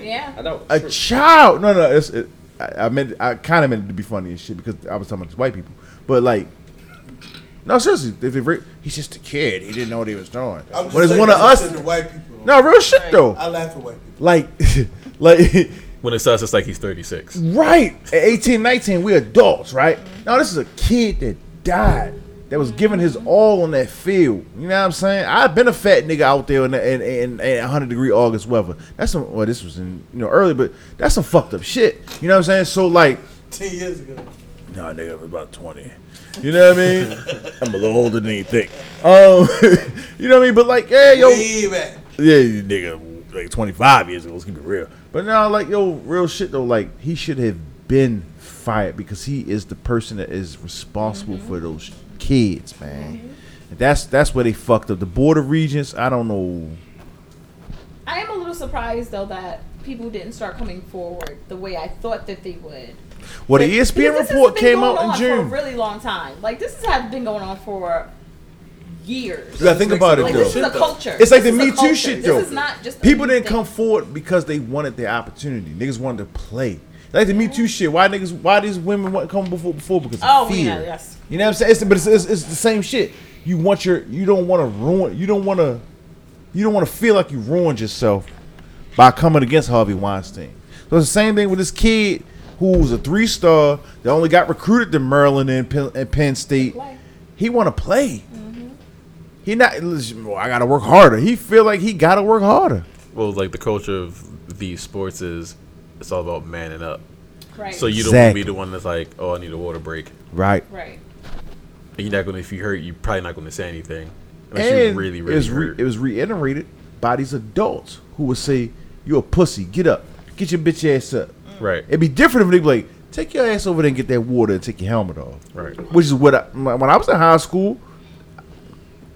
Speaker 6: Yeah.
Speaker 3: A child? No, no. It's, it, I, I meant. I kind of meant it to be funny and shit because I was talking about these white people. But like, no, seriously. If they ra- he's just a kid. He didn't know what he was doing.
Speaker 7: I'm just
Speaker 3: But it's
Speaker 7: saying
Speaker 3: one of
Speaker 7: that's
Speaker 3: us.
Speaker 7: the White people.
Speaker 3: No, real shit though.
Speaker 7: I laugh at white people.
Speaker 3: Like, [LAUGHS] like,
Speaker 5: When it's us, it's like he's 36.
Speaker 3: right. At 18, 19, we adults, right? No, this is a kid that died. That was giving his all on that field. You know what I'm saying? I've been a fat nigga out there in the, in, in, in 100 degree August weather. That's some. Well, this was in you know early, but that's some fucked up shit. You know what I'm saying? So like,
Speaker 7: Ten years ago.
Speaker 3: Nah, nigga, I'm about 20. You know what I mean?
Speaker 7: [LAUGHS]
Speaker 3: I'm a little older than you think. Um, [LAUGHS] you know what I mean? But like, yeah, yo, yeah,
Speaker 7: Way back.
Speaker 3: you nigga, like 25 years ago. Let's keep it real. But now, like, yo, real shit though. Like, he should have been fired because he is the person that is responsible for those kids, man.
Speaker 6: Mm-hmm.
Speaker 3: And that's that's where they fucked up. The board of regents, I don't know.
Speaker 6: I am a little surprised though that people didn't start coming forward the way I thought that they would.
Speaker 3: Well, the E
Speaker 6: Because
Speaker 3: ESPN
Speaker 6: this has
Speaker 3: report
Speaker 6: been
Speaker 3: came
Speaker 6: going
Speaker 3: out in
Speaker 6: on For a
Speaker 3: June.
Speaker 6: really long time. Like this has been going on for years.
Speaker 3: You gotta think about it
Speaker 6: Like
Speaker 3: though.
Speaker 6: this is a culture.
Speaker 3: It's like the
Speaker 6: This is
Speaker 3: Me
Speaker 6: a culture.
Speaker 3: Too shit,
Speaker 6: This
Speaker 3: though.
Speaker 6: is not just a
Speaker 3: people
Speaker 6: me
Speaker 3: didn't
Speaker 6: thing.
Speaker 3: come forward because they wanted their opportunity. Niggas wanted to play. Like the Me Too shit. Why niggas? Why these women want come before before because of
Speaker 6: Oh, we
Speaker 3: fear?
Speaker 6: know, yes.
Speaker 3: You know what I'm saying? It's, but it's, it's, it's the same shit. You want your. You don't want to ruin. You don't want to. You don't want to feel like you ruined yourself by coming against Harvey Weinstein. So it's the same thing with this kid who was a three star that only got recruited to Maryland and Penn, and Penn State.
Speaker 6: Play.
Speaker 3: He want to play. He not. listen, Well, I gotta work harder. He feel like he gotta work harder.
Speaker 5: Well, like the culture of these sports is, it's all about manning up.
Speaker 6: Right.
Speaker 5: So you don't want to be
Speaker 3: Exactly.
Speaker 5: the one that's like, oh, I need a water break.
Speaker 3: Right.
Speaker 6: right.
Speaker 5: And you're not gonna. If you hurt, you're probably not gonna say anything. Unless
Speaker 3: And
Speaker 5: you really,
Speaker 3: it,
Speaker 5: really
Speaker 3: was re-
Speaker 5: hurt.
Speaker 3: it was reiterated by these adults who would say, "You're a pussy. Get up. Get your bitch ass up."
Speaker 5: Right.
Speaker 3: It'd be different if they be like, take your ass over there and get that water and take your helmet off.
Speaker 5: Right.
Speaker 3: Which is what I, when I was in high school,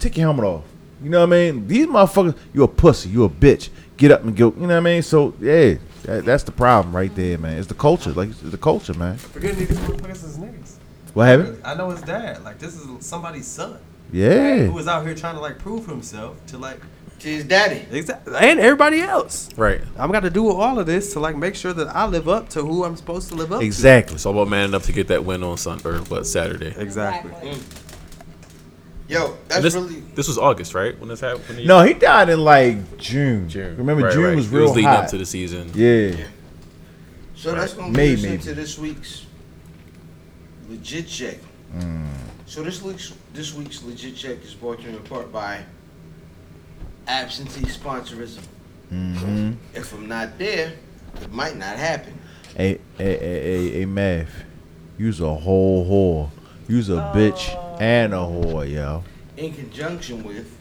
Speaker 3: take your helmet off. You know what I mean? These motherfuckers, you a pussy, you a bitch. Get up and go. You know what I mean? So yeah, that, that's the problem right there, man. It's the culture, like it's the culture, man.
Speaker 7: Forget niggas who put us as niggas.
Speaker 3: What happened?
Speaker 7: I know his dad. Like this is somebody's son.
Speaker 3: Yeah.
Speaker 7: Who was out here trying to like prove himself to like
Speaker 4: to his daddy.
Speaker 7: Exactly. And everybody else.
Speaker 5: Right.
Speaker 7: I'm got to do all of this to like make sure that I live up to who I'm supposed to live up
Speaker 3: Exactly.
Speaker 5: It's all about man enough to get that win on Sun or what Saturday.
Speaker 7: to. Exactly.
Speaker 4: Yo, that's
Speaker 5: And this,
Speaker 4: really
Speaker 5: this was August, right? When this happened? When
Speaker 3: No, he died in like June.
Speaker 5: June.
Speaker 3: Remember,
Speaker 5: Right,
Speaker 3: June
Speaker 5: right.
Speaker 3: was
Speaker 5: It
Speaker 3: real
Speaker 5: leading
Speaker 3: hot.
Speaker 5: up to the season.
Speaker 3: yeah.
Speaker 4: so that's gonna
Speaker 3: May,
Speaker 4: lead us
Speaker 3: maybe.
Speaker 4: into this week's legit check. So this week's this week's legit check is brought to you in part by absentee sponsorism.
Speaker 3: Mm-hmm.
Speaker 4: If I'm not there, it might not happen.
Speaker 3: Hey, hey, hey, hey, hey, Mav. You's a whole whore. You's a bitch and a whore, yo.
Speaker 4: In conjunction with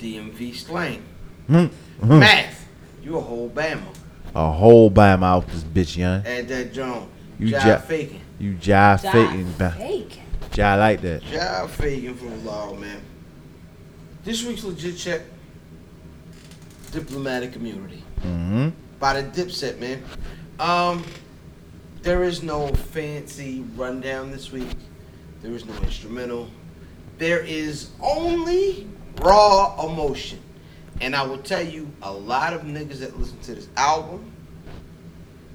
Speaker 4: DMV slang,
Speaker 3: Mm, mhm.
Speaker 4: math. You a whole bama,
Speaker 3: A whole by mouth, this bitch, young.
Speaker 4: add that Joan.
Speaker 3: You
Speaker 4: Jive
Speaker 3: ja-
Speaker 4: faking,
Speaker 3: You jive
Speaker 6: Jive
Speaker 3: faking. ba-
Speaker 6: Mm. Fake.
Speaker 3: Jive like that.
Speaker 4: jive faking from law, man. This week's legit check. Diplomatic immunity.
Speaker 3: Mm-hmm.
Speaker 4: by the Dipset, man. Um, there is no fancy rundown this week. There is no instrumental. There is only raw emotion. And I will tell you, a lot of niggas that listen to this album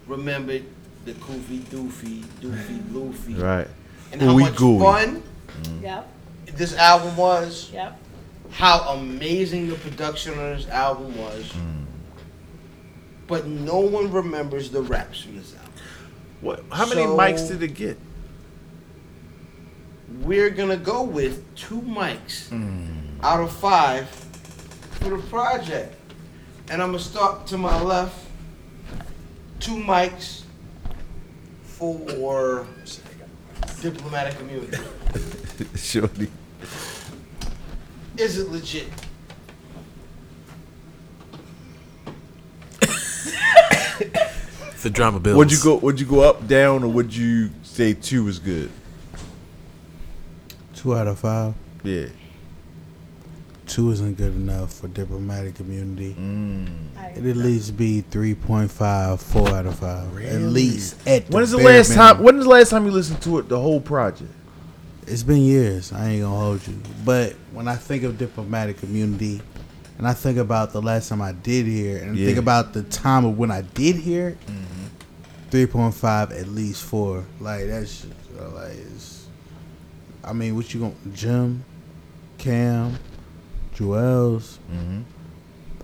Speaker 4: remembered the Koofy Doofy, Doofy Loofy,
Speaker 3: Right.
Speaker 4: and how
Speaker 3: Ooey
Speaker 4: much
Speaker 3: gooey.
Speaker 4: fun
Speaker 6: Yep.
Speaker 4: this album was
Speaker 6: Yep.
Speaker 4: how amazing the production on this album was. But no one remembers the raps from this album.
Speaker 3: What? How many
Speaker 4: So-
Speaker 3: mics did it get?
Speaker 4: We're gonna go with two mics out of five for the project. And I'm gonna start to my left. Two mics for diplomatic immunity.
Speaker 3: [LAUGHS] Shorty.
Speaker 4: Is it legit?
Speaker 5: The drama builds.
Speaker 3: Would you go? Would you go up, down, or would you say two was good?
Speaker 9: Two out of five.
Speaker 3: Yeah.
Speaker 9: Two isn't good enough for diplomatic immunity.
Speaker 3: Mm.
Speaker 6: I
Speaker 9: It at least be 3.5, 4 out of 5. At least. At
Speaker 3: When is the
Speaker 9: bare
Speaker 3: last time?
Speaker 9: minimum.
Speaker 3: When is the last time you listened to it? The whole project.
Speaker 9: It's been years. I ain't gonna hold you. But when I think of diplomatic immunity, and I think about the last time I did hear, it, and
Speaker 3: Yeah. Mm-hmm.
Speaker 9: think about the time of when I did hear, it, 3.5 at least four. Like that's uh, like, it's, I mean, what you gonna Jim, Cam, Joel's.
Speaker 3: Mm-hmm.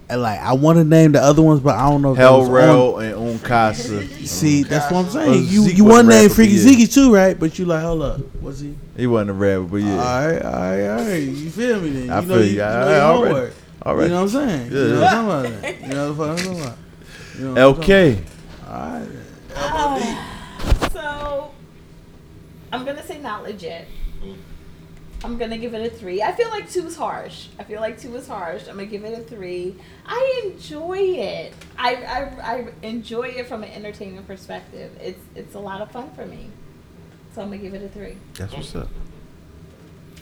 Speaker 9: And like I want to name the other ones, but I don't know. if that
Speaker 3: Hell
Speaker 9: was on-
Speaker 3: Rail and [LAUGHS] Onkasa.
Speaker 9: See, that's what I'm saying.
Speaker 3: Oh,
Speaker 9: You
Speaker 3: Zeke
Speaker 9: you
Speaker 3: was
Speaker 9: want to
Speaker 3: a
Speaker 9: name
Speaker 3: rapper,
Speaker 9: Freaky
Speaker 3: yeah.
Speaker 9: Ziggy too, right? But you like, hold up, was he?
Speaker 3: He wasn't a rapper, but yeah.
Speaker 9: All right, all right, all right. You feel me then?
Speaker 3: I
Speaker 9: you know
Speaker 3: feel
Speaker 9: you,
Speaker 3: you.
Speaker 9: you know
Speaker 3: All right,
Speaker 9: your
Speaker 3: all right.
Speaker 9: homework.
Speaker 3: All right.
Speaker 9: You know what I'm saying? You
Speaker 3: Yeah.
Speaker 9: know what I'm talking about. then. You know what I'm talking about. You know what I'm talking
Speaker 3: LK.
Speaker 9: about. All right.
Speaker 6: Oh. So I'm gonna say not legit. I'm gonna give it a three. I feel like two is harsh. I feel like two is harsh. I'm gonna give it a three. I enjoy it. I, I, I enjoy it from an entertainment perspective. It's it's a lot of fun for me. So I'm gonna give it a three.
Speaker 3: That's what's up.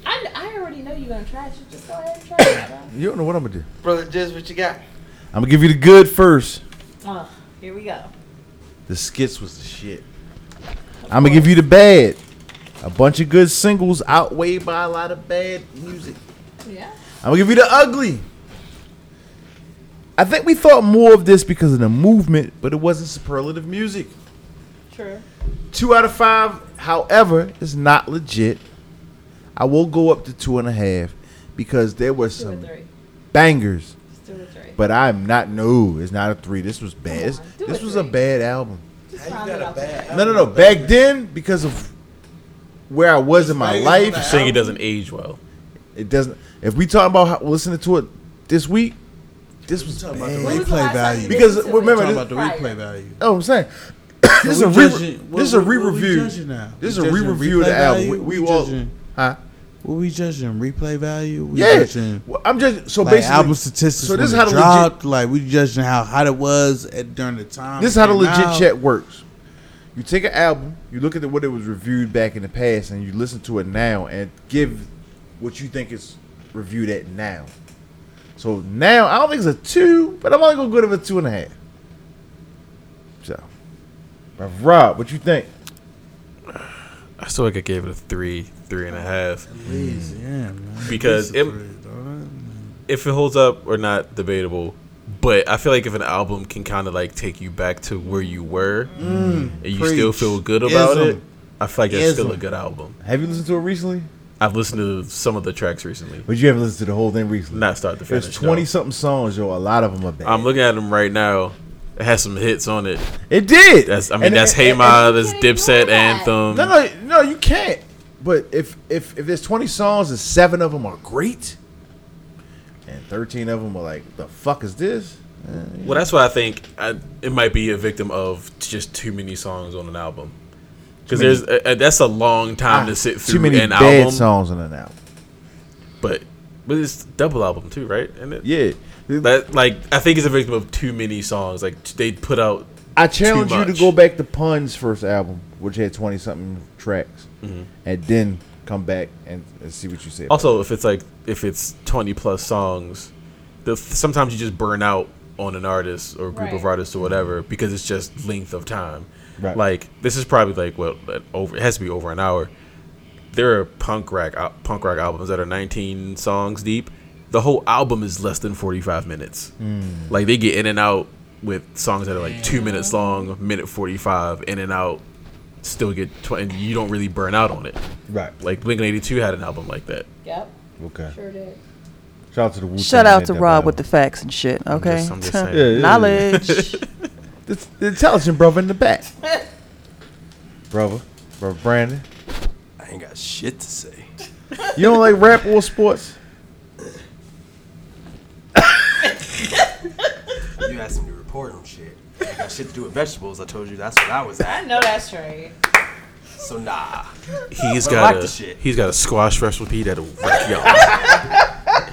Speaker 6: I, I already know you're gonna trash it. Just go ahead and trash it. bro.
Speaker 3: You don't know what I'm gonna do.
Speaker 4: Brother Diz, what you got?
Speaker 3: I'm gonna give you the good first.
Speaker 6: [COUGHS] Oh, here we go.
Speaker 3: The skits was the shit. I'm gonna give you the bad. A bunch of good singles outweighed by a lot of bad music.
Speaker 6: Yeah.
Speaker 3: I'm gonna give you the ugly. I think we thought more of this because of the movement, but it wasn't superlative music.
Speaker 6: True.
Speaker 3: Two out of five, however, is not legit. I will go up to two and a half because there were
Speaker 6: Two or
Speaker 3: some
Speaker 6: three.
Speaker 3: bangers.
Speaker 6: Just do a three.
Speaker 3: But I'm not. No, it's not a three. This was bad. This,
Speaker 6: Come on, do
Speaker 3: this
Speaker 6: a
Speaker 3: was a
Speaker 6: three.
Speaker 3: bad album.
Speaker 6: Just round it up.
Speaker 3: No, no, no. Back then, because of where I was in my
Speaker 5: You're
Speaker 3: life,
Speaker 5: saying it doesn't age well.
Speaker 3: it doesn't. If we talking about how, listening to it this week, this was bad.
Speaker 9: about
Speaker 6: When
Speaker 9: the replay
Speaker 6: was the last time
Speaker 9: value.
Speaker 6: you
Speaker 3: Because
Speaker 6: listened to it?
Speaker 3: remember,
Speaker 9: Talking
Speaker 3: this-
Speaker 9: about the replay value.
Speaker 3: Oh, I'm saying. this, is
Speaker 9: So
Speaker 3: a
Speaker 9: we
Speaker 3: re-
Speaker 9: judging-
Speaker 3: this is a
Speaker 9: what- what- what we
Speaker 3: re-review.
Speaker 9: judging now?
Speaker 3: This is
Speaker 9: We
Speaker 3: a
Speaker 9: judging
Speaker 3: re-review of
Speaker 9: replay
Speaker 3: the album.
Speaker 9: value?
Speaker 3: We, we
Speaker 9: We
Speaker 3: all,
Speaker 9: judging-
Speaker 3: huh?
Speaker 9: What we judging? Replay value? We
Speaker 3: Yeah.
Speaker 9: Judging,
Speaker 3: Well, I'm just so
Speaker 9: like,
Speaker 3: basically
Speaker 9: album statistics.
Speaker 3: So this is
Speaker 9: when
Speaker 3: how
Speaker 9: it
Speaker 3: the
Speaker 9: dropped.
Speaker 3: legit.
Speaker 9: like we judging how hot it was at, during the time.
Speaker 3: This is
Speaker 9: it
Speaker 3: how the
Speaker 9: came
Speaker 3: legit
Speaker 9: out.
Speaker 3: check works. You take an album, you look at the, what it was reviewed back in the past, and you listen to it now, and give what you think is reviewed at now. So now I don't think it's a two, but I'm only gonna give it a two and a half. So, but Rob, what you think?
Speaker 5: I still like I gave it a three, three and a half.
Speaker 9: Please, yeah, man.
Speaker 5: Because
Speaker 9: This is
Speaker 5: it-
Speaker 9: crazy, dog.
Speaker 5: If it holds up or not, debatable. But I feel like if an album can kind of like take you back to where you were and you still
Speaker 9: preach.
Speaker 5: feel good about
Speaker 9: Ism.
Speaker 5: it, I feel like that's still a
Speaker 3: Mm, Ism.
Speaker 5: good album.
Speaker 3: Have you listened to it recently?
Speaker 5: I've listened to some of the tracks recently,
Speaker 3: But you haven't listened to the whole thing recently.
Speaker 5: not start to finish.
Speaker 3: There's
Speaker 5: no.
Speaker 3: twenty something songs, yo. A lot of them are bad.
Speaker 5: I'm looking at them right now. It has some hits on it.
Speaker 3: it did.
Speaker 5: That's I mean
Speaker 3: And-
Speaker 5: that's
Speaker 3: and-
Speaker 5: Hey
Speaker 3: and-
Speaker 5: Ma, that's
Speaker 6: can't ignore
Speaker 5: Dipset
Speaker 6: that.
Speaker 5: Anthem.
Speaker 3: No, no, no, you can't. But if if if there's 20 songs and seven of them are great, and 13 of them are like, the fuck is this?
Speaker 5: Well, that's why I think I, it might be a victim of just too many songs on an album. Because there's uh, uh, that's a long time to sit through
Speaker 3: Ah, Too many
Speaker 5: an
Speaker 3: bad
Speaker 5: album,
Speaker 3: songs on an album.
Speaker 5: but but it's double album too, right? And it,
Speaker 3: Yeah,
Speaker 5: that like I think it's a victim of too many songs. Like t- they put out
Speaker 3: I challenge
Speaker 5: too
Speaker 3: you to
Speaker 5: much.
Speaker 3: go back to Pun's first album, which had 20 something tracks,
Speaker 5: Mm-hmm.
Speaker 3: and then come back and, and see what you say. about
Speaker 5: Also, if it's like if it's twenty plus songs, the sometimes you just burn out on an artist or a group of
Speaker 6: Right.
Speaker 5: artists or whatever because it's just length of time.
Speaker 3: Right.
Speaker 5: Like this is probably like well like, over it has to be over an hour. There are punk rock al- punk rock albums that are nineteen songs deep. The whole album is less than forty five minutes. Like they get in and out with songs that are like two minutes long, minute forty five, in and out. Still get twenty. You don't really burn out on it.
Speaker 3: it. Right.
Speaker 5: Like Blink eighty two had an album like that.
Speaker 6: Yep.
Speaker 3: Okay.
Speaker 6: Sure did.
Speaker 3: Shout out to the Wu.
Speaker 10: Shout out to Rob with the facts and shit. Okay,
Speaker 5: just- I'm just saying.
Speaker 3: Yeah, yeah, yeah.
Speaker 10: [LAUGHS] knowledge.
Speaker 3: the, the intelligent brother in the [LAUGHS] back. brother, brother Brandon.
Speaker 7: I ain't got shit to say.
Speaker 3: You don't like rap or sports?
Speaker 7: You asked me to report on shit. I got shit to do with vegetables. I told you that's what I was
Speaker 6: I
Speaker 7: at.
Speaker 6: know that's right.
Speaker 7: So nah.
Speaker 5: He's
Speaker 7: [LAUGHS] But
Speaker 5: got
Speaker 7: like
Speaker 5: a
Speaker 7: the shit.
Speaker 5: he's got a squash recipe that'll wreck y'all.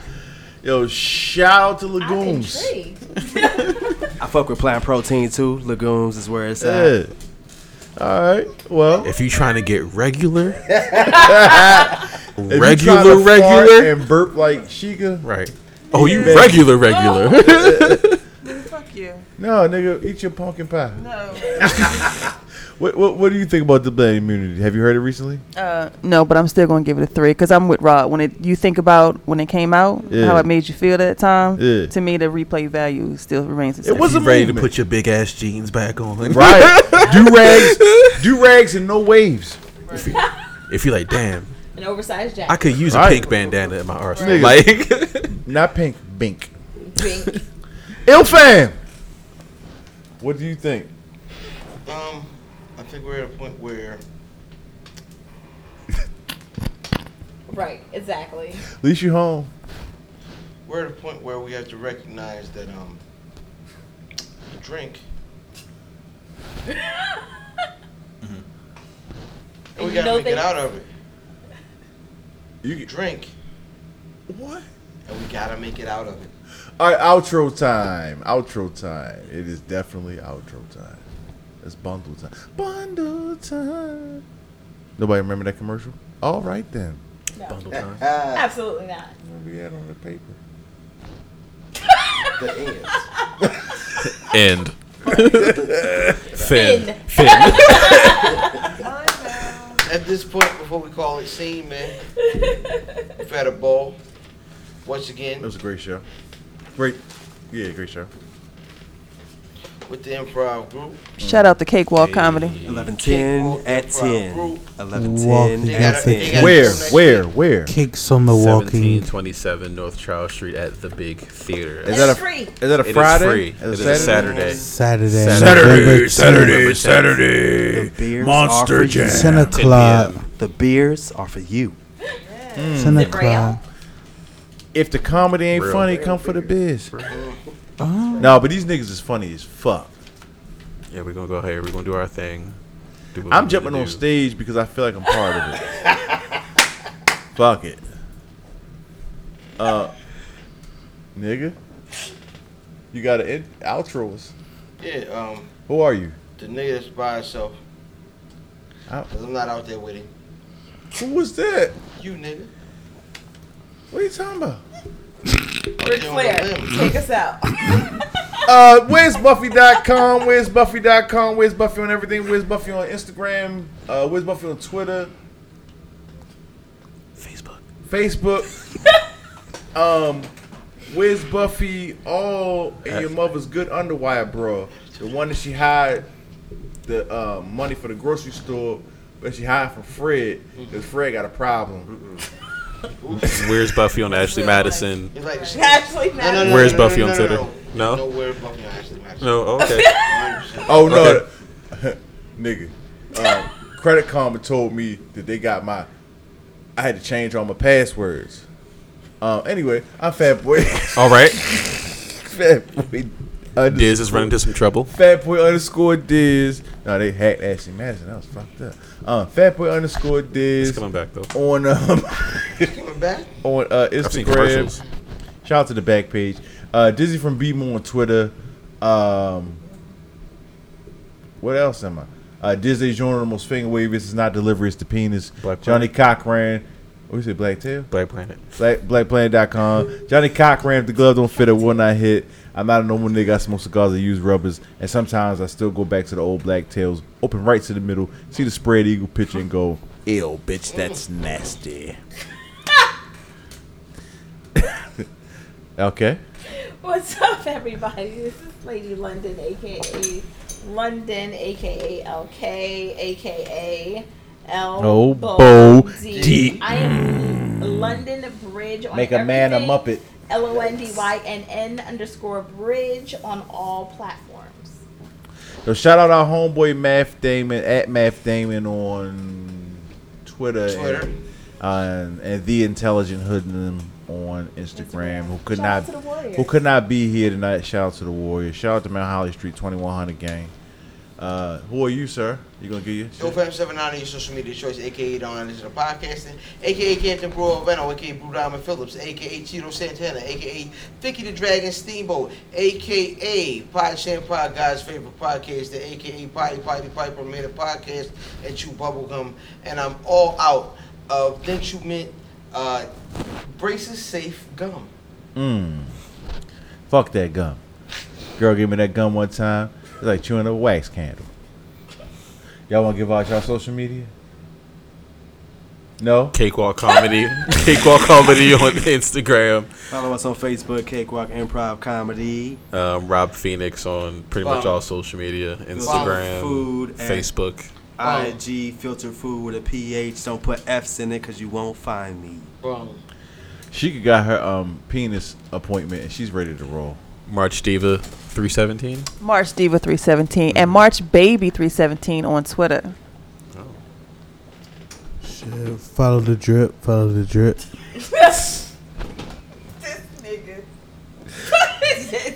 Speaker 3: Yo, shout out to
Speaker 6: I'm
Speaker 3: Lagoons.
Speaker 6: intrigued.
Speaker 7: I fuck with plant protein too. Lagoons is where it's at.
Speaker 3: Yeah. All right. Well,
Speaker 5: if you trying to get regular,
Speaker 3: [LAUGHS] if you
Speaker 5: regular,
Speaker 3: tryna fart
Speaker 5: regular,
Speaker 3: and burp like Sheikah.
Speaker 5: right? Oh, you regular,
Speaker 3: Oh.
Speaker 5: [LAUGHS] regular.
Speaker 10: Fuck you.
Speaker 3: No, nigga, eat your pumpkin pie.
Speaker 10: No.
Speaker 3: [LAUGHS] What, what What do you think about the black community? Have you heard it recently?
Speaker 10: Uh, no, but I'm still gonna give it a three because I'm with Rod. When it you think about when it came out,
Speaker 3: Yeah.
Speaker 10: how it made you feel that time.
Speaker 3: Yeah.
Speaker 10: To me, the replay value still remains the
Speaker 3: It
Speaker 10: same.
Speaker 3: was a
Speaker 5: you ready
Speaker 3: movement.
Speaker 5: to put your big ass jeans back on?
Speaker 3: [LAUGHS]
Speaker 5: [LAUGHS]
Speaker 3: right. Do rags, do rags, and no waves.
Speaker 5: If you, if you like, damn,
Speaker 6: An oversized jacket.
Speaker 5: I could use a
Speaker 3: Right.
Speaker 5: pink bandana in my arsenal.
Speaker 3: Nigga.
Speaker 5: Like,
Speaker 3: Not pink, bink.
Speaker 6: Pink.
Speaker 3: Ill fam. What do you think?
Speaker 4: Um, I think we're at a point where
Speaker 6: right. [LAUGHS] Exactly.
Speaker 3: At least you home.
Speaker 4: we're at a point where we have to recognize that um, the drink. and
Speaker 6: And
Speaker 4: we
Speaker 6: you
Speaker 4: Mm-hmm. gotta
Speaker 6: know
Speaker 4: make
Speaker 6: they-
Speaker 4: it out of it.
Speaker 3: You
Speaker 4: You drink,
Speaker 3: what?
Speaker 4: and we gotta make it out of it.
Speaker 3: All right, outro time. Outro time. It is definitely outro time. It's bundle time. Bundle time. Nobody remember that commercial? All right then.
Speaker 6: No.
Speaker 5: bundle
Speaker 3: [LAUGHS]
Speaker 5: time.
Speaker 7: Ah,
Speaker 6: Absolutely not.
Speaker 3: Remember that on the paper.
Speaker 4: The
Speaker 3: [LAUGHS]
Speaker 4: ends.
Speaker 5: End. Finn.
Speaker 6: Finn.
Speaker 5: Finn.
Speaker 4: At this point, before we call it scene, man, we've had a ball. Once
Speaker 3: That
Speaker 4: again,
Speaker 3: was a great show. Great. Yeah, great show.
Speaker 4: with the improv group.
Speaker 10: Shout out to Cakewalk Comedy.
Speaker 7: Eleven ten
Speaker 4: Kickball
Speaker 7: at ten.
Speaker 4: group.
Speaker 7: Eleven
Speaker 9: Walking
Speaker 7: ten
Speaker 4: They gotta-
Speaker 7: at
Speaker 4: they
Speaker 7: ten.
Speaker 4: gotta-
Speaker 3: Where? Where? Where? Is
Speaker 9: Kicks on the walking.
Speaker 5: 1727 North Charles Street at the Big Theater.
Speaker 3: Is
Speaker 6: It's
Speaker 3: that a-
Speaker 6: free.
Speaker 3: that a
Speaker 5: It is
Speaker 3: Friday?
Speaker 5: free. It is a Saturday.
Speaker 9: Saturday.
Speaker 5: Saturday,
Speaker 9: November
Speaker 5: Saturday, Saturday.
Speaker 7: The beers Monster are for you.
Speaker 9: 10 o'clock.
Speaker 7: The beers are for you.
Speaker 9: 10
Speaker 6: Is it
Speaker 9: o'clock.
Speaker 3: If the comedy ain't
Speaker 5: Real.
Speaker 3: funny, come for the biz.
Speaker 9: Oh.
Speaker 3: No, but these niggas is funny as fuck.
Speaker 5: Yeah, we're gonna go ahead. We're gonna do our thing. Do what we
Speaker 3: I'm
Speaker 5: need
Speaker 3: jumping
Speaker 5: to
Speaker 3: on
Speaker 5: do. [LAUGHS]
Speaker 3: stage because I feel like I'm part of it. Fuck it. Uh, nigga, you got to end outros.
Speaker 4: Yeah, um,
Speaker 3: Who are you?
Speaker 4: the nigga that's by herself.
Speaker 7: Oh.
Speaker 3: I-
Speaker 4: Because I'm not out there with him.
Speaker 3: Who was that?
Speaker 4: You nigga.
Speaker 3: What are you talking about?
Speaker 6: Ric Flair, take us out. [LAUGHS]
Speaker 3: Uh, where's Buffy.com? Where's Buffy.com? Where's Buffy on everything? Where's Buffy on Instagram? Uh, where's Buffy on Twitter? Facebook. Facebook. um, where's Buffy all in your mother's good underwire bra? The one that she hide the uh, money for the grocery store, but she hide from Fred because Fred got a problem.
Speaker 5: Where's Buffy on Ashley Madison?
Speaker 4: It's like,
Speaker 6: Ashley
Speaker 4: No, no, no,
Speaker 5: Where's
Speaker 4: no, no,
Speaker 5: Buffy
Speaker 4: no,
Speaker 5: on
Speaker 4: no,
Speaker 5: Twitter?
Speaker 4: No,
Speaker 5: No?
Speaker 4: no, where's Buffy on Ashley Madison?
Speaker 5: No, okay.
Speaker 3: Oh no,
Speaker 5: Okay.
Speaker 3: [LAUGHS] nigga. Um, Credit Karma told me that they got my. I had to change all my passwords. Um, anyway, I'm Fat Boy.
Speaker 5: [LAUGHS]
Speaker 3: [LAUGHS]
Speaker 5: All right.
Speaker 3: fat Boy. Under,
Speaker 5: Diz is running into some trouble.
Speaker 3: Fat Boy underscore Diz. No, they hacked Ashley Madison. That was fucked up. Um, Fat Boy underscore
Speaker 5: He's
Speaker 3: Diz
Speaker 5: coming back though.
Speaker 3: on um, [LAUGHS]
Speaker 4: Coming back?
Speaker 3: on uh,
Speaker 5: I've seen
Speaker 3: Instagram.
Speaker 5: commercials.
Speaker 3: Shout out to the back page. Uh, Dizzy from BMO on Twitter. Um, what else am I? Uh, Dizzy Genre, the most finger wave. This is not delivery, it's the penis.
Speaker 5: Black
Speaker 3: Johnny Cochran. What is it, Black Tail?
Speaker 5: Black Planet.
Speaker 3: Black, blackplanet.com. Johnny Cochran, if the glove don't fit, it will not hit. I'm not a normal nigga. I smoke cigars and use rubbers. And sometimes I still go back to the old black tails, open right to the middle, see the spread eagle picture and go, ew, bitch, that's nasty. [LAUGHS] okay.
Speaker 6: What's up, everybody? This is Lady London, aka London, aka LK, aka L.
Speaker 3: Oh, Bo
Speaker 6: D.
Speaker 3: D.
Speaker 6: I am London Bridge. On
Speaker 3: Make a man a
Speaker 6: everything.
Speaker 3: Muppet.
Speaker 6: L O N D Y N N underscore Bridge on all platforms.
Speaker 3: So shout out our homeboy Math Damon at Math Damon on Twitter,
Speaker 4: Twitter.
Speaker 3: And, uh, and the Intelligent Hoodlum on Instagram, who could
Speaker 6: Shout out to the
Speaker 3: not
Speaker 6: Warriors.
Speaker 3: who could not be here tonight. Shout out to the Warriors. Shout out to Mount Holly Street Twenty One Hundred Gang. Uh, who are you, sir? You gonna get you?
Speaker 4: OFM790, your social media choice, aka Don Anderson of Podcasting, aka Captain Bro Veno, aka Blue Diamond Phillips, aka Cheeto Santana, aka Vicky the Dragon Steamboat, aka Pod Sham Pod God's favorite podcast, the aka Potty Potty Piper made a podcast and chew bubblegum. And I'm all out of didn't you meant uh, braces safe gum.
Speaker 3: Mm. Fuck that gum. Girl gave me that gum one time. It's like chewing a wax candle. Y'all wanna give out y'all social media? No?
Speaker 5: Cakewalk [LAUGHS] comedy. Cakewalk comedy on Instagram.
Speaker 7: Follow us on Facebook, Cakewalk Improv Comedy.
Speaker 5: Um, Rob Phoenix on pretty much all social media: Instagram,
Speaker 7: Food and-
Speaker 5: Facebook.
Speaker 7: Oh.
Speaker 4: Wow.
Speaker 7: IG filter food with a PH. Don't put F's in it because you won't find me.
Speaker 4: Boom.
Speaker 3: She got her um penis appointment and she's ready to roll.
Speaker 5: March Diva 317.
Speaker 10: March Diva 317 and March Baby 317 on Twitter.
Speaker 9: Shit, follow the drip. Follow the drip.
Speaker 6: this nigga.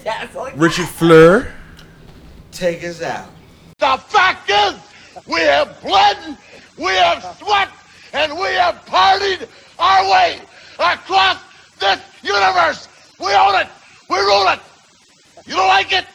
Speaker 6: That's like
Speaker 3: Richard Fleur.
Speaker 4: Take us out.
Speaker 11: The fact is, we have bled, we have sweat, and we have partied our way across this universe. We own it. We rule it. You don't like it?